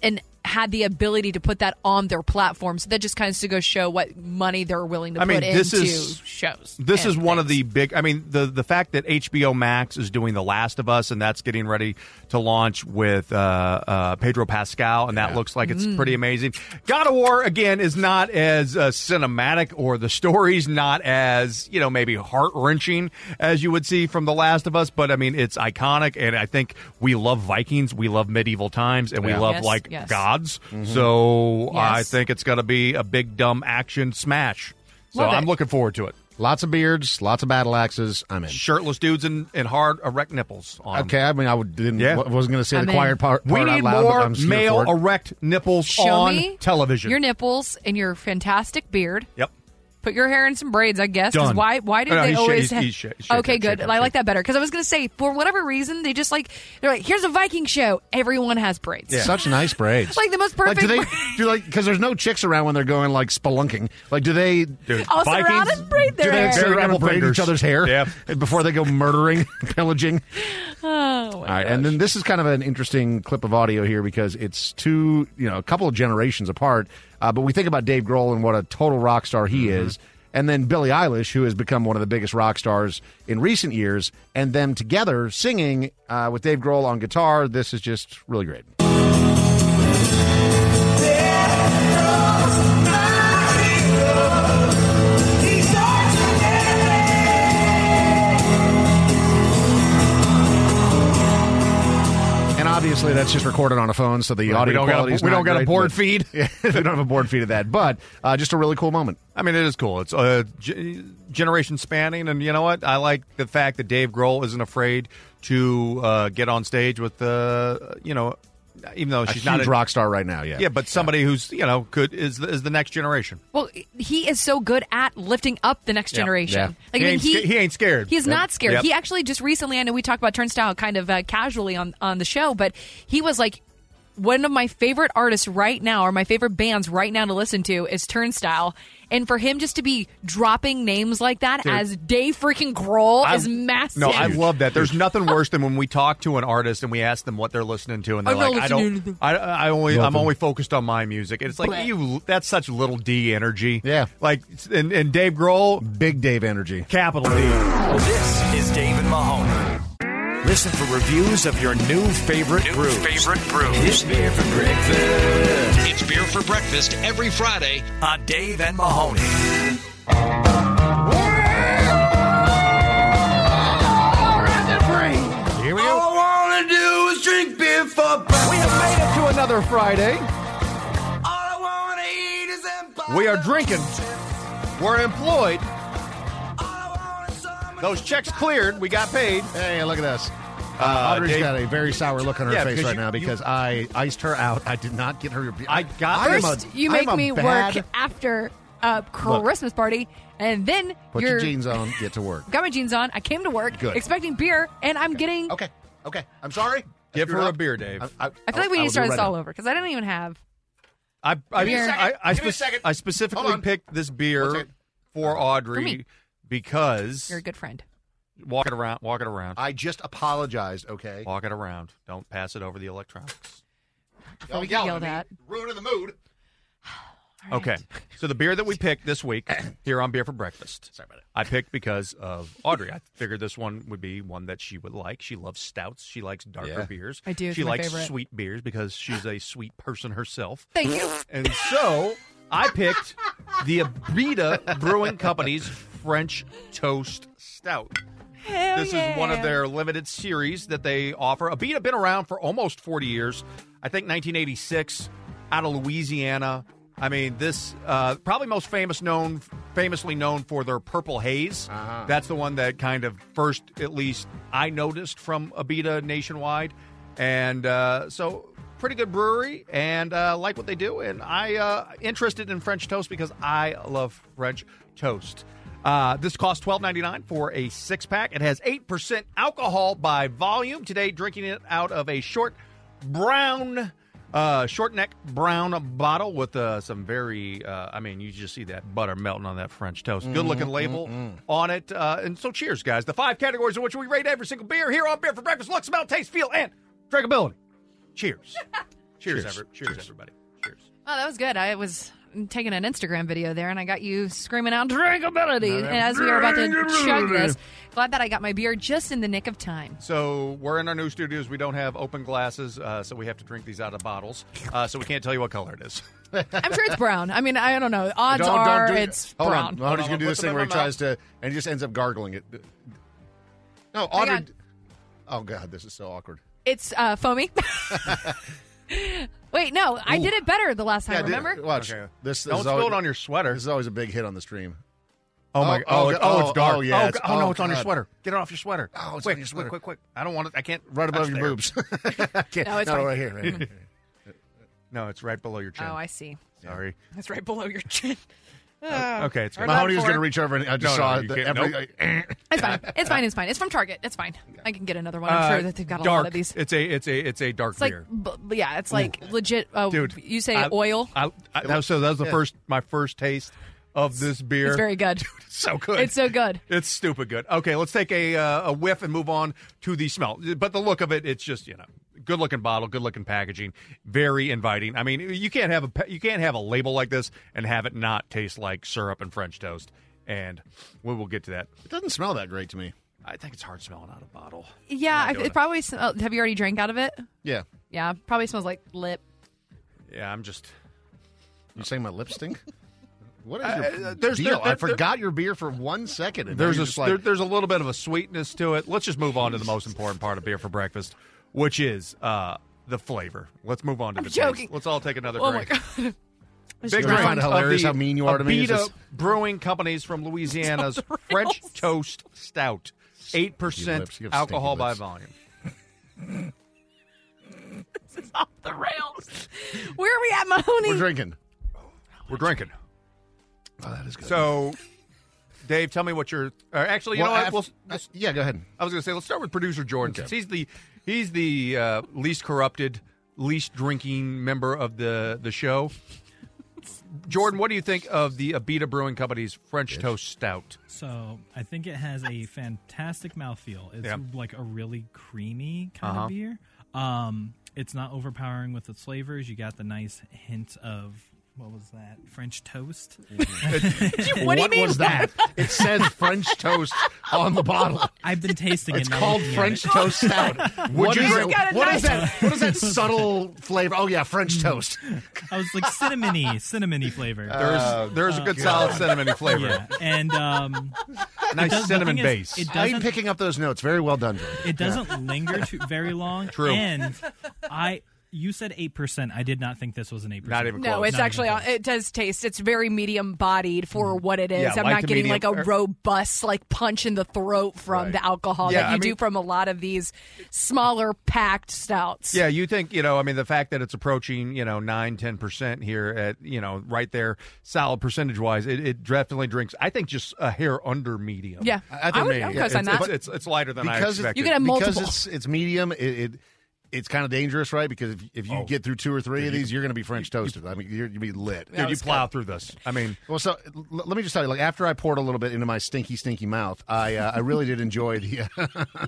Speaker 7: and had the ability to put that on their platform. So that just kind of to go show what money they're willing to
Speaker 6: I mean,
Speaker 7: put
Speaker 6: this
Speaker 7: into
Speaker 6: is
Speaker 7: shows.
Speaker 6: This is one of the big. I mean, the the fact that HBO Max is doing The Last of Us and that's getting ready to launch with uh, uh, Pedro Pascal, and that looks like it's
Speaker 8: Mm.
Speaker 6: pretty amazing. God of War again is not as uh, cinematic, or the story's not as you know maybe heart wrenching as you would see from The Last of Us, but I mean it's iconic, and I think we love Vikings, we love medieval times, and we
Speaker 8: Yeah.
Speaker 6: love
Speaker 8: Yes,
Speaker 6: like
Speaker 8: yes. Mm-hmm.
Speaker 6: gods. So I
Speaker 8: Yes.
Speaker 6: think it's going to be a big dumb action smash. So
Speaker 7: Love it.
Speaker 6: I'm looking forward to it.
Speaker 5: Lots of beards, lots of battle axes. I'm in.
Speaker 6: Shirtless dudes and, and hard erect nipples on 'em.
Speaker 5: Okay, I mean, I would- didn't.
Speaker 6: Yeah.
Speaker 5: wa- wasn't going to say
Speaker 6: I'm
Speaker 5: the
Speaker 6: in.
Speaker 5: choir part.
Speaker 6: We
Speaker 5: part out
Speaker 6: need
Speaker 5: loud,
Speaker 6: more
Speaker 5: but I'm here
Speaker 6: male
Speaker 5: for it.
Speaker 6: erect nipples
Speaker 7: Show
Speaker 6: on
Speaker 7: me
Speaker 6: television.
Speaker 7: Your nipples and your fantastic beard.
Speaker 6: Yep.
Speaker 7: Put your hair in some braids, I guess. 'cause
Speaker 6: Done.
Speaker 7: Why? Why did
Speaker 5: Oh,
Speaker 6: No, no,
Speaker 7: they
Speaker 6: he's sha-
Speaker 7: always?
Speaker 6: he's- he's sha- shaking,
Speaker 7: okay, good. I like that better because I was going to say for whatever reason they just like they're like here's a Viking show. Everyone has braids.
Speaker 5: Such nice braids.
Speaker 7: Like the most
Speaker 5: Like, do
Speaker 7: perfect
Speaker 5: they
Speaker 7: braid.
Speaker 5: do like because there's no chicks around when they're going like spelunking? Like, do they? Dude,
Speaker 7: I'll sit around and braid
Speaker 5: do
Speaker 7: their
Speaker 5: they
Speaker 7: hair.
Speaker 5: sit around and braid
Speaker 6: fingers.
Speaker 5: each other's hair before they go murdering, pillaging?
Speaker 7: Oh,
Speaker 5: All right, and then this is kind of an interesting clip of audio here because it's two, you know, a couple of generations apart. Uh, but we think about Dave Grohl and what a total rock star he
Speaker 6: Mm-hmm.
Speaker 5: is, and then Billie Eilish, who has become one of the biggest rock stars in recent years, and them together singing uh, with Dave Grohl on guitar. This is just really great. And obviously, that's just recorded on a phone, so the
Speaker 6: Right, we
Speaker 5: audio
Speaker 6: don't got a-
Speaker 5: quality is
Speaker 6: we
Speaker 5: not
Speaker 6: don't got a
Speaker 5: great,
Speaker 6: board
Speaker 5: but-
Speaker 6: feed.
Speaker 5: Yeah, we don't have a board feed of that, but uh, just a really cool moment.
Speaker 6: I mean, it is cool. It's uh, g- generation spanning, and you know what? I like the fact that Dave Grohl isn't afraid to uh, get on stage with uh, you know, even though
Speaker 5: A
Speaker 6: she's not
Speaker 5: huge rock star right now, yeah.
Speaker 6: yeah, but somebody who's you know could is the, is the next generation.
Speaker 7: Well, he is so good at lifting up the next
Speaker 6: Yeah.
Speaker 7: generation.
Speaker 6: Yeah. He
Speaker 7: Like I mean,
Speaker 6: ain't
Speaker 7: he,
Speaker 6: sca- he ain't scared.
Speaker 7: He's
Speaker 6: Yep.
Speaker 7: not scared.
Speaker 6: Yep.
Speaker 7: He actually just recently. I know we talked about Turnstile kind of uh, casually on on the show, but he was like. One of my favorite artists right now, or my favorite bands right now to listen to, is Turnstile, and for him just to be dropping names like that
Speaker 6: Dude.
Speaker 7: as Dave freaking Grohl
Speaker 6: I-
Speaker 7: is massive.
Speaker 6: No, I love that. There's nothing worse than when we talk to an artist and we ask them what they're listening to, and they're
Speaker 7: I'm not
Speaker 6: like, "I
Speaker 7: listening
Speaker 6: don't, I, I only, I'm
Speaker 5: Nothing.
Speaker 6: only focused on my music." And it's like
Speaker 7: Bleh.
Speaker 6: you, that's such little D energy.
Speaker 5: Yeah,
Speaker 6: like and, and Dave Grohl,
Speaker 5: big Dave energy,
Speaker 6: capital D.
Speaker 3: This is Dave and Mahoney. Listen for reviews of your new favorite brews. Favorite brews. It's beer for breakfast.
Speaker 2: It's beer for breakfast every Friday.
Speaker 3: On Dave and Mahoney.
Speaker 5: Here
Speaker 4: we go. All I want to do is drink beer for breakfast.
Speaker 5: We have made it to another Friday.
Speaker 6: We are drinking. We're employed. Those checks cleared. We got paid.
Speaker 5: Hey, look at this. Uh,
Speaker 6: Uh,
Speaker 5: Audrey's
Speaker 6: Dave-
Speaker 5: got a very sour look on her
Speaker 6: Yeah,
Speaker 5: face
Speaker 6: because
Speaker 5: right
Speaker 6: you-
Speaker 5: now because I iced her out. I did not get her. your beer. I
Speaker 6: got
Speaker 5: am
Speaker 7: First,
Speaker 5: a-
Speaker 7: you
Speaker 5: I'm
Speaker 7: make
Speaker 5: a
Speaker 7: me
Speaker 5: bad-
Speaker 7: work after a
Speaker 5: Look.
Speaker 7: Christmas party, and then
Speaker 5: Put
Speaker 7: you're
Speaker 5: your jeans on. Get to work.
Speaker 7: got my jeans on. I came to work
Speaker 5: Good.
Speaker 7: expecting beer, and I'm getting.
Speaker 5: Okay, okay. I'm sorry.
Speaker 6: Give
Speaker 5: Screwed
Speaker 6: her a
Speaker 5: up.
Speaker 6: beer, Dave.
Speaker 5: Oh, I,
Speaker 7: I feel like
Speaker 6: I will
Speaker 7: we need to
Speaker 6: do
Speaker 7: start
Speaker 6: right
Speaker 7: this all
Speaker 6: now.
Speaker 7: over because I don't even have.
Speaker 6: I, I,
Speaker 7: Give me a second.
Speaker 6: I, I,
Speaker 7: Give me a
Speaker 6: spec-
Speaker 7: second.
Speaker 6: I
Speaker 7: Hold
Speaker 6: specifically
Speaker 7: on.
Speaker 6: picked this
Speaker 7: One
Speaker 6: beer
Speaker 7: second.
Speaker 6: for
Speaker 7: For me.
Speaker 6: Audrey because
Speaker 7: You're a good friend.
Speaker 6: walk it around. Walk it around.
Speaker 5: I just apologized. Okay.
Speaker 6: Walk it around. Don't pass it over the electronics.
Speaker 7: Before we
Speaker 5: yell
Speaker 7: get yelled
Speaker 5: at
Speaker 7: at.
Speaker 5: Ruining the mood.
Speaker 6: Okay. So the beer that we picked this week here on Beer for Breakfast. Sorry about it. I picked because of Audrey. I figured this one would be one that she would like. She loves stouts. She likes darker
Speaker 5: Yeah.
Speaker 6: beers.
Speaker 7: I do. It's
Speaker 6: She
Speaker 7: my
Speaker 6: likes
Speaker 7: favorite.
Speaker 6: sweet beers because she's a sweet person herself.
Speaker 7: Thank you. Oh,
Speaker 6: And so I picked the Abita Brewing Company's French Toast Stout.
Speaker 7: Hell
Speaker 6: this is one of their limited series that they offer. Abita been around for almost 40 years. I think 1986 out of Louisiana. I mean, this uh, probably most famous known famously known for their purple haze.
Speaker 5: Uh-huh.
Speaker 6: That's the one that kind of first at least I noticed from Abita nationwide. And uh, so pretty good brewery and uh, like what they do and I uh interested in French toast because I love French toast. Uh, this costs twelve ninety nine for a six pack. It has eight percent alcohol by volume. Today, drinking it out of a short brown, uh, short neck brown bottle with uh, some very. Uh, I mean, you just see that butter melting on that French toast. Good looking
Speaker 5: Mhm,
Speaker 6: label
Speaker 5: mhm.
Speaker 6: on it. Uh, and so, cheers, guys. The five categories in which we rate every single beer here on Beer for Breakfast: look, smell, taste, feel, and drinkability. Cheers. cheers,
Speaker 5: Cheers.
Speaker 6: every, cheers, everybody. Cheers.
Speaker 7: Oh, that was good. I was taking an Instagram video there, and I got you screaming out drinkability as we were about to chug this. Glad that I got my beer just in the nick of time.
Speaker 6: So we're in our new studios. We don't have open glasses, uh, so we have to drink these out of bottles. Uh, so we can't tell you what color it is.
Speaker 7: I'm sure it's brown. I mean, I don't know. Odds
Speaker 5: Don't- don't
Speaker 7: are
Speaker 5: do-
Speaker 7: it's
Speaker 5: hold
Speaker 7: brown.
Speaker 5: on. Audrey's
Speaker 6: Hold
Speaker 5: gonna
Speaker 6: on,
Speaker 5: do this
Speaker 6: put them
Speaker 5: thing where
Speaker 6: in
Speaker 5: he
Speaker 6: my
Speaker 5: tries to and he just ends up gargling it. No, Audrey.
Speaker 7: on.
Speaker 5: Oh God, this is so awkward.
Speaker 7: It's uh, foamy. Wait, no, I
Speaker 5: Ooh.
Speaker 7: did it better the last time.
Speaker 5: Yeah,
Speaker 7: remember?
Speaker 5: Watch
Speaker 6: Okay.
Speaker 5: this. this
Speaker 6: Don't
Speaker 5: is
Speaker 6: spill
Speaker 5: always,
Speaker 6: it on your sweater.
Speaker 5: This is always a big hit on the stream.
Speaker 6: Oh my! Oh, oh,
Speaker 5: go-
Speaker 6: it's- oh, it's dark.
Speaker 5: Oh, yeah,
Speaker 6: Oh, go- oh, no, it's on your
Speaker 5: God.
Speaker 6: sweater. Get it off your sweater.
Speaker 5: Oh, it's
Speaker 6: quick,
Speaker 5: on your sweater.
Speaker 6: quick, quick, quick! I don't want it. I can't.
Speaker 5: Right above
Speaker 6: touch
Speaker 5: your
Speaker 6: there.
Speaker 5: boobs.
Speaker 6: Can't-
Speaker 7: No, it's
Speaker 6: no,
Speaker 7: fine.
Speaker 6: right here. right here. no, it's right below your chin.
Speaker 7: Oh, I see.
Speaker 6: Sorry.
Speaker 7: That's right below your chin.
Speaker 6: okay, it's
Speaker 7: Hard luck
Speaker 5: Mahoney was
Speaker 7: for
Speaker 5: going to
Speaker 7: it.
Speaker 5: reach over, and I just
Speaker 6: No, no,
Speaker 5: saw
Speaker 6: you
Speaker 5: the,
Speaker 6: can't-
Speaker 5: every.
Speaker 6: nope.
Speaker 7: It's fine. It's fine. It's fine. It's from Target. It's fine. I can get another one. I'm
Speaker 6: Uh,
Speaker 7: sure that they've got a
Speaker 6: dark.
Speaker 7: lot of these.
Speaker 6: It's a it's a it's a dark
Speaker 7: It's like,
Speaker 6: beer.
Speaker 7: b- b- yeah, it's like legit. Uh,
Speaker 6: Dude,
Speaker 7: you say
Speaker 6: I-
Speaker 7: oil.
Speaker 6: I, I, that was- so that was the
Speaker 7: Yeah.
Speaker 6: first my first taste of this beer.
Speaker 7: It's very good.
Speaker 6: so good.
Speaker 7: It's so good.
Speaker 6: It's stupid good. Okay, let's take a uh, a whiff and move on to the smell. But the look of it, it's just you know, good looking bottle, good looking packaging, very inviting. I mean, you can't have a pa- you can't have a label like this and have it not taste like syrup and French toast. And we will get to that. It
Speaker 5: doesn't smell that great to me.
Speaker 6: I think it's hard smelling out of a bottle.
Speaker 7: Yeah, I,
Speaker 6: doing
Speaker 7: it
Speaker 6: it.
Speaker 7: probably. Sm- oh, have you already drank out of it?
Speaker 5: Yeah,
Speaker 7: Yeah, probably smells like lip.
Speaker 6: yeah. I'm just.
Speaker 5: You saying my lip stink? What
Speaker 6: Uh,
Speaker 5: is your
Speaker 6: uh, there's-
Speaker 5: deal?
Speaker 6: there-
Speaker 5: I
Speaker 6: there-
Speaker 5: forgot your beer for one second. And now
Speaker 6: There's
Speaker 5: you're
Speaker 6: a
Speaker 5: just
Speaker 6: there-
Speaker 5: like,
Speaker 6: there's a little bit of a sweetness to it. Let's just move on to the most important part of beer for breakfast, which is uh, the flavor. Let's move on to
Speaker 7: I'm
Speaker 6: the taste.
Speaker 7: joking.
Speaker 6: Let's all take another
Speaker 7: Oh my
Speaker 6: drink.
Speaker 7: god.
Speaker 6: Big
Speaker 5: You wanna
Speaker 6: round
Speaker 5: find it hilarious
Speaker 6: of
Speaker 5: how mean you are to me? Is
Speaker 6: Abita
Speaker 5: this-
Speaker 6: Brewing Companies from Louisiana's French Toast Stout, eight
Speaker 5: Stinky
Speaker 6: percent
Speaker 5: lips. You have stinky
Speaker 6: alcohol by
Speaker 5: lips.
Speaker 6: volume.
Speaker 7: off the rails. Where are we at, Mahoney?
Speaker 5: we're drinking.
Speaker 6: We're drinking. Oh, that is good. So, Dave, tell me what your. Uh, actually, you
Speaker 5: Well,
Speaker 6: know what?
Speaker 5: af-
Speaker 6: We'll-
Speaker 5: yeah, go ahead.
Speaker 6: I was going to say let's start with producer Jordan. since He's the he's the uh, least corrupted, least drinking member of the the show. Jordan, what do you think of the Abita Brewing Company's French Toast Stout?
Speaker 1: So I think it has a fantastic mouthfeel. It's
Speaker 6: Yeah.
Speaker 1: like a really creamy kind
Speaker 6: Uh-huh.
Speaker 1: of beer. Um, it's not overpowering with its flavors. You got the nice hint of what was that French toast?
Speaker 5: What do you mean, was that? it says French toast on the bottle.
Speaker 1: I've been tasting it.
Speaker 5: It's
Speaker 1: now
Speaker 5: called
Speaker 1: looking at
Speaker 5: French
Speaker 1: it.
Speaker 5: toast stout. Would
Speaker 1: What
Speaker 5: you
Speaker 1: is-
Speaker 5: drink?
Speaker 1: Got a
Speaker 5: What is
Speaker 1: nice-
Speaker 5: that? What is that subtle flavor? Oh yeah, French toast.
Speaker 1: I was like cinnamony, cinnamony flavor.
Speaker 6: There's- there's a good
Speaker 5: Oh,
Speaker 6: solid cinnamony flavor.
Speaker 1: Yeah. and um, it
Speaker 6: Nice
Speaker 1: does- the
Speaker 6: cinnamon
Speaker 1: thing is,
Speaker 6: base.
Speaker 1: It
Speaker 5: I'm
Speaker 1: doesn't
Speaker 5: picking up those notes. Very well done, Jordan.
Speaker 1: It doesn't linger too very long.
Speaker 5: True.
Speaker 1: And I, you said eight percent. I did not think this was an eight percent.
Speaker 7: No, it's actually it does taste. It's very medium bodied for what it is.
Speaker 1: Yeah,
Speaker 7: I'm
Speaker 1: light
Speaker 7: not
Speaker 1: to
Speaker 7: getting like
Speaker 1: medium,
Speaker 7: a
Speaker 1: or-
Speaker 7: robust like punch in the throat from
Speaker 6: Right.
Speaker 7: the alcohol
Speaker 6: Yeah,
Speaker 7: that you
Speaker 6: I
Speaker 7: do
Speaker 6: mean-
Speaker 7: from a lot of these smaller packed stouts.
Speaker 6: Yeah, you think you know? I mean, the fact that it's approaching you know nine, ten percent here at you know right there, solid percentage wise, it, it definitely drinks. I think just a hair under medium.
Speaker 7: Yeah. I- I think I would- I would go sign
Speaker 6: it's,
Speaker 7: that.
Speaker 6: It's, it's lighter than I
Speaker 5: it's-
Speaker 6: expected.
Speaker 5: Because it's, it's medium. It, it it's kind of dangerous, right? Because if, if you
Speaker 6: Oh.
Speaker 5: get through two or three
Speaker 6: Dude,
Speaker 5: of
Speaker 6: you-
Speaker 5: these, you're going to be French toasted. I mean, you're, you'd be lit.
Speaker 6: Dude, you plow through this. I mean,
Speaker 5: well, so l- let me just tell you. Like after I poured a little bit into my stinky, stinky mouth, I uh, I really did enjoy the. uh,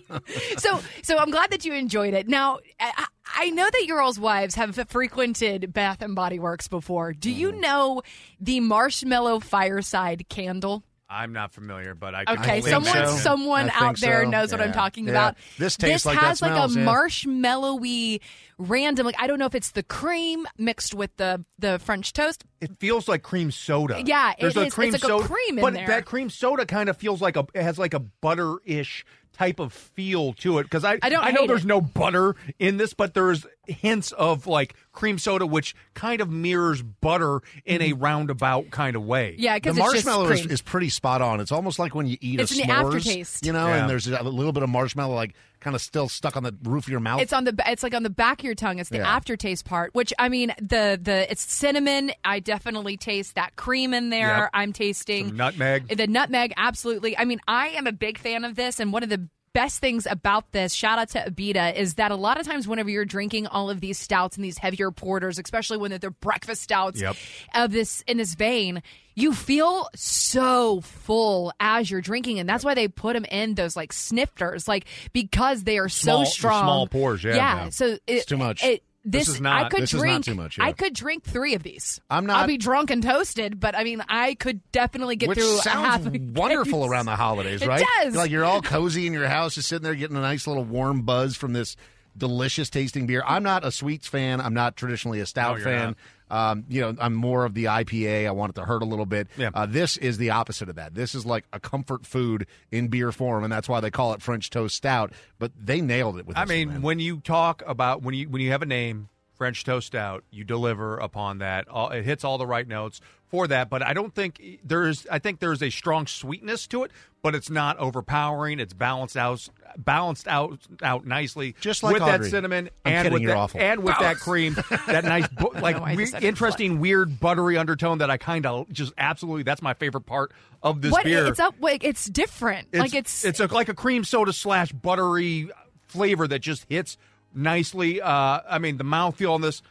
Speaker 7: so so I'm glad that you enjoyed it. Now I, I know that your all's wives have frequented Bath and Body Works before. Do
Speaker 6: Mm.
Speaker 7: you know the marshmallow fireside candle?
Speaker 6: I'm not familiar, but I can
Speaker 7: Okay,
Speaker 6: only
Speaker 7: someone
Speaker 6: imagine.
Speaker 7: someone out there knows what I'm
Speaker 6: Yeah.
Speaker 7: talking
Speaker 6: Yeah.
Speaker 7: about.
Speaker 6: This tastes like that
Speaker 7: has like
Speaker 6: smells,
Speaker 7: a
Speaker 6: yeah.
Speaker 7: marshmallowy random like I don't know if it's the cream mixed with the the French toast.
Speaker 6: It feels like cream soda.
Speaker 7: Yeah,
Speaker 6: There's
Speaker 7: it
Speaker 6: a
Speaker 7: is.
Speaker 6: cream
Speaker 7: It's like a
Speaker 6: soda,
Speaker 7: cream in
Speaker 6: but
Speaker 7: there.
Speaker 6: that cream soda kind of feels like a it has like a butter ish type of feel to it because I
Speaker 7: I don't
Speaker 6: I know
Speaker 7: hate
Speaker 6: there's
Speaker 7: it.
Speaker 6: no butter in this, but there's hints of like cream soda, which kind of mirrors butter in a roundabout kind of way.
Speaker 7: Mm-hmm. Yeah, 'cause
Speaker 5: the
Speaker 7: it's just
Speaker 5: marshmallow is,
Speaker 7: cream.
Speaker 5: is pretty spot on. It's almost like when you eat
Speaker 7: It's
Speaker 5: a
Speaker 7: an
Speaker 5: s'mores,
Speaker 7: aftertaste.
Speaker 5: you know,
Speaker 6: Yeah.
Speaker 5: and there's a little bit of marshmallow like kind of still stuck on the roof of your mouth.
Speaker 7: It's on the ba- it's like on the back of your tongue. It's the
Speaker 5: Yeah.
Speaker 7: aftertaste part, which I mean the the it's cinnamon. I definitely taste that cream in there.
Speaker 6: Yep.
Speaker 7: I'm tasting
Speaker 6: Some nutmeg.
Speaker 7: The nutmeg, absolutely. I mean, I am a big fan of this, and one of the best things about this, shout out to Abita, is that a lot of times whenever you're drinking all of these stouts and these heavier porters, especially when they're, they're breakfast stouts
Speaker 6: Yep.
Speaker 7: of this in this vein, you feel so full as you're drinking, and that's why they put them in those like snifters, like because they are
Speaker 6: Small-
Speaker 7: so strong.
Speaker 6: small pours, yeah,
Speaker 7: yeah.
Speaker 6: yeah.
Speaker 7: So it,
Speaker 5: It's too much.
Speaker 7: It,
Speaker 5: This
Speaker 7: this,
Speaker 5: is not-
Speaker 7: I could
Speaker 5: this is not
Speaker 7: drink.
Speaker 5: too much, yeah.
Speaker 7: I could drink three of these.
Speaker 5: I'm not-
Speaker 7: I'll be drunk and toasted, but I mean, I could definitely get
Speaker 5: Which
Speaker 7: through. a half
Speaker 5: sounds
Speaker 7: a
Speaker 5: wonderful
Speaker 7: case.
Speaker 5: around the holidays,
Speaker 7: It
Speaker 5: right?
Speaker 7: does.
Speaker 5: Like you're all cozy in your house, just sitting there getting a nice little warm buzz from this delicious tasting beer. I'm not a sweets fan. I'm not traditionally a stout
Speaker 6: you're
Speaker 5: fan. Um, you know, I'm more of the IPA. I want it to hurt a little bit. Uh, this is the opposite of that. This is like a comfort food in beer form, and that's why they call it French toast stout. But they nailed it with.
Speaker 6: I
Speaker 5: this one,
Speaker 6: mean,
Speaker 5: man.
Speaker 6: when you talk about when you when you have a name, French toast stout. You deliver upon that. All, it hits all the right notes for that. But I don't think there's. I think there's a strong sweetness to it, but it's not overpowering. It's balanced out, balanced out, out nicely.
Speaker 5: Just like
Speaker 6: with that
Speaker 5: Audrey.
Speaker 6: cinnamon
Speaker 5: I'm
Speaker 6: and
Speaker 5: kidding,
Speaker 6: with
Speaker 5: you're
Speaker 6: that,
Speaker 5: awful.
Speaker 6: and with that cream, that nice bu- like
Speaker 7: know why I
Speaker 6: weird-
Speaker 7: decided to
Speaker 6: interesting, weird buttery undertone that I kind of just absolutely. That's my favorite part of this
Speaker 7: what
Speaker 6: beer
Speaker 7: it's up? Like it's different. like it's
Speaker 6: it's a, like a cream soda slash buttery flavor that just hits nicely. Uh, I mean, the mouthfeel on this,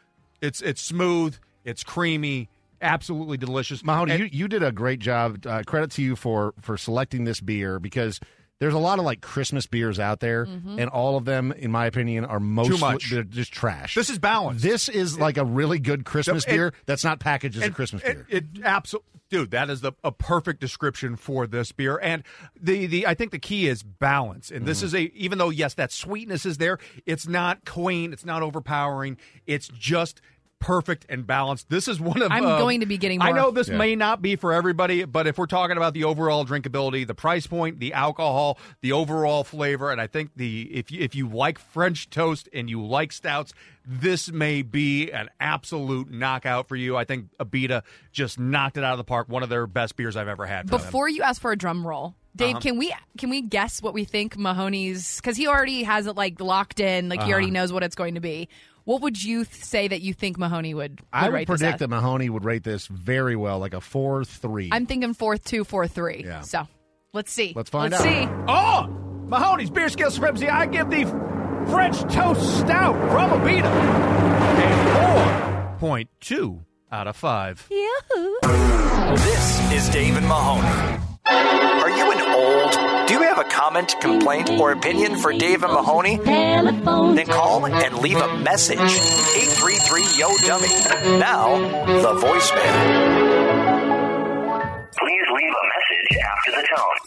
Speaker 6: it's it's smooth, it's creamy, absolutely delicious.
Speaker 5: Mahoney, you, you did a great job. Uh, credit to you for for selecting this beer because there's a lot of like Christmas beers out there,
Speaker 6: Mhm.
Speaker 5: and all of them, in my opinion, are mostly
Speaker 6: much.
Speaker 5: they're just trash.
Speaker 6: This is balanced.
Speaker 5: This is like a really good Christmas
Speaker 6: It-
Speaker 5: beer that's not packaged as a
Speaker 6: And-
Speaker 5: Christmas beer.
Speaker 6: and It, absolutely, dude. That is the a perfect description for this beer. And the the I think the key is balance. And this
Speaker 5: Mm-hmm.
Speaker 6: is a even though yes, that sweetness is there. It's not clean. It's not overpowering. It's just perfect and balanced. This is one of
Speaker 7: I'm
Speaker 6: uh,
Speaker 7: going to be getting
Speaker 6: I
Speaker 7: more.
Speaker 6: know this
Speaker 7: Yeah.
Speaker 6: may not be for everybody, but if we're talking about the overall drinkability, the price point, the alcohol, the overall flavor, and I think the if you, if you like French toast and you like stouts, this may be an absolute knockout for you. I think Abita just knocked it out of the park. One of their best beers I've ever had. from them.
Speaker 7: Before you ask for a drum roll, Dave,
Speaker 6: Uh-huh.
Speaker 7: can we can we guess what we think Mahoney's? Because he already has it like locked in. Like he
Speaker 5: Uh-huh.
Speaker 7: already knows what it's going to be. What would you th- say that you think Mahoney would? would
Speaker 5: I would
Speaker 7: rate this
Speaker 5: predict
Speaker 7: at?
Speaker 5: that Mahoney would rate this very well, like a four three.
Speaker 7: I'm thinking four two, four three.
Speaker 5: Yeah.
Speaker 7: So let's see.
Speaker 5: Let's find
Speaker 7: let's
Speaker 5: out.
Speaker 7: See.
Speaker 6: Oh, Mahoney's beer scale supremacy. I give the French toast stout from Abita a four point two out of five.
Speaker 3: This is Dave and Mahoney. Are you an old? Do you have a comment, complaint, or opinion for Dave and Mahoney? Then call and leave a message. 833 Yo Dummy. Now, the voicemail.
Speaker 18: Please leave a message after the tone.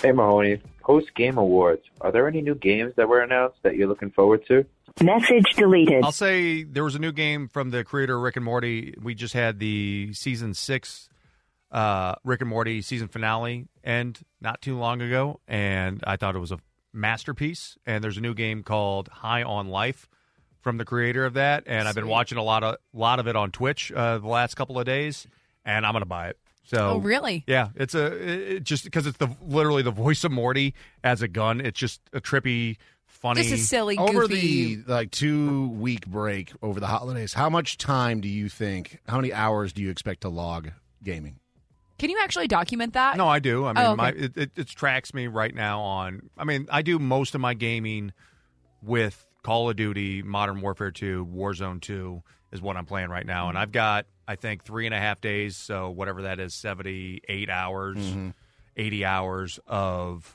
Speaker 8: Hey Mahoney, post game awards. Are there any new games that were announced that you're looking forward to?
Speaker 22: Message deleted.
Speaker 6: I'll say there was a new game from the creator of Rick and Morty. We just had the season six uh, Rick and Morty season finale end not too long ago, and I thought it was a masterpiece. And there's a new game called High on Life from the creator of that, and I've been
Speaker 7: Sweet.
Speaker 6: watching a lot of lot of it on Twitch uh, the last couple of days, and I'm gonna buy it. So
Speaker 7: Oh, really?
Speaker 6: Yeah, it's a it, it just because it's the literally the voice of Morty as a gun. It's just a trippy. Funny,
Speaker 7: Just a silly,
Speaker 5: over
Speaker 7: goofy-
Speaker 5: the like two week break over the holidays. How much time do you think? How many hours do you expect to log gaming?
Speaker 7: Can you actually document that?
Speaker 6: No, I do. I mean,
Speaker 7: Oh, okay.
Speaker 6: my it, it, it tracks me right now on. I mean, I do most of my gaming with Call of Duty, Modern Warfare Two, Warzone Two is what I'm playing right now, and I've got I think three and a half days, so whatever that is, seventy eight hours,
Speaker 5: Mhm.
Speaker 6: eighty hours of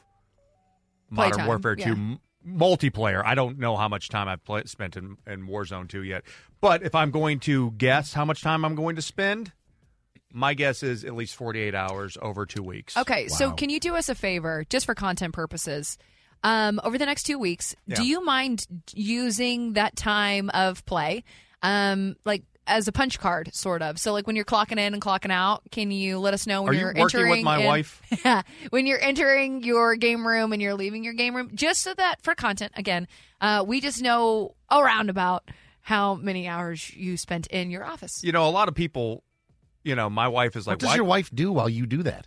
Speaker 6: Modern
Speaker 5: Playtime,
Speaker 6: Warfare Two
Speaker 5: yeah.
Speaker 6: m- multiplayer. I don't know how much time I've play, spent in, in Warzone Two yet, but if I'm going to guess how much time I'm going to spend. My guess is at least 48 hours over two weeks.
Speaker 7: Okay, so can you do us a favor, just for content purposes? Um, over the next two weeks,
Speaker 6: Yeah.
Speaker 7: do you mind using that time of play, um, like as a punch card, sort of? So, like when you're clocking in and clocking out, can you let us know when
Speaker 6: Are you
Speaker 7: are
Speaker 6: working with
Speaker 7: entering?
Speaker 6: my
Speaker 7: and-
Speaker 6: wife?
Speaker 7: Yeah, when you're entering your game room and you're leaving your game room, just so that for content, again, uh, we just know around about how many hours you spent in your office.
Speaker 6: you know, a lot of people, you know, my wife is like,
Speaker 5: What does
Speaker 6: "Why-
Speaker 5: your wife do while you do that?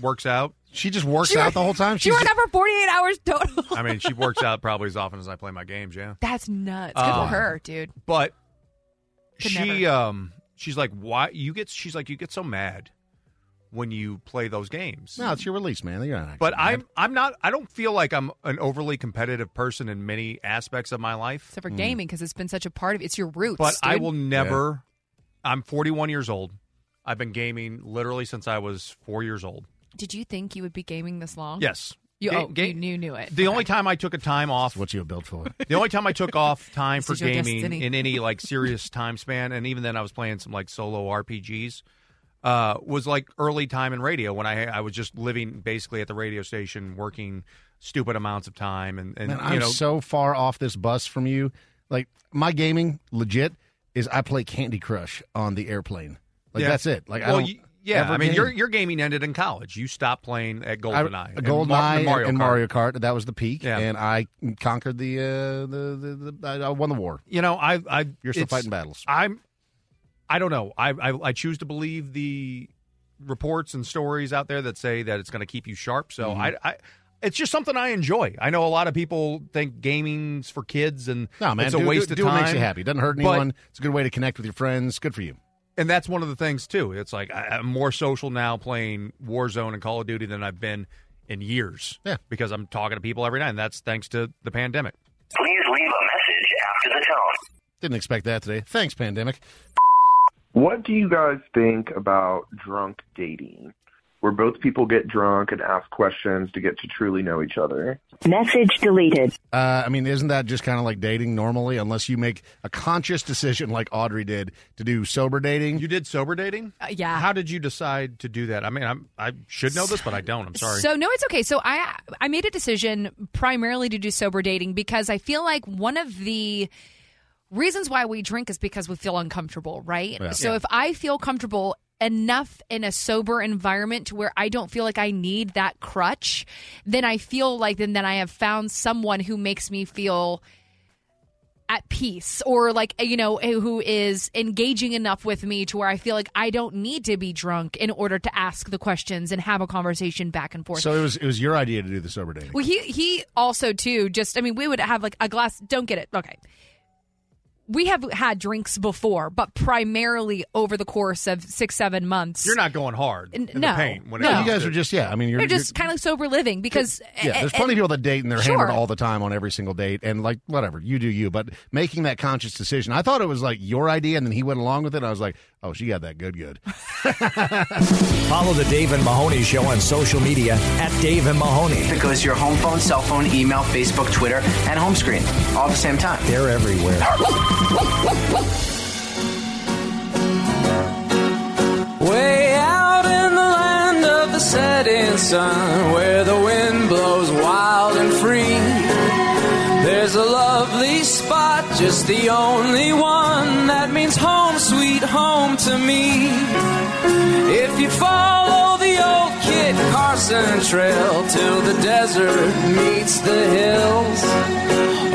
Speaker 6: works out?
Speaker 5: She just works
Speaker 7: She-
Speaker 5: out the whole time.
Speaker 7: you
Speaker 5: She's
Speaker 7: were never 48 hours total.
Speaker 6: I mean, she works out probably as often as I play my games, yeah.
Speaker 7: That's nuts. Good
Speaker 6: Uh,
Speaker 7: for her, dude.
Speaker 6: But
Speaker 7: Could
Speaker 6: she,
Speaker 7: never.
Speaker 6: um, she's like, why you get? She's like, you get so mad when you play those games.
Speaker 5: no, it's your release, man. You're not.
Speaker 6: But I'm, I'm not. I don't feel like I'm an overly competitive person in many aspects of my life.
Speaker 7: except for gaming because it's been such a part of it's your roots.
Speaker 6: Hmm. But I
Speaker 7: dude.
Speaker 6: will never. I'm 41 years old. I've been gaming literally since I was four years old.
Speaker 7: Did you think you would be gaming this long?
Speaker 6: Yes.
Speaker 7: You,
Speaker 6: Ga-
Speaker 7: oh,
Speaker 6: ga-
Speaker 7: you knew, knew it.
Speaker 6: The only time I took a time off.
Speaker 5: What you built for?
Speaker 6: The only time I took off time
Speaker 7: This
Speaker 6: for
Speaker 7: is your
Speaker 6: gaming
Speaker 7: destiny.
Speaker 6: in any like serious time span, and even then I was playing some like solo RPGs, uh, was like early time in radio when I I was just living basically at the radio station, working stupid amounts of time, and and
Speaker 5: Man,
Speaker 6: you
Speaker 5: I'm
Speaker 6: know
Speaker 5: so far off this bus from you. Like my gaming, legit is I play Candy Crush on the airplane. Like
Speaker 6: Yeah.
Speaker 5: that's it. Like I
Speaker 6: well,
Speaker 5: don't.
Speaker 6: you, Yeah,
Speaker 5: ever
Speaker 6: I mean
Speaker 5: game.
Speaker 6: your your gaming ended in college. You stopped playing at GoldenEye, and
Speaker 5: Golden
Speaker 6: Mar-
Speaker 5: Eye
Speaker 6: and Mario
Speaker 5: and
Speaker 6: Kart.
Speaker 5: Mario Kart. That was the peak,
Speaker 6: Yeah.
Speaker 5: and I conquered the uh, the, the, the I I won the war.
Speaker 6: You know, I, I
Speaker 5: You're still
Speaker 6: it's-
Speaker 5: fighting battles.
Speaker 6: I'm, I don't know. I, I, I choose to believe the reports and stories out there that say that it's going to keep you sharp. So
Speaker 5: Mm-hmm.
Speaker 6: I, I, it's just something I enjoy. I know a lot of people think gaming's for kids and
Speaker 5: No man,
Speaker 6: it's a
Speaker 5: do, do-
Speaker 6: waste of
Speaker 5: do
Speaker 6: time.
Speaker 5: what makes you happy. Doesn't hurt
Speaker 6: But-
Speaker 5: anyone. it's a good way to connect with your friends. Good for you.
Speaker 6: and that's one of the things too. It's like I, I'm more social now playing Warzone and Call of Duty than I've been in years. Yeah, because I'm talking to people every night, and that's thanks to the pandemic.
Speaker 18: Please leave a message after the tone.
Speaker 5: Didn't expect that today. Thanks, pandemic.
Speaker 19: What do you guys think about drunk dating? Where both people get drunk and ask questions to get to truly know each other.
Speaker 5: Message deleted. Uh, I mean, isn't that just kind of like dating normally? Unless you make a conscious decision, like Audrey did, to do sober dating.
Speaker 6: You did sober dating?
Speaker 7: Uh, yeah.
Speaker 6: How did you decide to do that? I mean, I'm, I should know this, but I don't. I'm sorry.
Speaker 7: So no, it's okay. So I I made a decision primarily to do sober dating because I feel like one of the reasons why we drink is because we feel uncomfortable, right?
Speaker 9: Yeah.
Speaker 7: So
Speaker 9: Yeah.
Speaker 7: if I feel comfortable enough in a sober environment to where I don't feel like I need that crutch, then I feel like then then I have found someone who makes me feel at peace or like eh, you know who is engaging enough with me to where I feel like I don't need to be drunk in order to ask the questions and have a conversation back and forth.
Speaker 5: So it was it was your idea to do the sober dating.
Speaker 7: Well, he he also too. Just I mean, we would have like a glass. Don't get it. Okay. We have had drinks before, but primarily over the course of six seven months.
Speaker 6: You're not going hard
Speaker 7: N-
Speaker 6: in
Speaker 7: no,
Speaker 6: the paint. When it
Speaker 7: no.
Speaker 6: comes
Speaker 5: You guys
Speaker 6: to-
Speaker 5: are just yeah. I mean, you're,
Speaker 7: They're
Speaker 5: you're-
Speaker 7: just kind of sober living because eh,
Speaker 5: yeah. There's
Speaker 7: and-
Speaker 5: plenty of people that date and they're hammered
Speaker 7: Sure.
Speaker 5: all the time on every single date, and like whatever you do, you. But making that conscious decision, I thought it was like your idea, and then he went along with it. And I was like, oh, she got that good, good.
Speaker 3: Follow the Dave and Mahoney Show on social media at Dave and Mahoney.
Speaker 10: Because your home phone, cell phone, email, Facebook, Twitter, and home screen all at the same time.
Speaker 3: They're everywhere.
Speaker 12: Way out in the land of the setting sun, where the wind blows wild and free. There's a lovely spot, just the only one that means home, sweet home to me. If you follow the old Kit Carson trail till the desert meets the hills,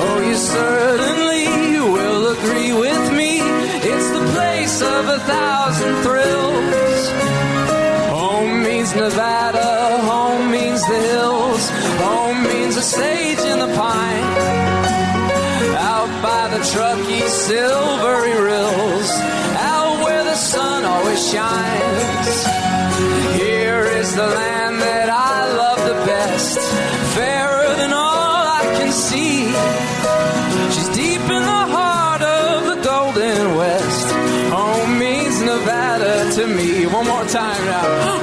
Speaker 12: oh, you certainly will agree with me. It's the place of a thousand thrills. Home means Nevada, home means the hills, home means a sage in the pine. Out by the Truckee silvery rills, out where the sun always shines. Here is the land that I love the best, fairer than all I can see. She's deep in the heart of the golden west. Home means Nevada to me. One more time now.